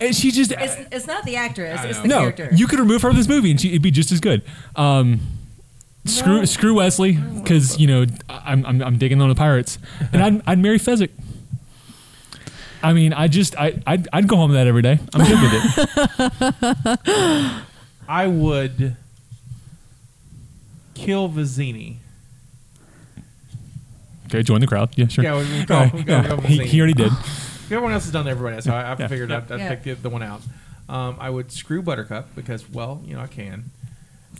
[SPEAKER 5] And she just
[SPEAKER 4] It's, it's not the actress,
[SPEAKER 2] I
[SPEAKER 4] it's
[SPEAKER 2] know.
[SPEAKER 4] the
[SPEAKER 5] no.
[SPEAKER 4] character.
[SPEAKER 5] You could remove her from this movie and she, it'd be just as good. Um, Screw screw Wesley because you know I- I'm, I'm I'm digging on the pirates, and I'd, I'd marry Fezzik. I mean, I just I I'd, I'd go home to that every day. I'm good with it.
[SPEAKER 2] I would kill Vizzini.
[SPEAKER 5] Okay, join the crowd. Yeah, sure.
[SPEAKER 2] Yeah, we, we go,
[SPEAKER 5] All right,
[SPEAKER 2] we go,
[SPEAKER 5] yeah.
[SPEAKER 2] we go with
[SPEAKER 5] He,
[SPEAKER 2] Zane.
[SPEAKER 5] he already did.
[SPEAKER 2] Everyone else has done everybody else, so I, I
[SPEAKER 5] Yeah,
[SPEAKER 2] figured
[SPEAKER 5] yeah.
[SPEAKER 2] I'd, I'd
[SPEAKER 5] Yeah.
[SPEAKER 2] pick the, the one out. Um, I would screw Buttercup because, well, you know, I can.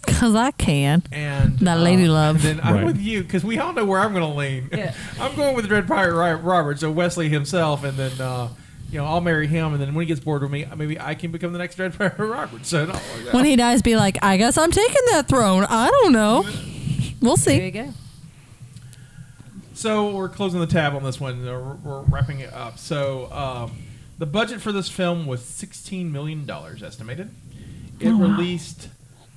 [SPEAKER 3] Cause I can.
[SPEAKER 2] And
[SPEAKER 3] that
[SPEAKER 2] um,
[SPEAKER 3] lady love.
[SPEAKER 2] Then I'm with you because we all know where I'm going to lean.
[SPEAKER 3] Yeah.
[SPEAKER 2] I'm going with the Dread Pirate Ri- Robert, so Wesley himself, and then uh, you know I'll marry him, and then when he gets bored with me, maybe I can become the next Dread Pirate Robert. So no,
[SPEAKER 3] When he dies, be like, I guess I'm taking that throne. I don't know. We'll see.
[SPEAKER 4] There you go.
[SPEAKER 2] So we're closing the tab on this one. Uh, We're, we're wrapping it up. So um, the budget for this film was sixteen million dollars estimated. It
[SPEAKER 12] Oh, wow.
[SPEAKER 2] released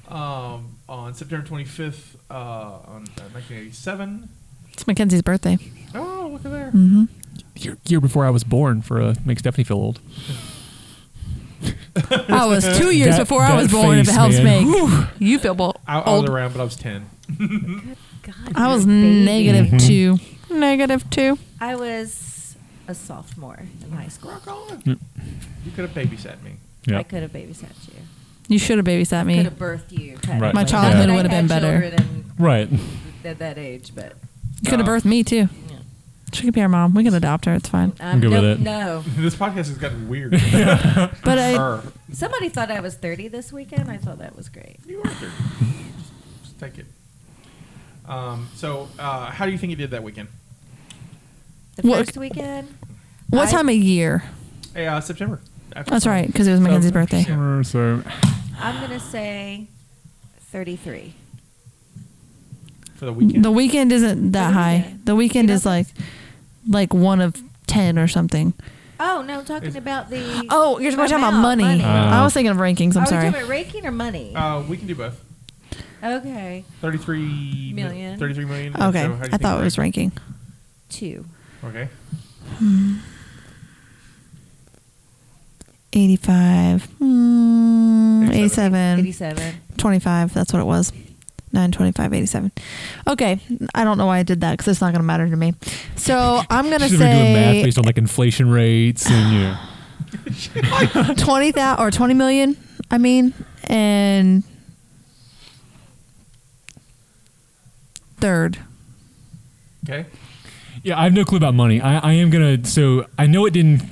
[SPEAKER 2] um, on September twenty fifth, uh, on nineteen eighty seven.
[SPEAKER 3] It's Mackenzie's birthday.
[SPEAKER 2] Oh, look at there.
[SPEAKER 3] hmm
[SPEAKER 5] Year, year before I was born for uh, make Stephanie feel old.
[SPEAKER 3] I was two years
[SPEAKER 5] That-
[SPEAKER 3] before I
[SPEAKER 5] that
[SPEAKER 3] was born. if it
[SPEAKER 5] face,
[SPEAKER 3] helps
[SPEAKER 5] man.
[SPEAKER 3] make you feel bo-
[SPEAKER 2] I, I was
[SPEAKER 3] old.
[SPEAKER 2] around, but I was ten.
[SPEAKER 3] I was
[SPEAKER 4] you're a baby.
[SPEAKER 3] negative
[SPEAKER 5] Mhm.
[SPEAKER 3] two. Negative two.
[SPEAKER 4] I was a sophomore in high school.
[SPEAKER 3] Mm.
[SPEAKER 5] Yep.
[SPEAKER 2] You could have babysat me.
[SPEAKER 5] Yeah.
[SPEAKER 4] I could have babysat you.
[SPEAKER 3] You should have babysat me.
[SPEAKER 4] Could have birthed you. technically.
[SPEAKER 3] My
[SPEAKER 4] Not
[SPEAKER 3] childhood
[SPEAKER 4] that I
[SPEAKER 3] would have been
[SPEAKER 4] had
[SPEAKER 3] better.
[SPEAKER 4] children in-
[SPEAKER 5] Right.
[SPEAKER 4] At that age, but
[SPEAKER 3] You could have birthed me too. She could be our mom. We could adopt her. It's fine.
[SPEAKER 4] I'm
[SPEAKER 5] good with
[SPEAKER 4] um, no,
[SPEAKER 5] it.
[SPEAKER 4] No.
[SPEAKER 2] this podcast has gotten weird.
[SPEAKER 3] But I-
[SPEAKER 2] Sure.
[SPEAKER 4] Somebody thought I was 30 this weekend. I thought that was great.
[SPEAKER 2] You are 30. Just take it. Um, so, uh, how do you think he did that weekend?
[SPEAKER 4] The
[SPEAKER 3] What-
[SPEAKER 4] first weekend.
[SPEAKER 3] What
[SPEAKER 4] I-
[SPEAKER 3] time of year?
[SPEAKER 2] Hey, uh, September. After
[SPEAKER 3] That's
[SPEAKER 2] summer.
[SPEAKER 3] right, because it was
[SPEAKER 2] So-
[SPEAKER 3] Mackenzie's birthday.
[SPEAKER 5] So
[SPEAKER 4] I'm gonna say 33.
[SPEAKER 2] For the weekend.
[SPEAKER 3] The weekend isn't that high. The weekend is like, like one of ten or something.
[SPEAKER 4] Oh no, I'm talking about the.
[SPEAKER 3] Oh, you're talking about
[SPEAKER 4] amount,
[SPEAKER 3] money. Oh,
[SPEAKER 5] Uh,
[SPEAKER 3] I was thinking of rankings. I'm
[SPEAKER 4] Are we
[SPEAKER 3] sorry.
[SPEAKER 4] talking about ranking or money?
[SPEAKER 2] Uh, we can do both.
[SPEAKER 4] okay,
[SPEAKER 2] 33 mil-
[SPEAKER 4] Million.
[SPEAKER 2] 33 million. And
[SPEAKER 3] Okay,
[SPEAKER 2] so how do you
[SPEAKER 3] I
[SPEAKER 2] think
[SPEAKER 3] thought it
[SPEAKER 2] we
[SPEAKER 3] was
[SPEAKER 2] rank?
[SPEAKER 3] ranking.
[SPEAKER 4] two.
[SPEAKER 2] Okay.
[SPEAKER 3] Eighty-five. Mm, 87.
[SPEAKER 4] 87.
[SPEAKER 3] 25. That's what it was. 925 87. Okay, I don't know why I did that because it's not going to matter to me. So I'm going to
[SPEAKER 5] she's gonna be doing math
[SPEAKER 3] say
[SPEAKER 5] based on like inflation rates and you know.
[SPEAKER 3] 20 that or 20 million. I mean, and third.
[SPEAKER 2] Okay.
[SPEAKER 5] Yeah, I have no clue about money. I, I am gonna. So I know it didn't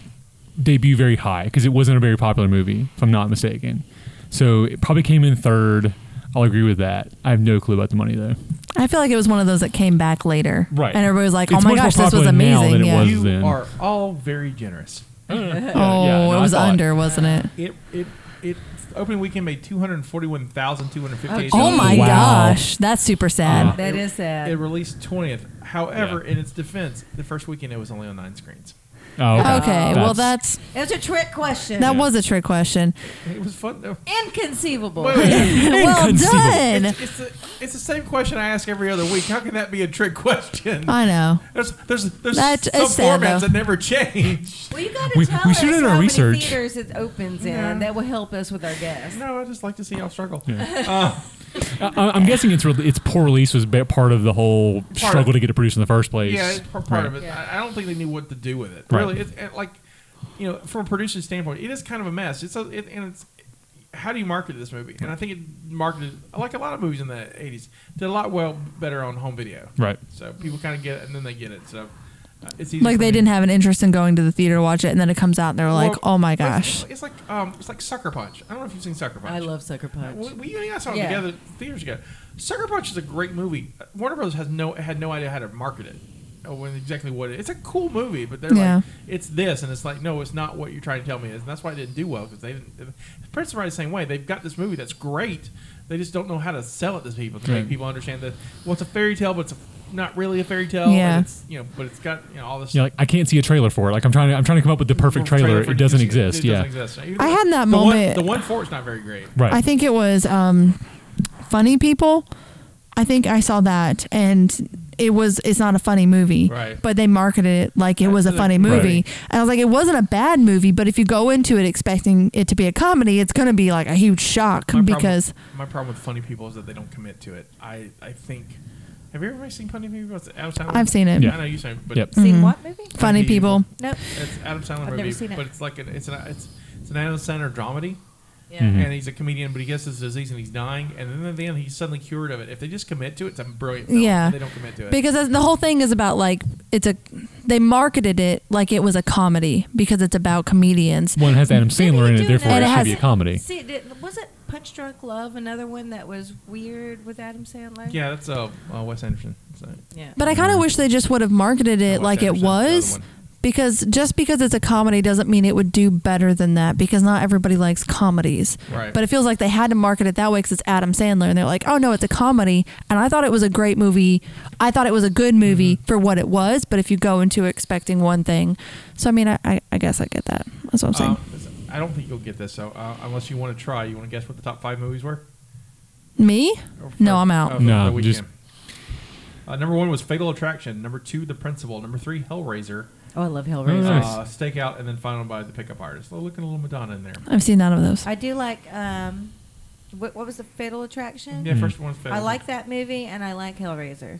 [SPEAKER 5] debut very high because it wasn't a very popular movie, if I'm not mistaken. So it probably came in third. I'll agree with that. I have no clue about the money
[SPEAKER 3] Oh,
[SPEAKER 5] though.
[SPEAKER 3] I feel like it was one of those that came back later.
[SPEAKER 5] Right.
[SPEAKER 3] And everybody was like,
[SPEAKER 5] It's
[SPEAKER 3] oh my
[SPEAKER 5] much more
[SPEAKER 3] gosh, this was
[SPEAKER 5] popular now
[SPEAKER 3] amazing.
[SPEAKER 5] than it
[SPEAKER 3] yeah.
[SPEAKER 5] was
[SPEAKER 2] You
[SPEAKER 5] then.
[SPEAKER 2] are all very generous.
[SPEAKER 3] oh,
[SPEAKER 5] yeah, no,
[SPEAKER 3] it
[SPEAKER 5] I
[SPEAKER 3] was
[SPEAKER 5] thought-
[SPEAKER 3] under, wasn't it?
[SPEAKER 2] It, it, it, opening weekend made 241,258.
[SPEAKER 3] Oh my
[SPEAKER 5] Wow.
[SPEAKER 3] gosh, that's super sad.
[SPEAKER 2] Uh,
[SPEAKER 4] That
[SPEAKER 2] it-
[SPEAKER 4] is sad.
[SPEAKER 2] It released 20th. However, in its defense, the first weekend it was only on nine screens.
[SPEAKER 5] Oh,
[SPEAKER 3] okay, well, that's
[SPEAKER 4] That's a trick question.
[SPEAKER 3] that was a trick question.
[SPEAKER 2] It was fun though.
[SPEAKER 4] inconceivable.
[SPEAKER 2] Wait, wait, wait.
[SPEAKER 3] well done.
[SPEAKER 2] It's, it's, the- it's the same question I ask every other week. How can that be a trick question?
[SPEAKER 3] I know.
[SPEAKER 2] There's there's there's
[SPEAKER 3] That's-
[SPEAKER 2] some
[SPEAKER 3] it's Uh, sad,
[SPEAKER 2] formats
[SPEAKER 3] though.
[SPEAKER 2] that never change.
[SPEAKER 4] Well, you got to
[SPEAKER 5] We-
[SPEAKER 4] tell
[SPEAKER 5] we
[SPEAKER 4] us
[SPEAKER 5] should have done
[SPEAKER 4] how
[SPEAKER 5] our
[SPEAKER 4] many
[SPEAKER 5] research.
[SPEAKER 4] theaters it opens in.
[SPEAKER 2] Yeah.
[SPEAKER 4] That will help us with our guests.
[SPEAKER 2] No, I just like to see y'all struggle.
[SPEAKER 5] I, I'm guessing it's re- its poor release was ba- part of the whole
[SPEAKER 2] of-
[SPEAKER 5] struggle to get it produced in the first place.
[SPEAKER 2] Yeah, it's p- part
[SPEAKER 5] Right.
[SPEAKER 2] of it. I I don't think they knew what to do with it.
[SPEAKER 5] Right.
[SPEAKER 2] Really, it's it, like you know, from a production standpoint, it is kind of a mess. It's a, it, and it's how do you market this movie? And I think it marketed like a lot of movies in the '80s did a lot well better on home video.
[SPEAKER 5] Right.
[SPEAKER 2] So people kind of get it, and then they get it. So uh, it's easy
[SPEAKER 3] Like
[SPEAKER 2] for
[SPEAKER 3] they
[SPEAKER 2] me-
[SPEAKER 3] didn't have an interest in going to the theater to watch it, and then it comes out, and they're like,
[SPEAKER 2] Well,
[SPEAKER 3] "Oh my
[SPEAKER 2] it's-
[SPEAKER 3] gosh!"
[SPEAKER 2] It's, like um, it's like Sucker Punch. I don't know if you've seen Sucker Punch.
[SPEAKER 4] I love Sucker Punch.
[SPEAKER 2] We, we, you and I saw it
[SPEAKER 4] Yeah.
[SPEAKER 2] together theaters ago. Sucker Punch is a great movie. Warner Brothers has no had no idea how to market it. Or when exactly what it, it's a cool movie, but they're
[SPEAKER 3] Yeah.
[SPEAKER 2] like it's this, and it's like no, it's not what you're trying to tell me. It is. And that's why it didn't do well because they didn't. Prince right the same way. They've got this movie that's great. They just don't know how to sell it to people to
[SPEAKER 5] Right.
[SPEAKER 2] make people understand that well, it's a fairy tale, but it's a, not really a fairy tale.
[SPEAKER 3] Yeah.
[SPEAKER 2] and it's, you know, but it's got you know all this
[SPEAKER 5] Yeah, like I can't see a trailer for it. Like I'm trying to, I'm trying to come up with the perfect
[SPEAKER 2] Well,
[SPEAKER 5] trailer.
[SPEAKER 2] for-
[SPEAKER 5] It doesn't exist.
[SPEAKER 2] It
[SPEAKER 5] yeah.
[SPEAKER 2] doesn't exist. Even
[SPEAKER 3] I
[SPEAKER 2] though
[SPEAKER 3] had that
[SPEAKER 2] the
[SPEAKER 3] moment-
[SPEAKER 2] One, the one four is not very great.
[SPEAKER 5] Right.
[SPEAKER 3] I think it was um, funny people. I I think I saw that, and it was it's not a funny movie,
[SPEAKER 2] Right.
[SPEAKER 3] but they marketed it like it was a
[SPEAKER 2] That's it.
[SPEAKER 3] funny movie,
[SPEAKER 2] Right.
[SPEAKER 3] and I was like, it wasn't a bad movie, but if you go into it expecting it to be a comedy, it's gonna be like a huge shock
[SPEAKER 2] My problem-
[SPEAKER 3] because
[SPEAKER 2] my problem with funny people is that they don't commit to it. I, I think. Have you ever seen Funny People? It's Adam Sandler.
[SPEAKER 3] I've seen it.
[SPEAKER 2] I know you seen it. But
[SPEAKER 3] Yep. Seen
[SPEAKER 5] Mm-hmm.
[SPEAKER 3] Mhm. what movie? Funny People.
[SPEAKER 4] Nope.
[SPEAKER 2] It's Adam Sandler
[SPEAKER 4] I've
[SPEAKER 2] movie,
[SPEAKER 4] never seen it.
[SPEAKER 2] but it's like an, it's an it's it's an Adam Sandler dramedy.
[SPEAKER 4] Yeah.
[SPEAKER 5] Mm-hmm.
[SPEAKER 4] Mhm.
[SPEAKER 2] And he's a comedian, but he gets this disease and he's dying, and then at the end he's suddenly cured of it. If they just commit to it, it's a brilliant. Film.
[SPEAKER 3] yeah,
[SPEAKER 2] They don't commit to it
[SPEAKER 3] because that's- the whole thing is about like it's a they marketed it like it was a comedy because it's about comedians.
[SPEAKER 5] One has Adam Sandler in it, therefore
[SPEAKER 3] And
[SPEAKER 5] it
[SPEAKER 3] it
[SPEAKER 5] should
[SPEAKER 3] has-
[SPEAKER 5] be a comedy.
[SPEAKER 4] See, did, was it Punch Drunk Love another one that was weird with Adam Sandler?
[SPEAKER 2] Yeah, that's uh, uh Wes Anderson. So.
[SPEAKER 4] Yeah.
[SPEAKER 3] But I kind of
[SPEAKER 2] Mm-hmm.
[SPEAKER 3] wish they just would have marketed it like it was. Because just because it's a comedy doesn't mean it would do better than that because not everybody likes comedies.
[SPEAKER 13] Right.
[SPEAKER 3] But it feels like they had to market it that way because it's Adam Sandler and they're like, oh no, it's a comedy. And I thought it was a great movie. I thought it was a good movie
[SPEAKER 5] Mm-hmm.
[SPEAKER 3] for what it was. But if you go into expecting one thing, so I mean, I, I, I guess I get that. That's what I'm saying.
[SPEAKER 2] Um, I don't think you'll get this. So uh, unless you want to try, you want to guess what the top five movies were?
[SPEAKER 5] Oh.
[SPEAKER 3] Me? No, I'm out.
[SPEAKER 2] over Oh, the weekend. Uh, number one was Fatal Attraction. Number two, The Principal. Number three, Hellraiser.
[SPEAKER 4] Oh, I love
[SPEAKER 5] Mm.
[SPEAKER 4] Hellraiser. Oh, nice.
[SPEAKER 2] Uh, Stakeout, and then final by The Pickup Artist. Well, looking a little Madonna in there.
[SPEAKER 4] Mm-hmm.
[SPEAKER 3] I've seen none of those.
[SPEAKER 4] I do like. Um, what, what was the Fatal Attraction?
[SPEAKER 2] Yeah, first one's Fatal.
[SPEAKER 4] I like that movie, and I like Hellraiser.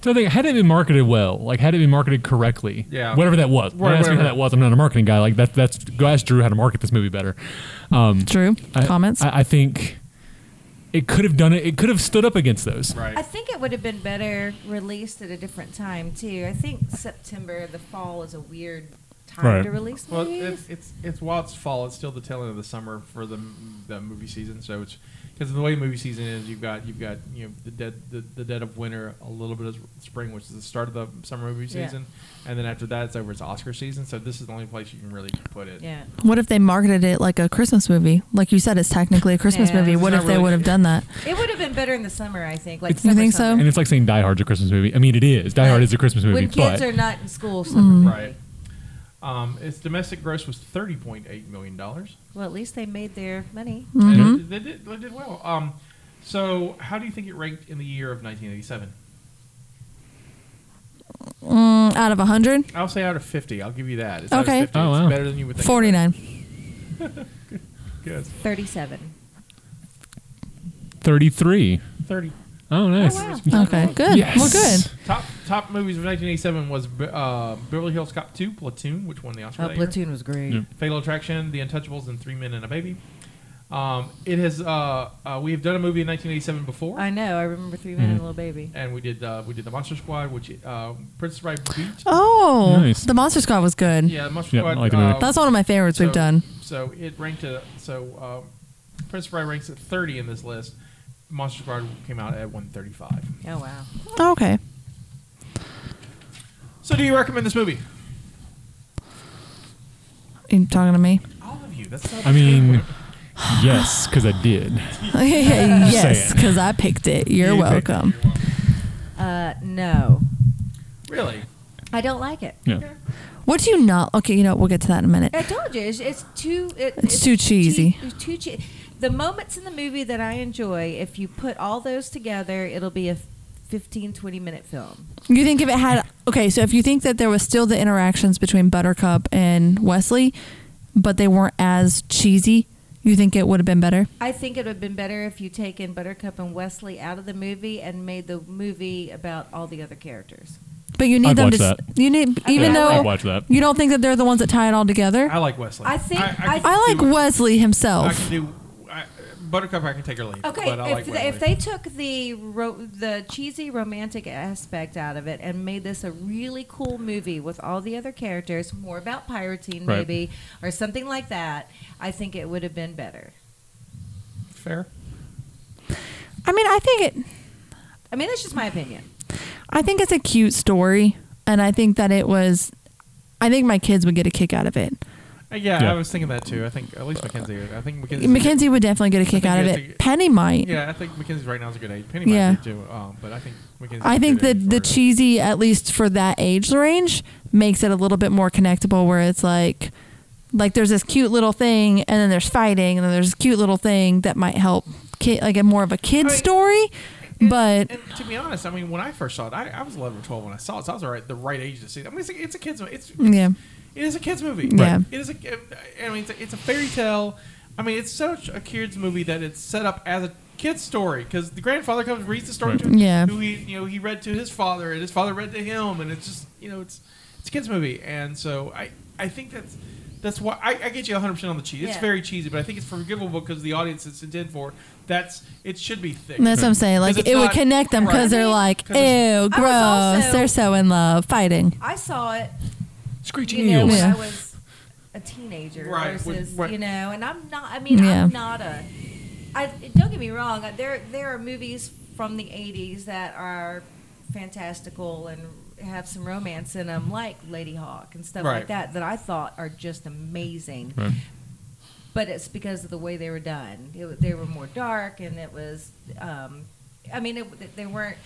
[SPEAKER 5] So I think had it been marketed well, like had it been marketed correctly,
[SPEAKER 2] Yeah.
[SPEAKER 5] whatever that was.
[SPEAKER 2] Right,
[SPEAKER 5] Don't ask me how
[SPEAKER 2] whatever.
[SPEAKER 5] that was. I'm not a marketing guy. Like that, that's go ask Drew how to market this movie better. Um,
[SPEAKER 3] Drew,
[SPEAKER 5] I,
[SPEAKER 3] comments?
[SPEAKER 5] I, I think it could have done it. It could have stood up against those.
[SPEAKER 4] I think it would have been better released at a different time too. I think September, the fall, is a weird time
[SPEAKER 5] Right.
[SPEAKER 4] to release
[SPEAKER 2] Well,
[SPEAKER 4] movies.
[SPEAKER 2] it's, it's it's while it's fall, it's still the tail end of the summer for the the movie season. So it's because the way movie season is, you've got you've got you know the dead the, the dead of winter, a little bit of spring, which is the start of the summer movie
[SPEAKER 4] Yeah.
[SPEAKER 2] season, and then after that, it's over. It's Oscar season. So this is the only place you can really put it.
[SPEAKER 4] Yeah.
[SPEAKER 3] What if they marketed it like a Christmas movie? Like you said, it's technically a Christmas
[SPEAKER 4] Yeah.
[SPEAKER 3] movie.
[SPEAKER 4] It's
[SPEAKER 3] What
[SPEAKER 4] not
[SPEAKER 3] if they
[SPEAKER 4] really-
[SPEAKER 3] would have done that?
[SPEAKER 4] It would have been better in the summer, I think. Like
[SPEAKER 3] You
[SPEAKER 4] summer,
[SPEAKER 3] think so?
[SPEAKER 4] summer.
[SPEAKER 5] And it's like saying Die Hard's a Christmas movie. I mean, it is. Die Hard is a Christmas movie,
[SPEAKER 4] when kids
[SPEAKER 5] but
[SPEAKER 4] are not in school. Summer.
[SPEAKER 5] Mm.
[SPEAKER 2] Right. Um, its domestic gross was thirty point eight million dollars.
[SPEAKER 4] Well, at least they made their money.
[SPEAKER 3] Mm-hmm.
[SPEAKER 2] They, they did they did well. Um, so how do you think it ranked in the year of nineteen eighty seven?
[SPEAKER 3] Mm, out of 100?
[SPEAKER 2] I'll say out of fifty. I'll give you that. It's
[SPEAKER 3] Okay.
[SPEAKER 2] Out of 50.
[SPEAKER 3] Oh,
[SPEAKER 2] It's
[SPEAKER 3] wow.
[SPEAKER 2] better than you would think.
[SPEAKER 3] 49.
[SPEAKER 2] Good.
[SPEAKER 4] Thirty-seven.
[SPEAKER 5] 33.
[SPEAKER 2] 30.
[SPEAKER 5] Oh, nice.
[SPEAKER 3] Okay, good.
[SPEAKER 5] Yes.
[SPEAKER 3] Well, good.
[SPEAKER 2] Top top movies of 1987 was uh, Beverly Hills Cop 2, Platoon, which won the Oscar.
[SPEAKER 4] Oh,
[SPEAKER 2] that year.
[SPEAKER 4] Platoon was great. Yeah.
[SPEAKER 2] Fatal Attraction, The Untouchables, and Three Men and a Baby. Um, it has uh, uh, we have done a movie in 1987 before.
[SPEAKER 4] I know. I remember Three Men and a Little Baby.
[SPEAKER 2] And we did uh, we did the Monster Squad, which uh, Princess Bride beat.
[SPEAKER 3] Oh,
[SPEAKER 5] Nice.
[SPEAKER 3] the Monster Squad was good.
[SPEAKER 2] Yeah, the Monster Squad. uh,
[SPEAKER 3] That's one of my favorites
[SPEAKER 2] so-
[SPEAKER 3] we've done.
[SPEAKER 2] So it ranked a, so uh, Princess Bride ranks at 30 in this list. Monster Squad came out at 135.
[SPEAKER 4] Oh wow.
[SPEAKER 3] okay.
[SPEAKER 2] So do you recommend this movie?
[SPEAKER 3] You talking to me?
[SPEAKER 5] I mean, yes, because I did.
[SPEAKER 3] yes,
[SPEAKER 5] Saying.
[SPEAKER 3] because I picked it. You're
[SPEAKER 5] You picked it.
[SPEAKER 3] welcome.
[SPEAKER 4] Uh, no,
[SPEAKER 2] Really?
[SPEAKER 4] I don't like it.
[SPEAKER 5] Yeah.
[SPEAKER 3] What do you not? Okay, you know, we'll get to that in a minute.
[SPEAKER 4] I told you, it's, it's too. It,
[SPEAKER 3] It's too cheesy.
[SPEAKER 4] Too, it's too che- The moments in the movie that I enjoy, if you put all those together, it'll be a 15, 20 minute film.
[SPEAKER 3] You think if it had okay, so if you think that there was still the interactions between Buttercup and Wesley, but they weren't as cheesy, you think it would have been better?
[SPEAKER 4] I think it would have been better if you taken Buttercup and Wesley out of the movie and made the movie about all the other characters.
[SPEAKER 3] But you need
[SPEAKER 5] I'd
[SPEAKER 3] them
[SPEAKER 5] watch
[SPEAKER 3] to. s-
[SPEAKER 5] that.
[SPEAKER 3] You need
[SPEAKER 5] Yeah,
[SPEAKER 3] even
[SPEAKER 5] I'd
[SPEAKER 3] though
[SPEAKER 5] watch that.
[SPEAKER 3] you don't think that they're the ones that tie it all together.
[SPEAKER 2] I like Wesley.
[SPEAKER 4] I think I,
[SPEAKER 3] I like Wesley
[SPEAKER 2] I
[SPEAKER 3] himself.
[SPEAKER 2] can do I, Buttercup. I can take her leave.
[SPEAKER 4] Okay,
[SPEAKER 2] but I
[SPEAKER 4] if,
[SPEAKER 2] like
[SPEAKER 4] they,
[SPEAKER 2] Wesley.
[SPEAKER 4] if they took the ro- the cheesy romantic aspect out of it and made this a really cool movie with all the other characters, more about pirating
[SPEAKER 2] Right.
[SPEAKER 4] maybe or something like that, I think it would have been better.
[SPEAKER 2] fair.
[SPEAKER 3] I mean, I think it.
[SPEAKER 4] I mean, that's just my opinion.
[SPEAKER 3] I think it's a cute story, and I think that it was. I think my kids would get a kick out of it.
[SPEAKER 2] Uh, Yeah,
[SPEAKER 5] Yeah.
[SPEAKER 2] I was thinking that too. I think at least Mackenzie. I think Mackenzie.
[SPEAKER 3] Mackenzie would definitely get a kick out of it. Penny might.
[SPEAKER 2] Yeah, I think Mackenzie's right now is a good age. Penny
[SPEAKER 3] Yeah.
[SPEAKER 2] might be too. Um, but I think Mackenzie.
[SPEAKER 3] I think that the cheesy, at least for that age range, makes it a little bit more connectable. Where it's like, like there's this cute little thing, and then there's fighting, and then there's this cute little thing that might help, kid, like a more of a kid story. But
[SPEAKER 2] And to be honest, I mean, when I first saw it, I, I was 11 or 12 when I saw it, so I was all right, the right age to see it. I mean, it's a, it's a kid's movie. It's,
[SPEAKER 3] Yeah.
[SPEAKER 2] It is a kid's movie.
[SPEAKER 3] Yeah. Right.
[SPEAKER 2] It is a, I mean, it's a, it's a fairy tale. I mean, it's such a kid's movie that it's set up as a kid's story because the grandfather comes reads the story
[SPEAKER 3] Right.
[SPEAKER 2] to him,
[SPEAKER 3] Yeah.
[SPEAKER 2] who he, you know, he read to his father, and his father read to him, and it's just, you know, it's it's a kid's movie. And so I, I think that's. That's why I, I get you 100 percent on the cheese. It's
[SPEAKER 3] Yeah.
[SPEAKER 2] very cheesy, but I think it's forgivable because the audience it's intended for. That's it should be thick.
[SPEAKER 3] that's what I'm saying.
[SPEAKER 2] 'Cause
[SPEAKER 3] Like
[SPEAKER 2] it's
[SPEAKER 3] it would
[SPEAKER 2] not-
[SPEAKER 3] connect them because they're like,
[SPEAKER 2] Right. 'Cause it's-
[SPEAKER 3] ew, gross.
[SPEAKER 4] also-
[SPEAKER 3] they're so in love, fighting.
[SPEAKER 4] I saw it.
[SPEAKER 5] Screeching
[SPEAKER 4] you know,
[SPEAKER 3] eagles.
[SPEAKER 4] when
[SPEAKER 3] Yeah.
[SPEAKER 4] I was a teenager
[SPEAKER 2] Right,
[SPEAKER 4] versus
[SPEAKER 2] with- right.
[SPEAKER 4] you know, and I'm not. I mean,
[SPEAKER 3] Yeah.
[SPEAKER 4] I'm not a. I don't get me wrong. There there are movies from the '80s that are fantastical and have some romance in them, like Lady Hawk and stuff
[SPEAKER 14] Right.
[SPEAKER 4] like that, that I thought are just amazing.
[SPEAKER 14] Right.
[SPEAKER 4] But it's because of the way they were done. It, wa- they were more dark, and it was. Um, I mean, it, they weren't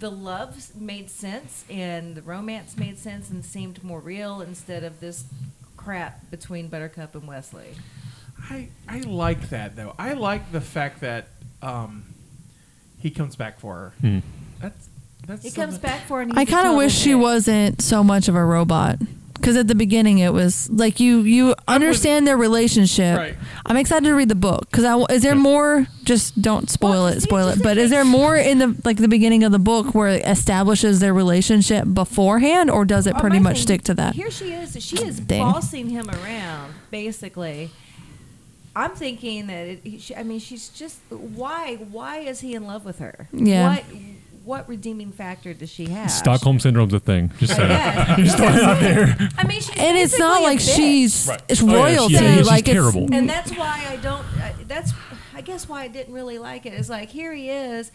[SPEAKER 4] the loves made sense and the romance made sense and seemed more real instead of this crap between Buttercup and Wesley.
[SPEAKER 2] I I like that though. I like the fact that um, he comes back for her.
[SPEAKER 5] Hmm.
[SPEAKER 2] That's that's
[SPEAKER 4] He comes
[SPEAKER 2] something-
[SPEAKER 4] back for an
[SPEAKER 3] I
[SPEAKER 4] easy
[SPEAKER 3] kind of
[SPEAKER 4] total
[SPEAKER 3] wish she
[SPEAKER 4] hit.
[SPEAKER 3] wasn't so much of a robot. Because at the beginning it was like you you understand their relationship.
[SPEAKER 2] Right.
[SPEAKER 3] I'm excited to read the book because I is there more? Just don't spoil it, spoil it. But is there more in the like the beginning of the book where it establishes their relationship beforehand, or does it
[SPEAKER 4] Or
[SPEAKER 3] pretty
[SPEAKER 4] my
[SPEAKER 3] much
[SPEAKER 4] thing,
[SPEAKER 3] stick to that?
[SPEAKER 4] Here she is. She is
[SPEAKER 3] Dang.
[SPEAKER 4] bossing him around, basically. I'm thinking that it, he- she, I mean she's just why why is he in love with her?
[SPEAKER 5] Yeah.
[SPEAKER 4] What what redeeming factor does she have?
[SPEAKER 5] Stockholm syndrome's a thing. Just
[SPEAKER 4] I
[SPEAKER 5] saying.
[SPEAKER 4] guess.
[SPEAKER 5] You just throwing it out there.
[SPEAKER 4] I mean, she's
[SPEAKER 3] And it's not
[SPEAKER 4] basically a
[SPEAKER 3] like
[SPEAKER 4] bitch.
[SPEAKER 3] she's- Right. it's
[SPEAKER 5] Oh, yeah, she-
[SPEAKER 3] royalty,
[SPEAKER 5] yeah, she's
[SPEAKER 3] like, it's-
[SPEAKER 5] terrible.
[SPEAKER 4] and that's why I don't. I- That's I guess why I didn't really like it. It's like here he is,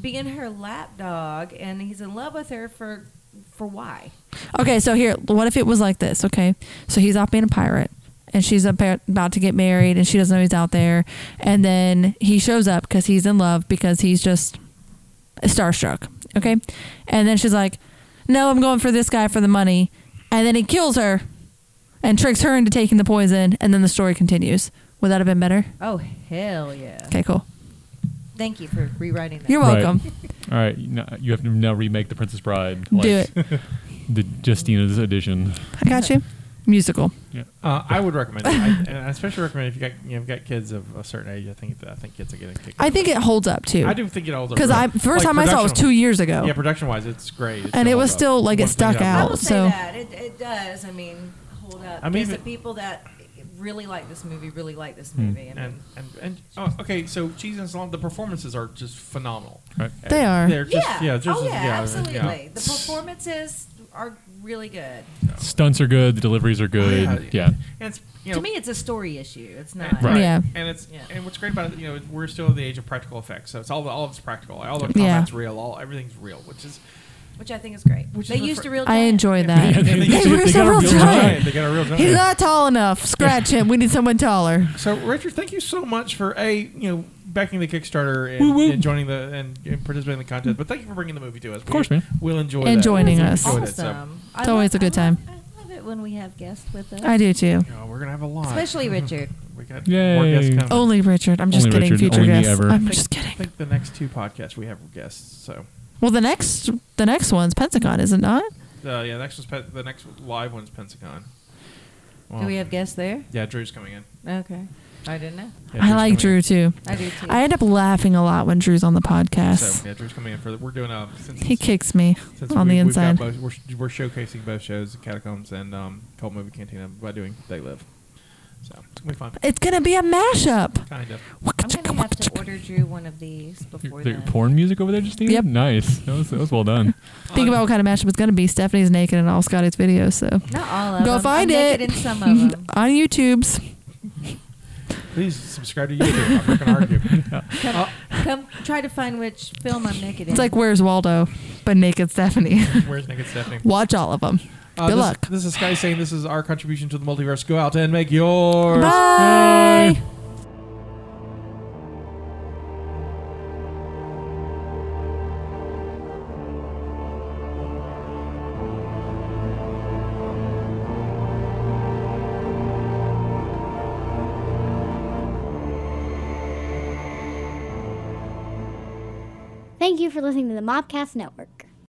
[SPEAKER 4] being her lapdog, and he's in love with her for for why?
[SPEAKER 3] Okay, so here, what if it was like this? Okay, so he's off being a pirate, and she's about about to get married, and she doesn't know he's out there, and then he shows up because he's in love because he's just starstruck. Okay, and then she's like, "No, I'm going for this guy for the money," and then he kills her, and tricks her into taking the poison, and then the story continues. Would that have been better?
[SPEAKER 4] Oh hell yeah!
[SPEAKER 3] Okay, cool.
[SPEAKER 4] Thank you for rewriting that.
[SPEAKER 3] You're
[SPEAKER 5] Right.
[SPEAKER 3] welcome.
[SPEAKER 5] All right, you know- you have to now remake the Princess Bride.
[SPEAKER 3] Do
[SPEAKER 5] it. The Justina's edition.
[SPEAKER 3] I got you. Musical.
[SPEAKER 2] Uh, I would recommend it, I, and I especially recommend if you got you know, got kids of a certain age. I think I think kids are getting kicked.
[SPEAKER 3] I think it holds up too.
[SPEAKER 2] I do think it holds up
[SPEAKER 3] because I
[SPEAKER 2] really-
[SPEAKER 3] first
[SPEAKER 2] like,
[SPEAKER 3] time I saw it was
[SPEAKER 2] production-
[SPEAKER 3] two years ago.
[SPEAKER 2] Yeah, production wise, it's great. It's
[SPEAKER 3] and
[SPEAKER 2] still
[SPEAKER 3] it was
[SPEAKER 2] up.
[SPEAKER 3] still like it
[SPEAKER 2] One thing
[SPEAKER 3] stuck
[SPEAKER 2] I-
[SPEAKER 4] I
[SPEAKER 3] out.
[SPEAKER 4] will say
[SPEAKER 3] so
[SPEAKER 4] that it, it does. I mean, hold up.
[SPEAKER 2] I
[SPEAKER 4] I
[SPEAKER 2] mean,
[SPEAKER 4] mean, There's
[SPEAKER 2] even-
[SPEAKER 4] the people that really like this movie. Really like this
[SPEAKER 5] Hmm.
[SPEAKER 4] movie. I
[SPEAKER 2] And,
[SPEAKER 4] mean,
[SPEAKER 2] and, and oh, okay, so cheese and salon. The performances are just phenomenal.
[SPEAKER 5] Right.
[SPEAKER 3] They are.
[SPEAKER 2] They're just,
[SPEAKER 4] yeah.
[SPEAKER 2] yeah. just,
[SPEAKER 4] oh yeah.
[SPEAKER 2] yeah,
[SPEAKER 4] absolutely.
[SPEAKER 2] yeah.
[SPEAKER 4] The performances are really good.
[SPEAKER 5] Stunts are good. The deliveries are good.
[SPEAKER 2] Oh, Yeah.
[SPEAKER 5] yeah.
[SPEAKER 2] And it's, you know,
[SPEAKER 4] to me, it's a story issue. It's not.
[SPEAKER 2] And- Right.
[SPEAKER 3] Yeah.
[SPEAKER 2] And it's and what's great about it, you know, we're still in the age of practical effects, so it's all all of it's practical, all the
[SPEAKER 3] Yeah.
[SPEAKER 2] combat's real, all everything's real, which is
[SPEAKER 4] Which I think is great.
[SPEAKER 2] Which
[SPEAKER 4] they
[SPEAKER 2] is a
[SPEAKER 4] used
[SPEAKER 2] fr-
[SPEAKER 4] a real.
[SPEAKER 3] I
[SPEAKER 4] giant.
[SPEAKER 3] enjoy
[SPEAKER 2] Yeah,
[SPEAKER 3] that.
[SPEAKER 2] they- they-
[SPEAKER 3] They
[SPEAKER 2] they
[SPEAKER 3] were
[SPEAKER 2] got
[SPEAKER 3] so
[SPEAKER 2] a
[SPEAKER 3] real
[SPEAKER 2] real
[SPEAKER 3] giant.
[SPEAKER 2] giant. They got a real giant.
[SPEAKER 3] He's not tall enough. Scratch him. We need someone taller.
[SPEAKER 2] So Richard, thank you so much for a you know backing the Kickstarter and,
[SPEAKER 3] Woo woo.
[SPEAKER 2] and joining the and, and participating in the contest. But thank you for bringing the movie to us. Of
[SPEAKER 5] course, man.
[SPEAKER 2] We'll enjoy
[SPEAKER 3] And
[SPEAKER 2] that.
[SPEAKER 3] joining
[SPEAKER 2] We've
[SPEAKER 3] us.
[SPEAKER 2] enjoyed it, so-
[SPEAKER 4] Awesome. I
[SPEAKER 3] It's always
[SPEAKER 4] love-
[SPEAKER 3] a good
[SPEAKER 4] I love-
[SPEAKER 3] time.
[SPEAKER 4] I love it when we have guests with us.
[SPEAKER 3] I do too.
[SPEAKER 2] Oh, we're gonna have a lot,
[SPEAKER 4] Especially Richard.
[SPEAKER 2] We got more guests
[SPEAKER 5] Yay.
[SPEAKER 2] coming.
[SPEAKER 3] Only Richard. I'm just
[SPEAKER 5] Only
[SPEAKER 3] kidding.
[SPEAKER 5] Richard,
[SPEAKER 3] Future
[SPEAKER 5] only me
[SPEAKER 3] guests.
[SPEAKER 5] ever.
[SPEAKER 3] I'm
[SPEAKER 2] I
[SPEAKER 3] just
[SPEAKER 2] think-
[SPEAKER 3] kidding.
[SPEAKER 2] I think the next two podcasts we have guests. So
[SPEAKER 3] Well, the next the next one's Pentagon, is it not?
[SPEAKER 2] uh, yeah, next one's Pe- the next live one's Pensacon.
[SPEAKER 4] Do we have guests there?
[SPEAKER 2] Yeah, Drew's coming in.
[SPEAKER 4] Okay. I didn't know.
[SPEAKER 2] Yeah, Drew's
[SPEAKER 3] I like
[SPEAKER 2] coming
[SPEAKER 3] Drew
[SPEAKER 2] in.
[SPEAKER 3] too.
[SPEAKER 4] I do too.
[SPEAKER 3] I end up laughing a lot when Drew's on the podcast.
[SPEAKER 2] So yeah, Drew's coming in for the, we're doing um. Since
[SPEAKER 3] He kicks me
[SPEAKER 2] since
[SPEAKER 3] on
[SPEAKER 2] we,
[SPEAKER 3] the
[SPEAKER 2] we've got
[SPEAKER 3] inside.
[SPEAKER 2] Both, we're, we're showcasing both shows, Catacombs and um, Cold Movie Cantina, by doing They Live. So it's gonna be fun.
[SPEAKER 3] It's gonna be a mashup.
[SPEAKER 2] Kind of.
[SPEAKER 4] I'm going to have to order Drew one of these before
[SPEAKER 5] The
[SPEAKER 4] then.
[SPEAKER 5] porn music over there, Justina.
[SPEAKER 3] Yep.
[SPEAKER 5] Nice. That was, that was well done.
[SPEAKER 3] Think about what kind of mashup it's gonna be. Stephanie's naked in all Scotty's videos, so
[SPEAKER 4] Not all of
[SPEAKER 3] go
[SPEAKER 4] them.
[SPEAKER 3] find
[SPEAKER 4] I'm
[SPEAKER 3] it
[SPEAKER 4] naked in some of them.
[SPEAKER 3] on YouTube's.
[SPEAKER 2] Please subscribe to YouTube. I'm not gonna argue.
[SPEAKER 4] Come, come try to find which film I'm naked in.
[SPEAKER 3] It's like Where's Waldo, but naked Stephanie.
[SPEAKER 2] Where's Naked Stephanie?
[SPEAKER 3] Watch all of them.
[SPEAKER 2] Uh,
[SPEAKER 3] Good
[SPEAKER 2] this,
[SPEAKER 3] luck.
[SPEAKER 2] This is Sky saying this is our contribution to the multiverse. Go out and make yours.
[SPEAKER 3] Bye.
[SPEAKER 1] Thank you for listening to the Mobcast Network.